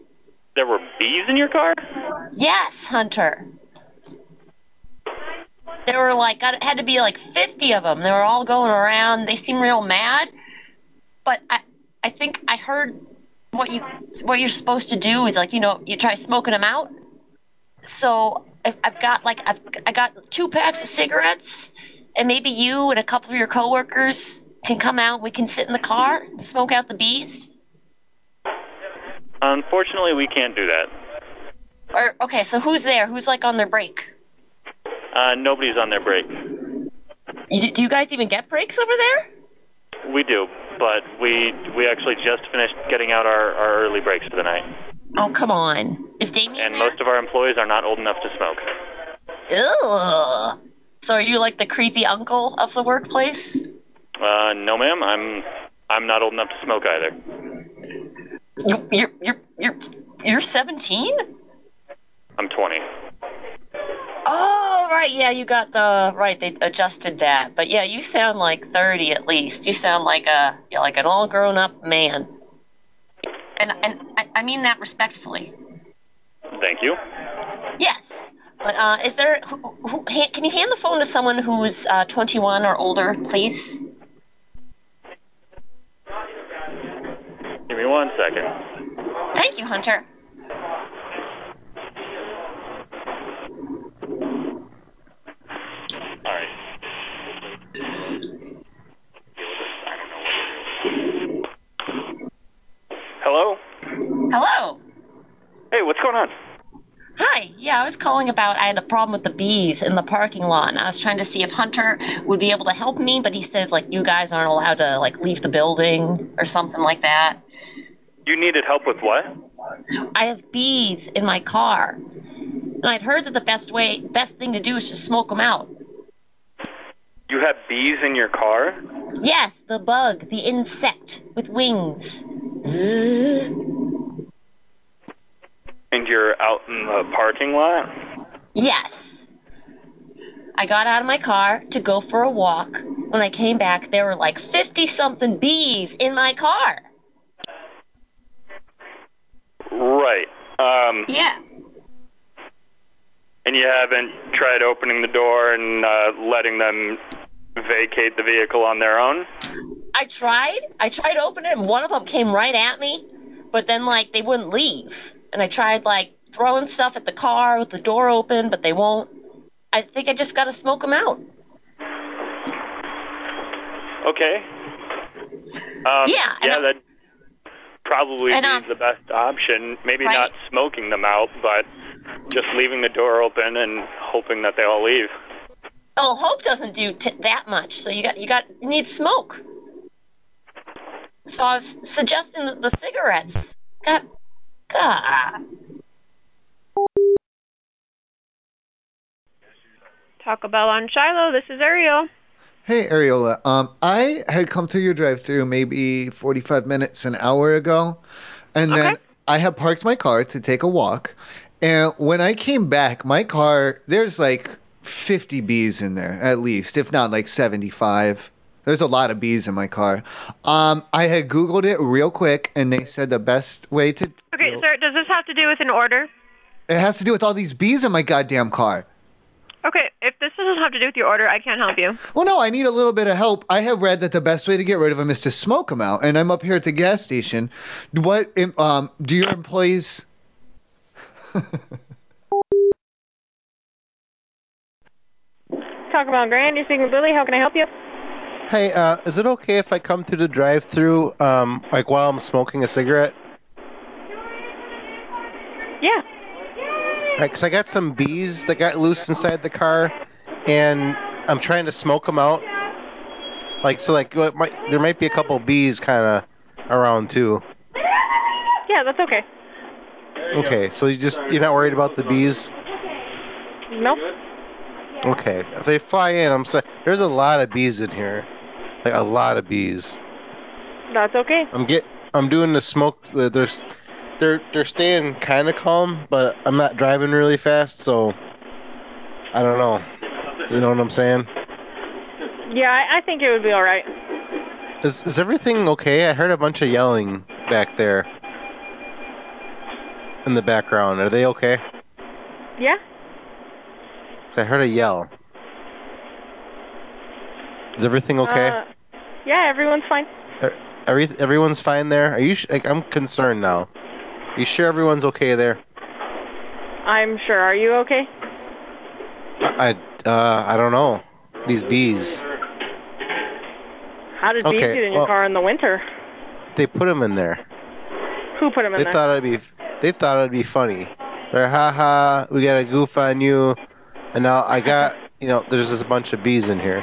[SPEAKER 7] There were bees in your car?
[SPEAKER 11] Yes, Hunter. There were like I had to be like 50 of them. They were all going around. They seemed real mad, but I I think I heard what you what you're supposed to do is like you know you try smoking them out. So I- I've got like I've I got two packs of cigarettes, and maybe you and a couple of your coworkers can come out. We can sit in the car, and smoke out the bees.
[SPEAKER 7] Unfortunately, we can't do that.
[SPEAKER 11] Or okay, so who's there? Who's like on their break?
[SPEAKER 7] Uh, nobody's on their break.
[SPEAKER 11] You, do you guys even get breaks over there?
[SPEAKER 7] We do, but we we actually just finished getting out our, our early breaks for the night.
[SPEAKER 11] Oh, come on. Is Damien
[SPEAKER 7] And most of our employees are not old enough to smoke.
[SPEAKER 11] Ugh. So are you like the creepy uncle of the workplace?
[SPEAKER 7] Uh, no, ma'am. I'm I'm not old enough to smoke either.
[SPEAKER 11] You're you're you're you're 17?
[SPEAKER 7] I'm 20.
[SPEAKER 11] Oh, right. Yeah, you got the right. They adjusted that. But yeah, you sound like 30 at least. You sound like a yeah, like an all-grown-up man. And and I mean that respectfully.
[SPEAKER 7] Thank you.
[SPEAKER 11] Yes. But uh, is there? Who, who, ha- can you hand the phone to someone who's uh, 21 or older, please?
[SPEAKER 7] Give me one second.
[SPEAKER 11] Thank you, Hunter.
[SPEAKER 7] All right. Hello.
[SPEAKER 11] Hello.
[SPEAKER 7] Hey, what's going on?
[SPEAKER 11] Hi. Yeah, I was calling about I had a problem with the bees in the parking lot. And I was trying to see if Hunter would be able to help me, but he says like you guys aren't allowed to like leave the building or something like that.
[SPEAKER 7] You needed help with what?
[SPEAKER 11] I have bees in my car. And I'd heard that the best way best thing to do is to smoke them out.
[SPEAKER 7] You have bees in your car?
[SPEAKER 11] Yes, the bug, the insect with wings. Zzz.
[SPEAKER 7] And you're out in the parking lot?
[SPEAKER 11] Yes. I got out of my car to go for a walk. When I came back, there were like 50 something bees in my car.
[SPEAKER 7] Right. Um,
[SPEAKER 11] Yeah.
[SPEAKER 7] And you haven't tried opening the door and uh, letting them vacate the vehicle on their own?
[SPEAKER 11] I tried. I tried to open it, and one of them came right at me, but then, like, they wouldn't leave. And I tried, like, throwing stuff at the car with the door open, but they won't. I think I just got to smoke them out.
[SPEAKER 7] Okay. Um,
[SPEAKER 11] yeah.
[SPEAKER 7] Yeah, that probably
[SPEAKER 11] and,
[SPEAKER 7] be
[SPEAKER 11] um,
[SPEAKER 7] the best option. Maybe
[SPEAKER 11] right.
[SPEAKER 7] not smoking them out, but just leaving the door open and hoping that they all leave.
[SPEAKER 11] Oh, hope doesn't do t- that much, so you got you got you need smoke. So I was suggesting the, the cigarettes. God, God.
[SPEAKER 15] Taco Bell on Shiloh. This is Ariel.
[SPEAKER 2] Hey, Ariola. Um, I had come through your drive-through maybe 45 minutes, an hour ago, and then I had parked my car to take a walk. And when I came back, my car, there's like 50 bees in there at least, if not like 75. There's a lot of bees in my car. Um, I had Googled it real quick, and they said the best way to.
[SPEAKER 15] Okay, sir, does this have to do with an order?
[SPEAKER 2] It has to do with all these bees in my goddamn car.
[SPEAKER 15] Okay, if this doesn't have to do with your order, I can't help you.
[SPEAKER 2] Well, no, I need a little bit of help. I have read that the best way to get rid of them is to smoke them out, and I'm up here at the gas station. What im- um, do your employees?
[SPEAKER 15] Taco Bell Grand, you're speaking with Lily. How can I help you?
[SPEAKER 3] Hey, uh, is it okay if I come through the drive-through, um, like while I'm smoking a cigarette?
[SPEAKER 15] Yeah.
[SPEAKER 3] Like, 'cause I got some bees that got loose inside the car, and I'm trying to smoke them out. Like, so like, what might, there might be a couple bees kind of around too.
[SPEAKER 15] Yeah, that's okay.
[SPEAKER 3] Okay, so you just you're not worried about the bees?
[SPEAKER 15] Nope.
[SPEAKER 3] Okay, if they fly in, I'm sorry. There's a lot of bees in here, like a lot of bees.
[SPEAKER 15] That's okay.
[SPEAKER 3] I'm get I'm doing the smoke. uh, They're s- they're they're staying kind of calm, but I'm not driving really fast, so I don't know. You know what I'm saying?
[SPEAKER 15] Yeah, I, I think it would be all right.
[SPEAKER 3] Is is everything okay? I heard a bunch of yelling back there in the background. Are they okay?
[SPEAKER 15] Yeah?
[SPEAKER 3] 'Cause I heard a yell. Is everything okay?
[SPEAKER 15] Uh, yeah, everyone's fine.
[SPEAKER 3] Er- Every, everyone's fine there. Are you? Sh- like, I'm concerned now. You sure everyone's okay there?
[SPEAKER 15] I'm sure. Are you okay?
[SPEAKER 3] I, I, uh, I don't know. These bees.
[SPEAKER 15] How did bees
[SPEAKER 3] Okay,
[SPEAKER 15] get in your
[SPEAKER 3] well-
[SPEAKER 15] car in the winter?
[SPEAKER 3] They put them in there.
[SPEAKER 15] Who put them in
[SPEAKER 3] They
[SPEAKER 15] there?
[SPEAKER 3] thought it'd be. They thought it'd be funny. They're ha ha. We got a goof on you. And now I got. [laughs] You know, there's just a bunch of bees in here.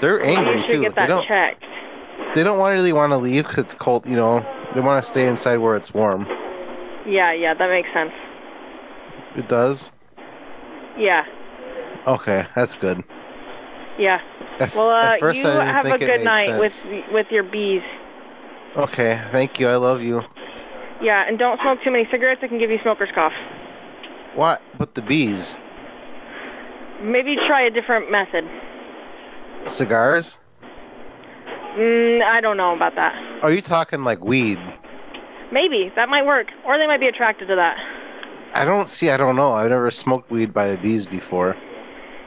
[SPEAKER 3] They're angry
[SPEAKER 15] you should
[SPEAKER 3] too.
[SPEAKER 15] get
[SPEAKER 3] They
[SPEAKER 15] that
[SPEAKER 3] don't.
[SPEAKER 15] checked.
[SPEAKER 3] They don't want really want to leave 'cause it's cold. You know, they want to stay inside where it's warm.
[SPEAKER 15] Yeah, yeah, that makes sense.
[SPEAKER 3] It does.
[SPEAKER 15] Yeah,
[SPEAKER 3] Okay, that's good.
[SPEAKER 15] yeah.
[SPEAKER 3] At-
[SPEAKER 15] Well,
[SPEAKER 3] at
[SPEAKER 15] uh,
[SPEAKER 3] first
[SPEAKER 15] you
[SPEAKER 3] I didn't
[SPEAKER 15] have a
[SPEAKER 3] think it
[SPEAKER 15] good
[SPEAKER 3] made
[SPEAKER 15] night
[SPEAKER 3] sense.
[SPEAKER 15] with with your bees.
[SPEAKER 3] Okay, thank you. I love you.
[SPEAKER 15] Yeah, and don't smoke too many cigarettes. It can give you smoker's cough.
[SPEAKER 3] What? But the bees?
[SPEAKER 15] Maybe try a different method.
[SPEAKER 3] Cigars?
[SPEAKER 15] Mm, I don't know about that.
[SPEAKER 3] Are you talking like weed?
[SPEAKER 15] Maybe that might work, or they might be attracted to that.
[SPEAKER 3] I don't see. I don't know. I've never smoked weed by these before.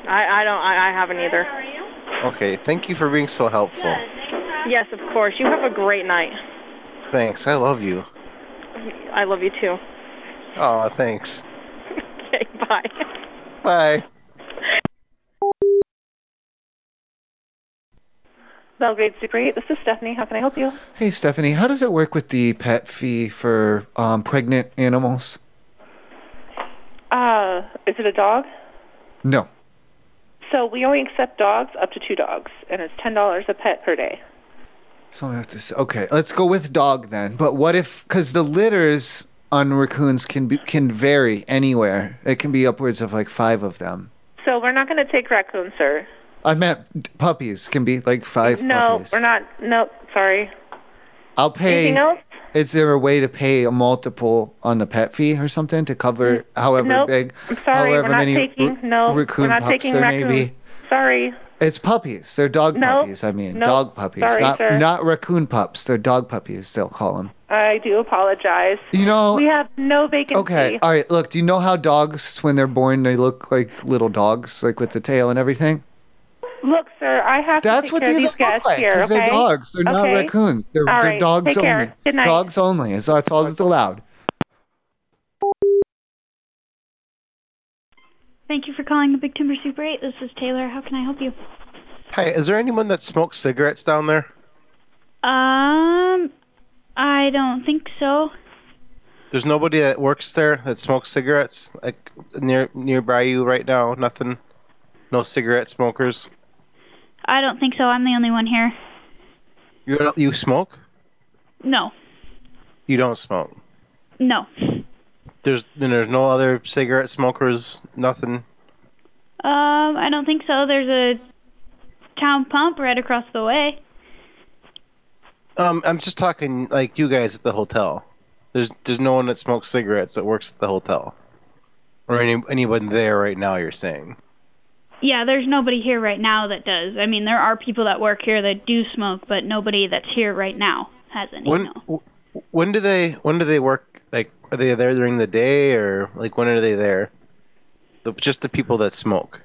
[SPEAKER 15] I I don't. I, I haven't either.
[SPEAKER 3] Okay, thank you for being so helpful.
[SPEAKER 15] Yes, of course. You have a great night.
[SPEAKER 3] Thanks. I love you.
[SPEAKER 15] I love you too. [laughs]
[SPEAKER 3] Oh, thanks.
[SPEAKER 15] Okay, bye.
[SPEAKER 3] Bye.
[SPEAKER 17] Belgrade Super 8, this is Stephanie. How can I help you?
[SPEAKER 2] Hey, Stephanie, how does it work with the pet fee for um, pregnant animals?
[SPEAKER 17] Uh, is it a dog?
[SPEAKER 2] No.
[SPEAKER 17] So we only accept dogs up to two dogs, and it's $10 a pet per day.
[SPEAKER 2] So I have to say, okay, let's go with dog then. But what if, because the litters on raccoons can be, can vary anywhere. It can be upwards of like five of them.
[SPEAKER 17] So we're not going to take raccoons, sir.
[SPEAKER 2] I meant puppies can be like five
[SPEAKER 17] No,
[SPEAKER 2] puppies.
[SPEAKER 17] we're not. No, sorry.
[SPEAKER 2] I'll pay.
[SPEAKER 17] Anything else?
[SPEAKER 2] Is there a way to pay a multiple on the pet fee or something to cover however
[SPEAKER 17] nope.
[SPEAKER 2] big,
[SPEAKER 17] I'm sorry,
[SPEAKER 2] however
[SPEAKER 17] we're not
[SPEAKER 2] many
[SPEAKER 17] taking.
[SPEAKER 2] r-
[SPEAKER 17] No,
[SPEAKER 2] raccoon
[SPEAKER 17] we're not
[SPEAKER 2] pups
[SPEAKER 17] taking
[SPEAKER 2] there
[SPEAKER 17] raccoons.
[SPEAKER 2] may be?
[SPEAKER 17] Sorry.
[SPEAKER 2] It's puppies. They're dog
[SPEAKER 17] No.
[SPEAKER 2] puppies. I mean,
[SPEAKER 17] No.
[SPEAKER 2] dog puppies,
[SPEAKER 17] Sorry,
[SPEAKER 2] not
[SPEAKER 17] sir.
[SPEAKER 2] not raccoon pups. They're dog puppies. They'll call them.
[SPEAKER 17] I do apologize.
[SPEAKER 2] You know.
[SPEAKER 17] We have no vacancy.
[SPEAKER 2] Okay. All right. Look, do you know how dogs, when they're born, they look like little dogs, like with the tail and everything?
[SPEAKER 17] Look, sir, I have to
[SPEAKER 2] That's
[SPEAKER 17] take
[SPEAKER 2] what
[SPEAKER 17] care of
[SPEAKER 2] these
[SPEAKER 17] these
[SPEAKER 2] look
[SPEAKER 17] guests
[SPEAKER 2] like,
[SPEAKER 17] here.
[SPEAKER 2] 'cause
[SPEAKER 17] okay?
[SPEAKER 2] they're dogs. They're not
[SPEAKER 17] okay.
[SPEAKER 2] raccoons. They're,
[SPEAKER 17] All
[SPEAKER 2] they're
[SPEAKER 17] right,
[SPEAKER 2] dogs
[SPEAKER 17] take
[SPEAKER 2] only.
[SPEAKER 17] care. Good night.
[SPEAKER 2] Dogs only. It's, that's all that's allowed.
[SPEAKER 27] Thank you for calling the Big Timber Super 8. This is Taylor. How can I help you?
[SPEAKER 3] Hi, is there anyone that smokes cigarettes down there?
[SPEAKER 27] Um, I don't think so.
[SPEAKER 3] There's nobody that works there that smokes cigarettes like near nearby you right now. Nothing. No cigarette smokers.
[SPEAKER 27] I don't think so. I'm the only one here.
[SPEAKER 3] You don't- you smoke?
[SPEAKER 27] No,
[SPEAKER 3] You don't smoke.
[SPEAKER 27] no.
[SPEAKER 3] There's and there's no other cigarette smokers. Nothing.
[SPEAKER 27] Um, I don't think so. There's a town pump right across the way.
[SPEAKER 3] Um, I'm just talking like you guys at the hotel. There's there's no one that smokes cigarettes that works at the hotel, or any anyone there right now. You're saying.
[SPEAKER 27] Yeah, there's nobody here right now that does. I mean, there are people that work here that do smoke, but nobody that's here right now has any.
[SPEAKER 3] When w- when do they when do they work? Like, are they there during the day or like when are they there? The, just the people that smoke.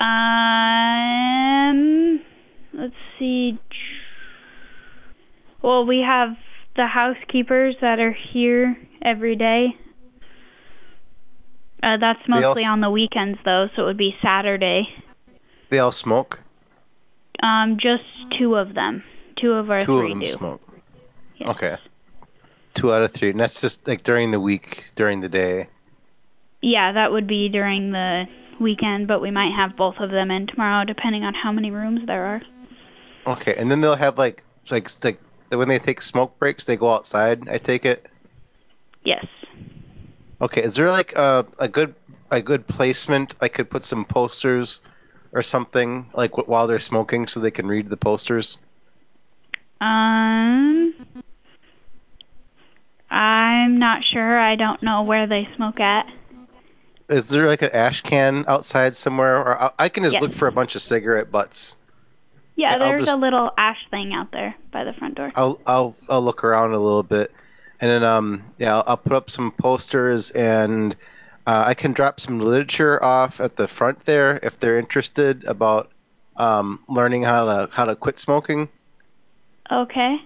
[SPEAKER 27] Um, let's see. Well, we have the housekeepers that are here every day. Uh, that's
[SPEAKER 3] They all
[SPEAKER 27] mostly
[SPEAKER 3] s-
[SPEAKER 27] on the weekends though, so it would be Saturday.
[SPEAKER 3] They all smoke.
[SPEAKER 27] Um, just two of them. Two of our
[SPEAKER 3] Two of
[SPEAKER 27] three
[SPEAKER 3] them
[SPEAKER 27] do.
[SPEAKER 3] smoke. Okay. Two out of three, and that's just like during the week, during the day.
[SPEAKER 27] Yeah, that would be during the weekend, but we might have both of them in tomorrow, depending on how many rooms there are.
[SPEAKER 3] Okay, and then they'll have like like like when they take smoke breaks, they go outside. I take it.
[SPEAKER 27] Yes.
[SPEAKER 3] Okay, is there like a a good a good placement I could put some posters or something like wh- while they're smoking so they can read the posters?
[SPEAKER 27] Um, I'm not sure. I don't know where they smoke at.
[SPEAKER 3] Is there like an ash can outside somewhere or I, I can just
[SPEAKER 27] Yes.
[SPEAKER 3] look for a bunch of cigarette butts.
[SPEAKER 27] Yeah,
[SPEAKER 3] I'll
[SPEAKER 27] there's
[SPEAKER 3] just-
[SPEAKER 27] a little ash thing out there by the front door.
[SPEAKER 3] I'll I'll I'll look around a little bit, and then um yeah I'll, I'll put up some posters and uh, I can drop some literature off at the front there if they're interested about um learning how to how to quit smoking.
[SPEAKER 27] Okay.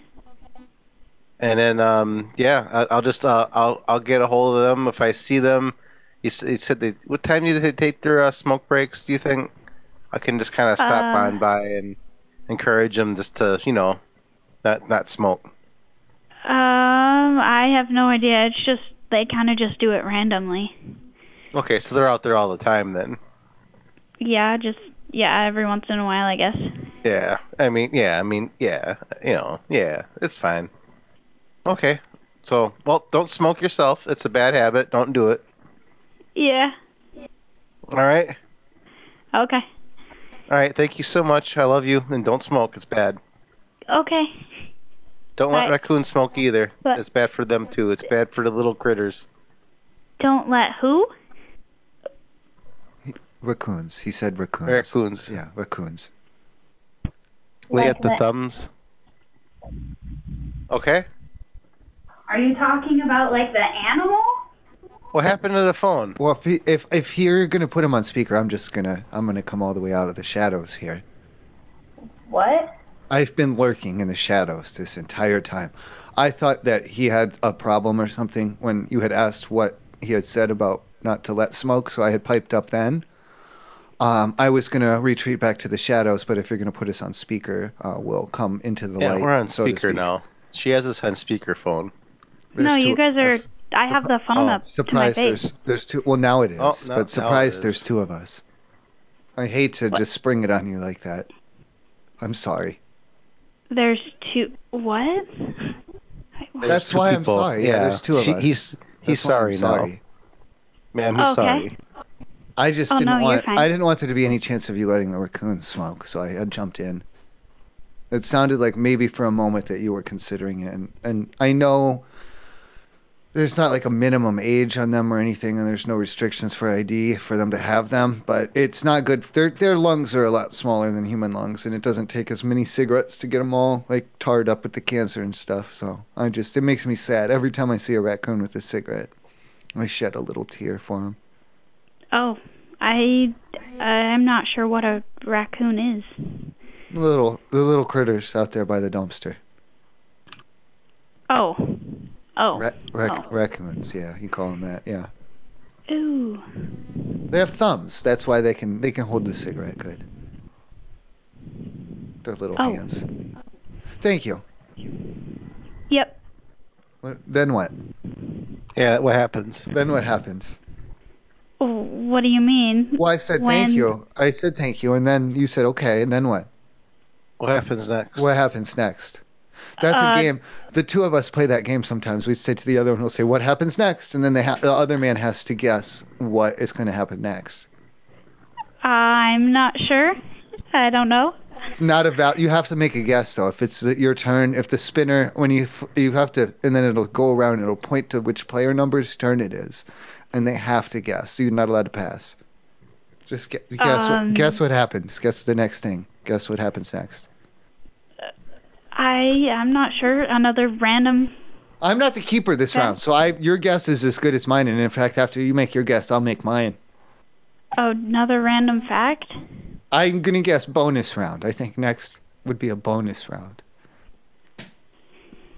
[SPEAKER 3] And then um yeah I, I'll just uh, I'll I'll get a hold of them if I see them. You, s- you said they what time do they take their uh, smoke breaks? Do you think I can just kind of stop
[SPEAKER 27] Uh,
[SPEAKER 3] on by and encourage them just to you know not not smoke.
[SPEAKER 27] Um, I have no idea. It's just they kind of just do it randomly.
[SPEAKER 3] Okay, so they're out there all the time then.
[SPEAKER 27] Yeah, just yeah, every once in a while, I guess.
[SPEAKER 3] Yeah, I mean, yeah, I mean, yeah, you know, yeah, it's fine. Okay, so well, don't smoke yourself. It's a bad habit. Don't do it.
[SPEAKER 27] Yeah.
[SPEAKER 3] All right,
[SPEAKER 27] Okay.
[SPEAKER 3] all right. Thank you so much. I love you, and don't smoke. It's bad.
[SPEAKER 27] Okay.
[SPEAKER 3] Don't let
[SPEAKER 27] Right.
[SPEAKER 3] raccoons smoke either.
[SPEAKER 27] But-
[SPEAKER 3] It's bad for them too. It's bad for the little critters.
[SPEAKER 27] Don't let who?
[SPEAKER 2] Raccoons. He said raccoons.
[SPEAKER 3] Raccoons.
[SPEAKER 2] Yeah, raccoons.
[SPEAKER 3] Lay at the
[SPEAKER 12] Right.
[SPEAKER 3] thumbs. Okay.
[SPEAKER 12] Are you talking about like the animal?
[SPEAKER 3] What happened to the phone?
[SPEAKER 2] Well, if he, if if you're gonna put him on speaker, I'm just gonna I'm gonna come all the way out of the shadows here.
[SPEAKER 12] What?
[SPEAKER 2] I've been lurking in the shadows this entire time. I thought that he had a problem or something when you had asked what he had said about not to let smoke, so I had piped up then. Um, I was gonna retreat back to the shadows, but if you're gonna put us on speaker, uh, we'll come into the
[SPEAKER 3] yeah,
[SPEAKER 2] light.
[SPEAKER 3] we're on
[SPEAKER 2] so to
[SPEAKER 3] speaker
[SPEAKER 2] speak.
[SPEAKER 3] now. She has us on speakerphone.
[SPEAKER 27] no,
[SPEAKER 2] There's two-
[SPEAKER 27] you guys are. I have the phone
[SPEAKER 2] oh,
[SPEAKER 27] up
[SPEAKER 2] Surprise!
[SPEAKER 27] to my face.
[SPEAKER 2] There's there's two. Well, now it is,
[SPEAKER 3] Oh, no, now it
[SPEAKER 2] but surprise!
[SPEAKER 3] is.
[SPEAKER 2] There's two of us. I hate to just spring it on you like that. I'm sorry.
[SPEAKER 27] There's two. What?
[SPEAKER 3] There's
[SPEAKER 2] That's
[SPEAKER 3] two
[SPEAKER 2] why I'm
[SPEAKER 3] people.
[SPEAKER 2] sorry. Yeah, there's two of
[SPEAKER 3] She-
[SPEAKER 2] us.
[SPEAKER 3] He's he's
[SPEAKER 2] That's why I'm
[SPEAKER 3] sorry,
[SPEAKER 2] sorry.
[SPEAKER 3] now. Ma'am, he's
[SPEAKER 27] Oh, Okay.
[SPEAKER 3] sorry.
[SPEAKER 2] I just
[SPEAKER 27] Oh,
[SPEAKER 2] didn't
[SPEAKER 27] no, you're
[SPEAKER 2] want.
[SPEAKER 27] fine.
[SPEAKER 2] I didn't want there to be any chance of you letting the raccoon smoke, so I, I jumped in. It sounded like maybe for a moment that you were considering it, and and I know there's not like a minimum age on them or anything, and there's no restrictions for ID for them to have them, but it's not good. Their their lungs are a lot smaller than human lungs, and it doesn't take as many cigarettes to get them all like tarred up with the cancer and stuff. So I just it makes me sad every time I see a raccoon with a cigarette. I shed a little tear for him.
[SPEAKER 27] Oh, I. uh, I'm not sure what a raccoon is.
[SPEAKER 2] The little the little critters out there by the dumpster.
[SPEAKER 27] Oh. Oh.
[SPEAKER 2] Ra- rac- Raccoons, yeah, you call them that, yeah.
[SPEAKER 27] Oh. Ooh.
[SPEAKER 2] They have thumbs. That's why they can they can hold the cigarette good. Their little
[SPEAKER 27] Oh.
[SPEAKER 2] hands. Thank you.
[SPEAKER 27] Yep.
[SPEAKER 2] What, then what?
[SPEAKER 3] Yeah, what happens?
[SPEAKER 2] Then what happens?
[SPEAKER 27] W- What do you mean?
[SPEAKER 2] Well, I said
[SPEAKER 27] When-
[SPEAKER 2] thank you. I said thank you, and then you said okay, and then what?
[SPEAKER 3] What happens next?
[SPEAKER 2] What happens next? That's
[SPEAKER 27] Uh,
[SPEAKER 2] a game. The two of us play that game sometimes. We say to the other one, we'll say, "What happens next?" And then they ha- the other man has to guess what is going to happen next.
[SPEAKER 27] I'm not sure. I don't know.
[SPEAKER 2] It's not a val. You have to make a guess though. If it's the- your turn, if the spinner, when you f- you have to, and then it'll go around. It'll point to which player number's turn it is, and they have to guess. So you're not allowed to pass. Just gu- guess.
[SPEAKER 27] Um.
[SPEAKER 2] what, guess what happens. Guess the next thing. Guess what happens next.
[SPEAKER 27] I. I'm not sure. Another random.
[SPEAKER 2] I'm not the keeper this round, so I your guess is as good as mine. And in fact, after you make your guess, I'll make mine.
[SPEAKER 27] Another random fact.
[SPEAKER 2] I'm gonna guess bonus round. I think next would be a bonus round.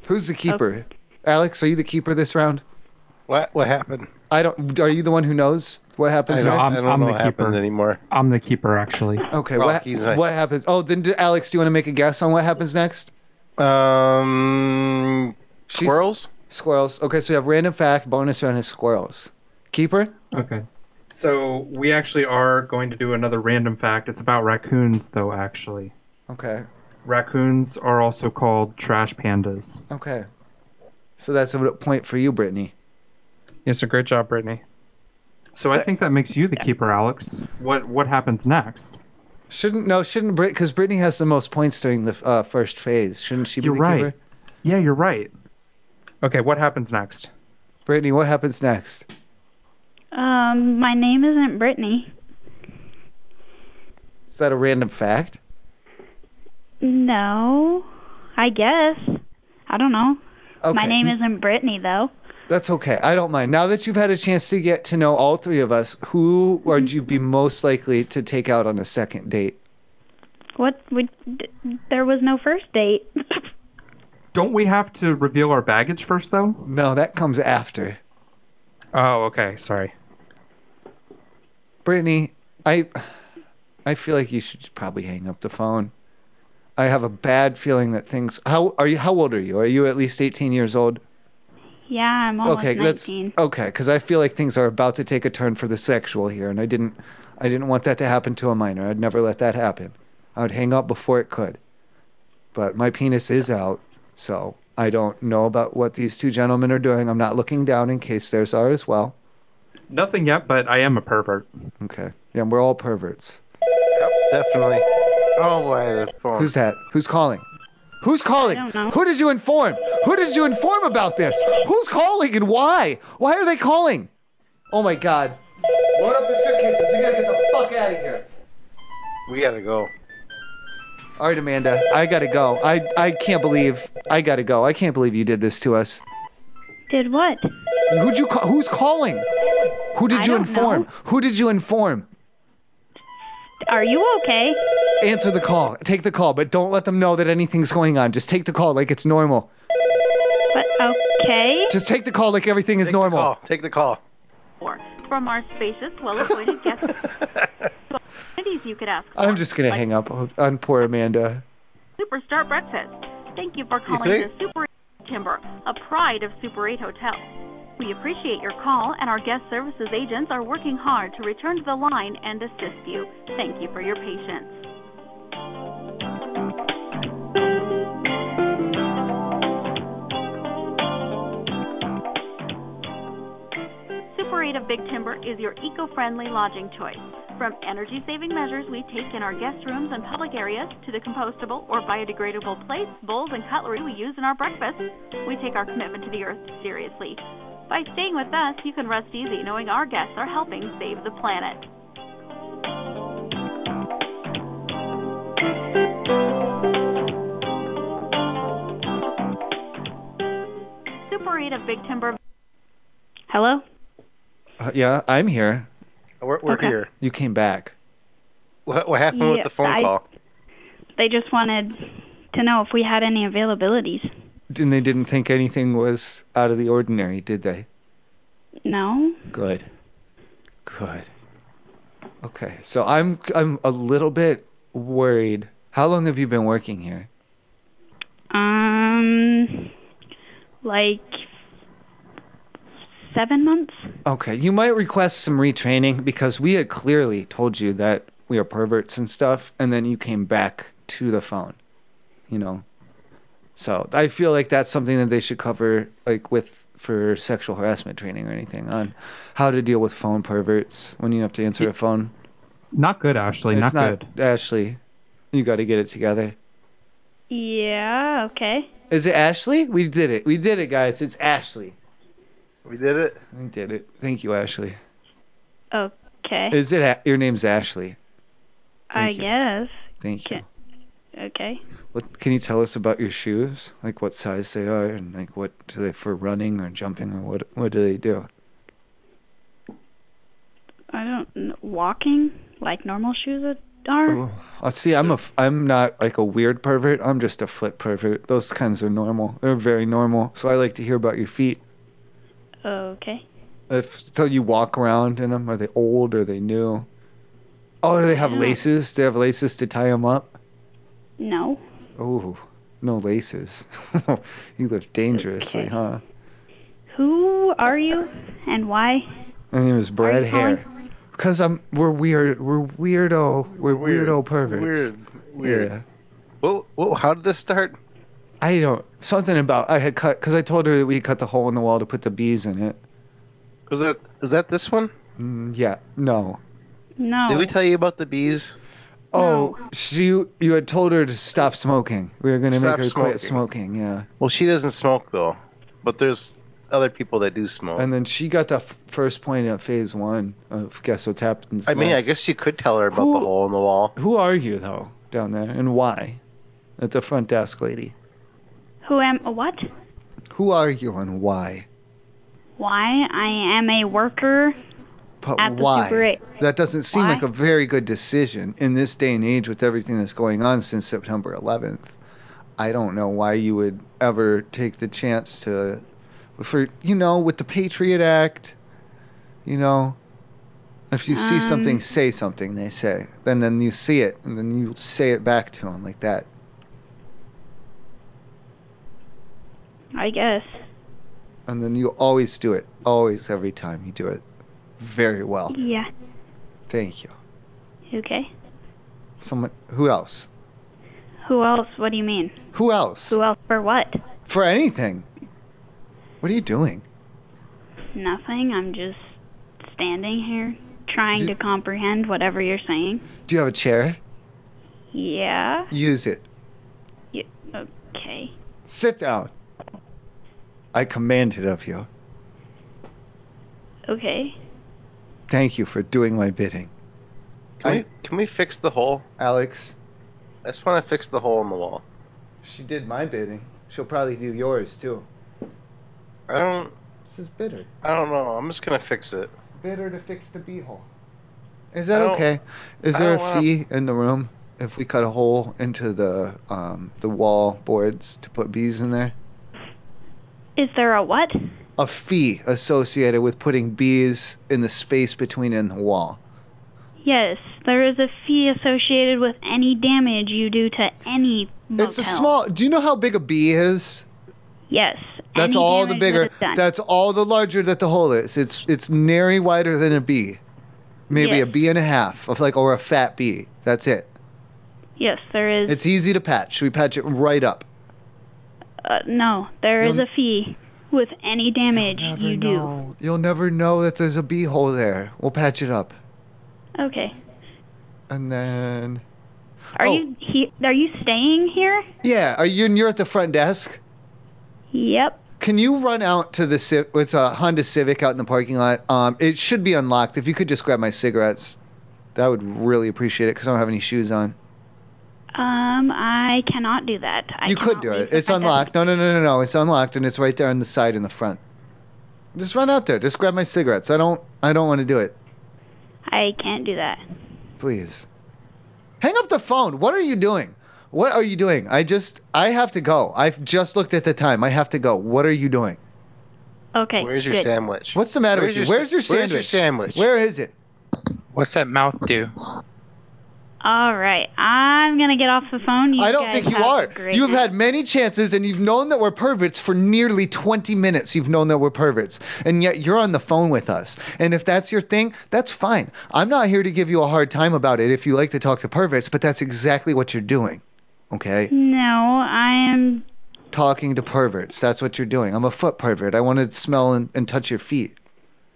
[SPEAKER 2] Who's the keeper? Alex, are you the keeper this round?
[SPEAKER 3] What what happened?
[SPEAKER 2] I don't. Are you the one who knows what happens?
[SPEAKER 22] No,
[SPEAKER 2] next?
[SPEAKER 22] I'm, I'm the keeper
[SPEAKER 3] anymore.
[SPEAKER 22] I'm the keeper, actually.
[SPEAKER 2] Okay, what, what happens? Oh, then d Alex, do you want to make a guess on what happens next?
[SPEAKER 3] Um, squirrels.
[SPEAKER 2] Squirrels. Okay, so you have random fact, bonus round is squirrels. Keeper.
[SPEAKER 22] Okay. So we actually are going to do another random fact. It's about raccoons, though, actually.
[SPEAKER 2] Okay.
[SPEAKER 22] Raccoons are also called trash pandas.
[SPEAKER 2] Okay. So that's a point for you, Brittany.
[SPEAKER 22] Yes, sir. Great job, Brittany. So I think that makes you the keeper, Alex. What what happens next?
[SPEAKER 2] Shouldn't no, shouldn't Brit because Brittany has the most points during the uh, first phase. Shouldn't she be
[SPEAKER 22] You're
[SPEAKER 2] the
[SPEAKER 22] right.
[SPEAKER 2] keeper?
[SPEAKER 22] Yeah, you're right. Okay, what happens next?
[SPEAKER 2] Brittany, what happens next?
[SPEAKER 27] Um, my name isn't Brittany.
[SPEAKER 2] Is that a random fact?
[SPEAKER 27] No. I guess. I don't know.
[SPEAKER 2] Okay.
[SPEAKER 27] My name isn't Brittany though.
[SPEAKER 2] That's okay. I don't mind. Now that you've had a chance to get to know all three of us, who would you be most likely to take out on a second date?
[SPEAKER 27] What? We, d- there was no first date.
[SPEAKER 22] Don't we have to reveal our baggage first, though?
[SPEAKER 2] No, that comes after.
[SPEAKER 22] Oh, okay. Sorry.
[SPEAKER 2] Brittany, I I feel like you should probably hang up the phone. I have a bad feeling that things How are you how old are you? Are you at least 18 years old?
[SPEAKER 27] yeah, I'm almost
[SPEAKER 2] okay,
[SPEAKER 27] 19.
[SPEAKER 2] let's Okay, cuz I feel like things are about to take a turn for the sexual here and I didn't I didn't want that to happen to a minor. I'd never let that happen. I would hang up before it could. But my penis is out, so I don't know about what these two gentlemen are doing. I'm not looking down in case theirs are as well.
[SPEAKER 22] Nothing yet, but I am a pervert.
[SPEAKER 2] Okay. Yeah, we're all perverts.
[SPEAKER 3] Definitely. Oh, I had a phone.
[SPEAKER 2] Who's that? Who's calling? Who's calling? Who did you inform? Who did you inform about this? Who's calling and why? Why are they calling? Oh my god. Load up the suitcases. We gotta get the fuck out of here.
[SPEAKER 3] We gotta go.
[SPEAKER 2] All right, Amanda, I gotta go. I I can't believe I gotta go. I can't believe you did this to us.
[SPEAKER 27] Did what?
[SPEAKER 2] Who'd you call? Who's calling? Who did
[SPEAKER 27] I
[SPEAKER 2] you
[SPEAKER 27] don't
[SPEAKER 2] inform?
[SPEAKER 27] know.
[SPEAKER 2] Who did you inform?
[SPEAKER 27] Are you okay?
[SPEAKER 2] Answer the call. Take the call, but don't let them know that anything's going on. Just take the call like it's normal.
[SPEAKER 27] But okay.
[SPEAKER 2] Just take the call like everything is normal. Take the call.
[SPEAKER 28] From our spacious, well-appointed guest facilities, you could ask
[SPEAKER 2] I'm just gonna hang up on- on poor Amanda.
[SPEAKER 28] Superstar Breakfast. Thank you for calling
[SPEAKER 2] think?
[SPEAKER 28] the Super 8 Timber, a pride of Super 8 Hotel. We appreciate your call, and our guest services agents are working hard to return to the line and assist you. Thank you for your patience. Super 8 of Big Timber is your eco friendly lodging choice. From energy saving measures we take in our guest rooms and public areas to the compostable or biodegradable plates, bowls, and cutlery we use in our breakfasts, we take our commitment to the earth seriously. By staying with us, you can rest easy knowing our guests are helping save the planet. Super 8 of Big Timber.
[SPEAKER 27] Hello?
[SPEAKER 2] Uh, yeah, I'm here.
[SPEAKER 3] We're, we're here.
[SPEAKER 2] You came back.
[SPEAKER 3] What, what happened with
[SPEAKER 27] Yeah,
[SPEAKER 3] the phone
[SPEAKER 27] I-
[SPEAKER 3] call?
[SPEAKER 27] They just wanted to know if we had any availabilities.
[SPEAKER 2] And they didn't think anything was out of the ordinary, did they?
[SPEAKER 27] No?
[SPEAKER 2] Good. Good. Okay, so I'm I'm a little bit worried. How long have you been working here?
[SPEAKER 27] Um, like seven months?
[SPEAKER 2] Okay, you might request some retraining because we had clearly told you that we are perverts and stuff, and then you came back to the phone. You know. So I feel like that's something that they should cover like with for sexual harassment training or anything on how to deal with phone perverts when you have to answer a phone.
[SPEAKER 22] Not good, Ashley.
[SPEAKER 2] it's
[SPEAKER 22] Not,
[SPEAKER 2] not
[SPEAKER 22] good.
[SPEAKER 2] Ashley. You gotta get it together.
[SPEAKER 27] Yeah, okay.
[SPEAKER 2] Is it Ashley? We did it. We did it, guys. It's Ashley.
[SPEAKER 3] We did it.
[SPEAKER 2] We did it. Thank you, Ashley.
[SPEAKER 27] Okay.
[SPEAKER 2] Is it a- your name's Ashley?
[SPEAKER 27] I guess.
[SPEAKER 2] Thank you.
[SPEAKER 27] Okay.
[SPEAKER 2] What can you tell us about your shoes? Like what size they are, and like what do they for running or jumping, or what what do they do?
[SPEAKER 27] I don't kn- walking like normal shoes are.
[SPEAKER 2] Uh, see, I'm a f- I'm not like a weird pervert. I'm just a foot pervert. Those kinds are normal. They're very normal. So I like to hear about your feet.
[SPEAKER 27] Okay.
[SPEAKER 2] If so, you walk around in them. Are they old? Are they new? Oh, do they have
[SPEAKER 27] Yeah.
[SPEAKER 2] laces? Do they have laces to tie them up?
[SPEAKER 27] No.
[SPEAKER 2] Oh, no laces. [laughs] you live dangerously, huh?
[SPEAKER 27] Who are you and why?
[SPEAKER 2] My name is Brad
[SPEAKER 27] you calling-
[SPEAKER 2] Hare. Because I'm we're weird we're weirdo we're
[SPEAKER 3] Weird.
[SPEAKER 2] weirdo perverts.
[SPEAKER 3] Weird. Weird.
[SPEAKER 2] Yeah.
[SPEAKER 3] Whoa, whoa, how did this start?
[SPEAKER 2] I don't something about I had cut because I told her that we had cut the hole in the wall to put the bees in it.
[SPEAKER 3] Was that is that this one?
[SPEAKER 2] Mm, yeah. No.
[SPEAKER 27] No.
[SPEAKER 3] Did we tell you about the bees?
[SPEAKER 2] Oh, she you had told her to stop smoking. We were gonna
[SPEAKER 3] Stop
[SPEAKER 2] make her quit smoking. Yeah.
[SPEAKER 3] Well, she doesn't smoke though, but there's other people that do smoke.
[SPEAKER 2] And then she got the f- first point at phase one of guess what's happened.
[SPEAKER 3] I mean, I
[SPEAKER 2] next.
[SPEAKER 3] guess you could tell her about the hole in the wall.
[SPEAKER 2] Who are you though down there and why? At the front desk lady.
[SPEAKER 27] Who am what?
[SPEAKER 2] Who are you and why?
[SPEAKER 27] Why I am a worker
[SPEAKER 2] But
[SPEAKER 27] at the
[SPEAKER 2] why?
[SPEAKER 27] Super 8.
[SPEAKER 2] That doesn't seem
[SPEAKER 27] Why?
[SPEAKER 2] like a very good decision in this day and age with everything that's going on since September 11th. I don't know why you would ever take the chance to, for you know, with the Patriot Act, you know, if you
[SPEAKER 27] Um,
[SPEAKER 2] see something, say something. They say, and then you see it, and then you say it back to them like that.
[SPEAKER 27] I guess.
[SPEAKER 2] And then you always do it, always every time you do it, very well.
[SPEAKER 27] Yeah.
[SPEAKER 2] Thank you.
[SPEAKER 27] Okay.
[SPEAKER 2] Someone, who else?
[SPEAKER 27] Who else? What do you mean?
[SPEAKER 2] Who else?
[SPEAKER 27] Who else for what?
[SPEAKER 2] For anything. What are you doing?
[SPEAKER 27] Nothing. I'm just standing here trying to comprehend whatever you're saying.
[SPEAKER 2] Do you have a chair?
[SPEAKER 27] Yeah.
[SPEAKER 2] Use it.
[SPEAKER 27] Y okay.
[SPEAKER 2] Sit down. I command it of you.
[SPEAKER 27] Okay.
[SPEAKER 2] Thank you for doing my bidding.
[SPEAKER 3] Can we can we fix the hole?
[SPEAKER 2] Alex,
[SPEAKER 3] I just want to fix the hole in the wall.
[SPEAKER 2] She did my bidding. She'll probably do yours too.
[SPEAKER 3] I don't.
[SPEAKER 2] This is bitter.
[SPEAKER 3] I don't know. I'm just gonna fix it.
[SPEAKER 2] Bitter to fix the beehole. Is
[SPEAKER 3] I
[SPEAKER 2] that
[SPEAKER 3] don't-
[SPEAKER 2] okay? Is
[SPEAKER 3] I
[SPEAKER 2] there a
[SPEAKER 3] don't wanna-
[SPEAKER 2] fee in the room if we cut a hole into the um, the wall boards to put bees in there?
[SPEAKER 27] Is there a what?
[SPEAKER 2] A fee associated with putting bees in the space between and the wall.
[SPEAKER 27] Yes, there is a fee associated with any damage you do to any motel.
[SPEAKER 2] It's a small. Do you know how big a bee is?
[SPEAKER 27] Yes.
[SPEAKER 2] That's
[SPEAKER 27] any
[SPEAKER 2] all the
[SPEAKER 27] damage that
[SPEAKER 2] bigger.
[SPEAKER 27] is done.
[SPEAKER 2] That's all the larger that the hole is. It's it's nary wider than a bee, maybe a bee and a half of like or a fat bee. That's it.
[SPEAKER 27] Yes, there is.
[SPEAKER 2] It's easy to patch. We patch it right up.
[SPEAKER 27] Uh, no, there is
[SPEAKER 2] You'll-
[SPEAKER 27] a fee with any damage you do.
[SPEAKER 2] You'll never know that there's a bee hole there. We'll patch it up,
[SPEAKER 27] Okay.
[SPEAKER 2] and then Oh.
[SPEAKER 27] Are you he, Are you staying here?
[SPEAKER 2] yeah, are you and you're at the front desk?
[SPEAKER 27] Yep.
[SPEAKER 2] Can you run out to the Civ- it's a Honda Civic out in the parking lot? Um, it should be unlocked. If you could just grab my cigarettes, that would really appreciate it because I don't have any shoes on.
[SPEAKER 27] Um, I cannot do that. I
[SPEAKER 2] you could
[SPEAKER 27] cannot
[SPEAKER 2] do
[SPEAKER 27] leave
[SPEAKER 2] it.
[SPEAKER 27] the
[SPEAKER 2] It's
[SPEAKER 27] front
[SPEAKER 2] unlocked. No, no, no, no, no. It's unlocked, and it's right there on the side in the front. Just run out there. Just grab my cigarettes. I don't. I don't want to do it.
[SPEAKER 27] desk. I can't do that.
[SPEAKER 2] Please. Hang up the phone. What are you doing? What are you doing? I just. I have to go. I've just looked at the time. I have to go. What are you doing?
[SPEAKER 27] Okay.
[SPEAKER 3] Where's your
[SPEAKER 27] good.
[SPEAKER 3] sandwich?
[SPEAKER 2] What's the matter with
[SPEAKER 3] Where's
[SPEAKER 2] you?
[SPEAKER 3] your
[SPEAKER 2] Where's
[SPEAKER 3] sa-
[SPEAKER 2] your
[SPEAKER 3] where's
[SPEAKER 2] sandwich?
[SPEAKER 3] your sandwich?
[SPEAKER 2] Where is it?
[SPEAKER 1] What's that mouth do?
[SPEAKER 27] All right. I'm gonna get off the phone. You
[SPEAKER 2] I don't
[SPEAKER 27] guys
[SPEAKER 2] think you
[SPEAKER 27] have a
[SPEAKER 2] are.
[SPEAKER 27] great
[SPEAKER 2] You've
[SPEAKER 27] night.
[SPEAKER 2] had many chances, and you've known that we're perverts for nearly 20 minutes. You've known that we're perverts, and yet you're on the phone with us. And if that's your thing, that's fine. I'm not here to give you a hard time about it if you like to talk to perverts, but that's exactly what you're doing. Okay?
[SPEAKER 27] No, I am.
[SPEAKER 2] Talking to perverts. That's what you're doing. I'm a foot pervert. I want to smell and, and touch your feet.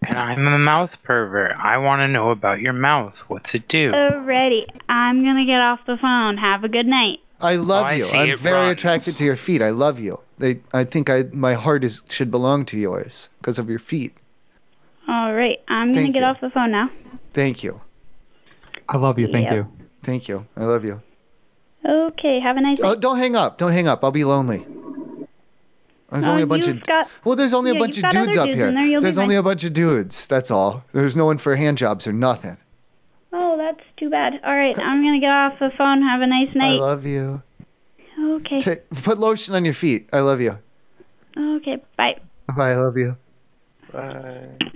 [SPEAKER 1] And I'm a mouth pervert. I want to know about your mouth. What's it do?
[SPEAKER 27] Alrighty. I'm gonna get off the phone. Have a good night.
[SPEAKER 2] I love
[SPEAKER 1] Oh, I
[SPEAKER 2] you.
[SPEAKER 1] see
[SPEAKER 2] I'm
[SPEAKER 1] it
[SPEAKER 2] very
[SPEAKER 1] rottens.
[SPEAKER 2] attracted to your feet. I love you. They, I think I, my heart is, should belong to yours because of your feet.
[SPEAKER 27] All right. I'm gonna
[SPEAKER 2] Thank
[SPEAKER 27] get
[SPEAKER 2] you.
[SPEAKER 27] off the phone now.
[SPEAKER 2] Thank you.
[SPEAKER 22] I love you. Thank
[SPEAKER 27] Yep.
[SPEAKER 22] you.
[SPEAKER 2] Thank you. I love you.
[SPEAKER 27] Okay. Have a nice
[SPEAKER 2] Oh,
[SPEAKER 27] night.
[SPEAKER 2] don't hang up. Don't hang up. I'll be lonely. There's only
[SPEAKER 27] Uh,
[SPEAKER 2] a bunch
[SPEAKER 27] you've
[SPEAKER 2] of
[SPEAKER 27] got-
[SPEAKER 2] well, there's only
[SPEAKER 27] yeah,
[SPEAKER 2] a bunch
[SPEAKER 27] you've
[SPEAKER 2] of
[SPEAKER 27] got other
[SPEAKER 2] dudes up
[SPEAKER 27] dudes
[SPEAKER 2] here.
[SPEAKER 27] in there. You'll be
[SPEAKER 2] there's
[SPEAKER 27] fine.
[SPEAKER 2] only a bunch of dudes. That's all. There's no one for hand jobs or nothing.
[SPEAKER 27] Oh, that's too bad. All
[SPEAKER 2] [laughs]
[SPEAKER 27] right. I'm gonna get off the phone. Have a nice
[SPEAKER 2] I
[SPEAKER 27] night.
[SPEAKER 2] love you.
[SPEAKER 27] okay.
[SPEAKER 2] Ta- put lotion on your feet. I love you.
[SPEAKER 27] okay. Bye.
[SPEAKER 2] Bye. I love you.
[SPEAKER 3] Bye.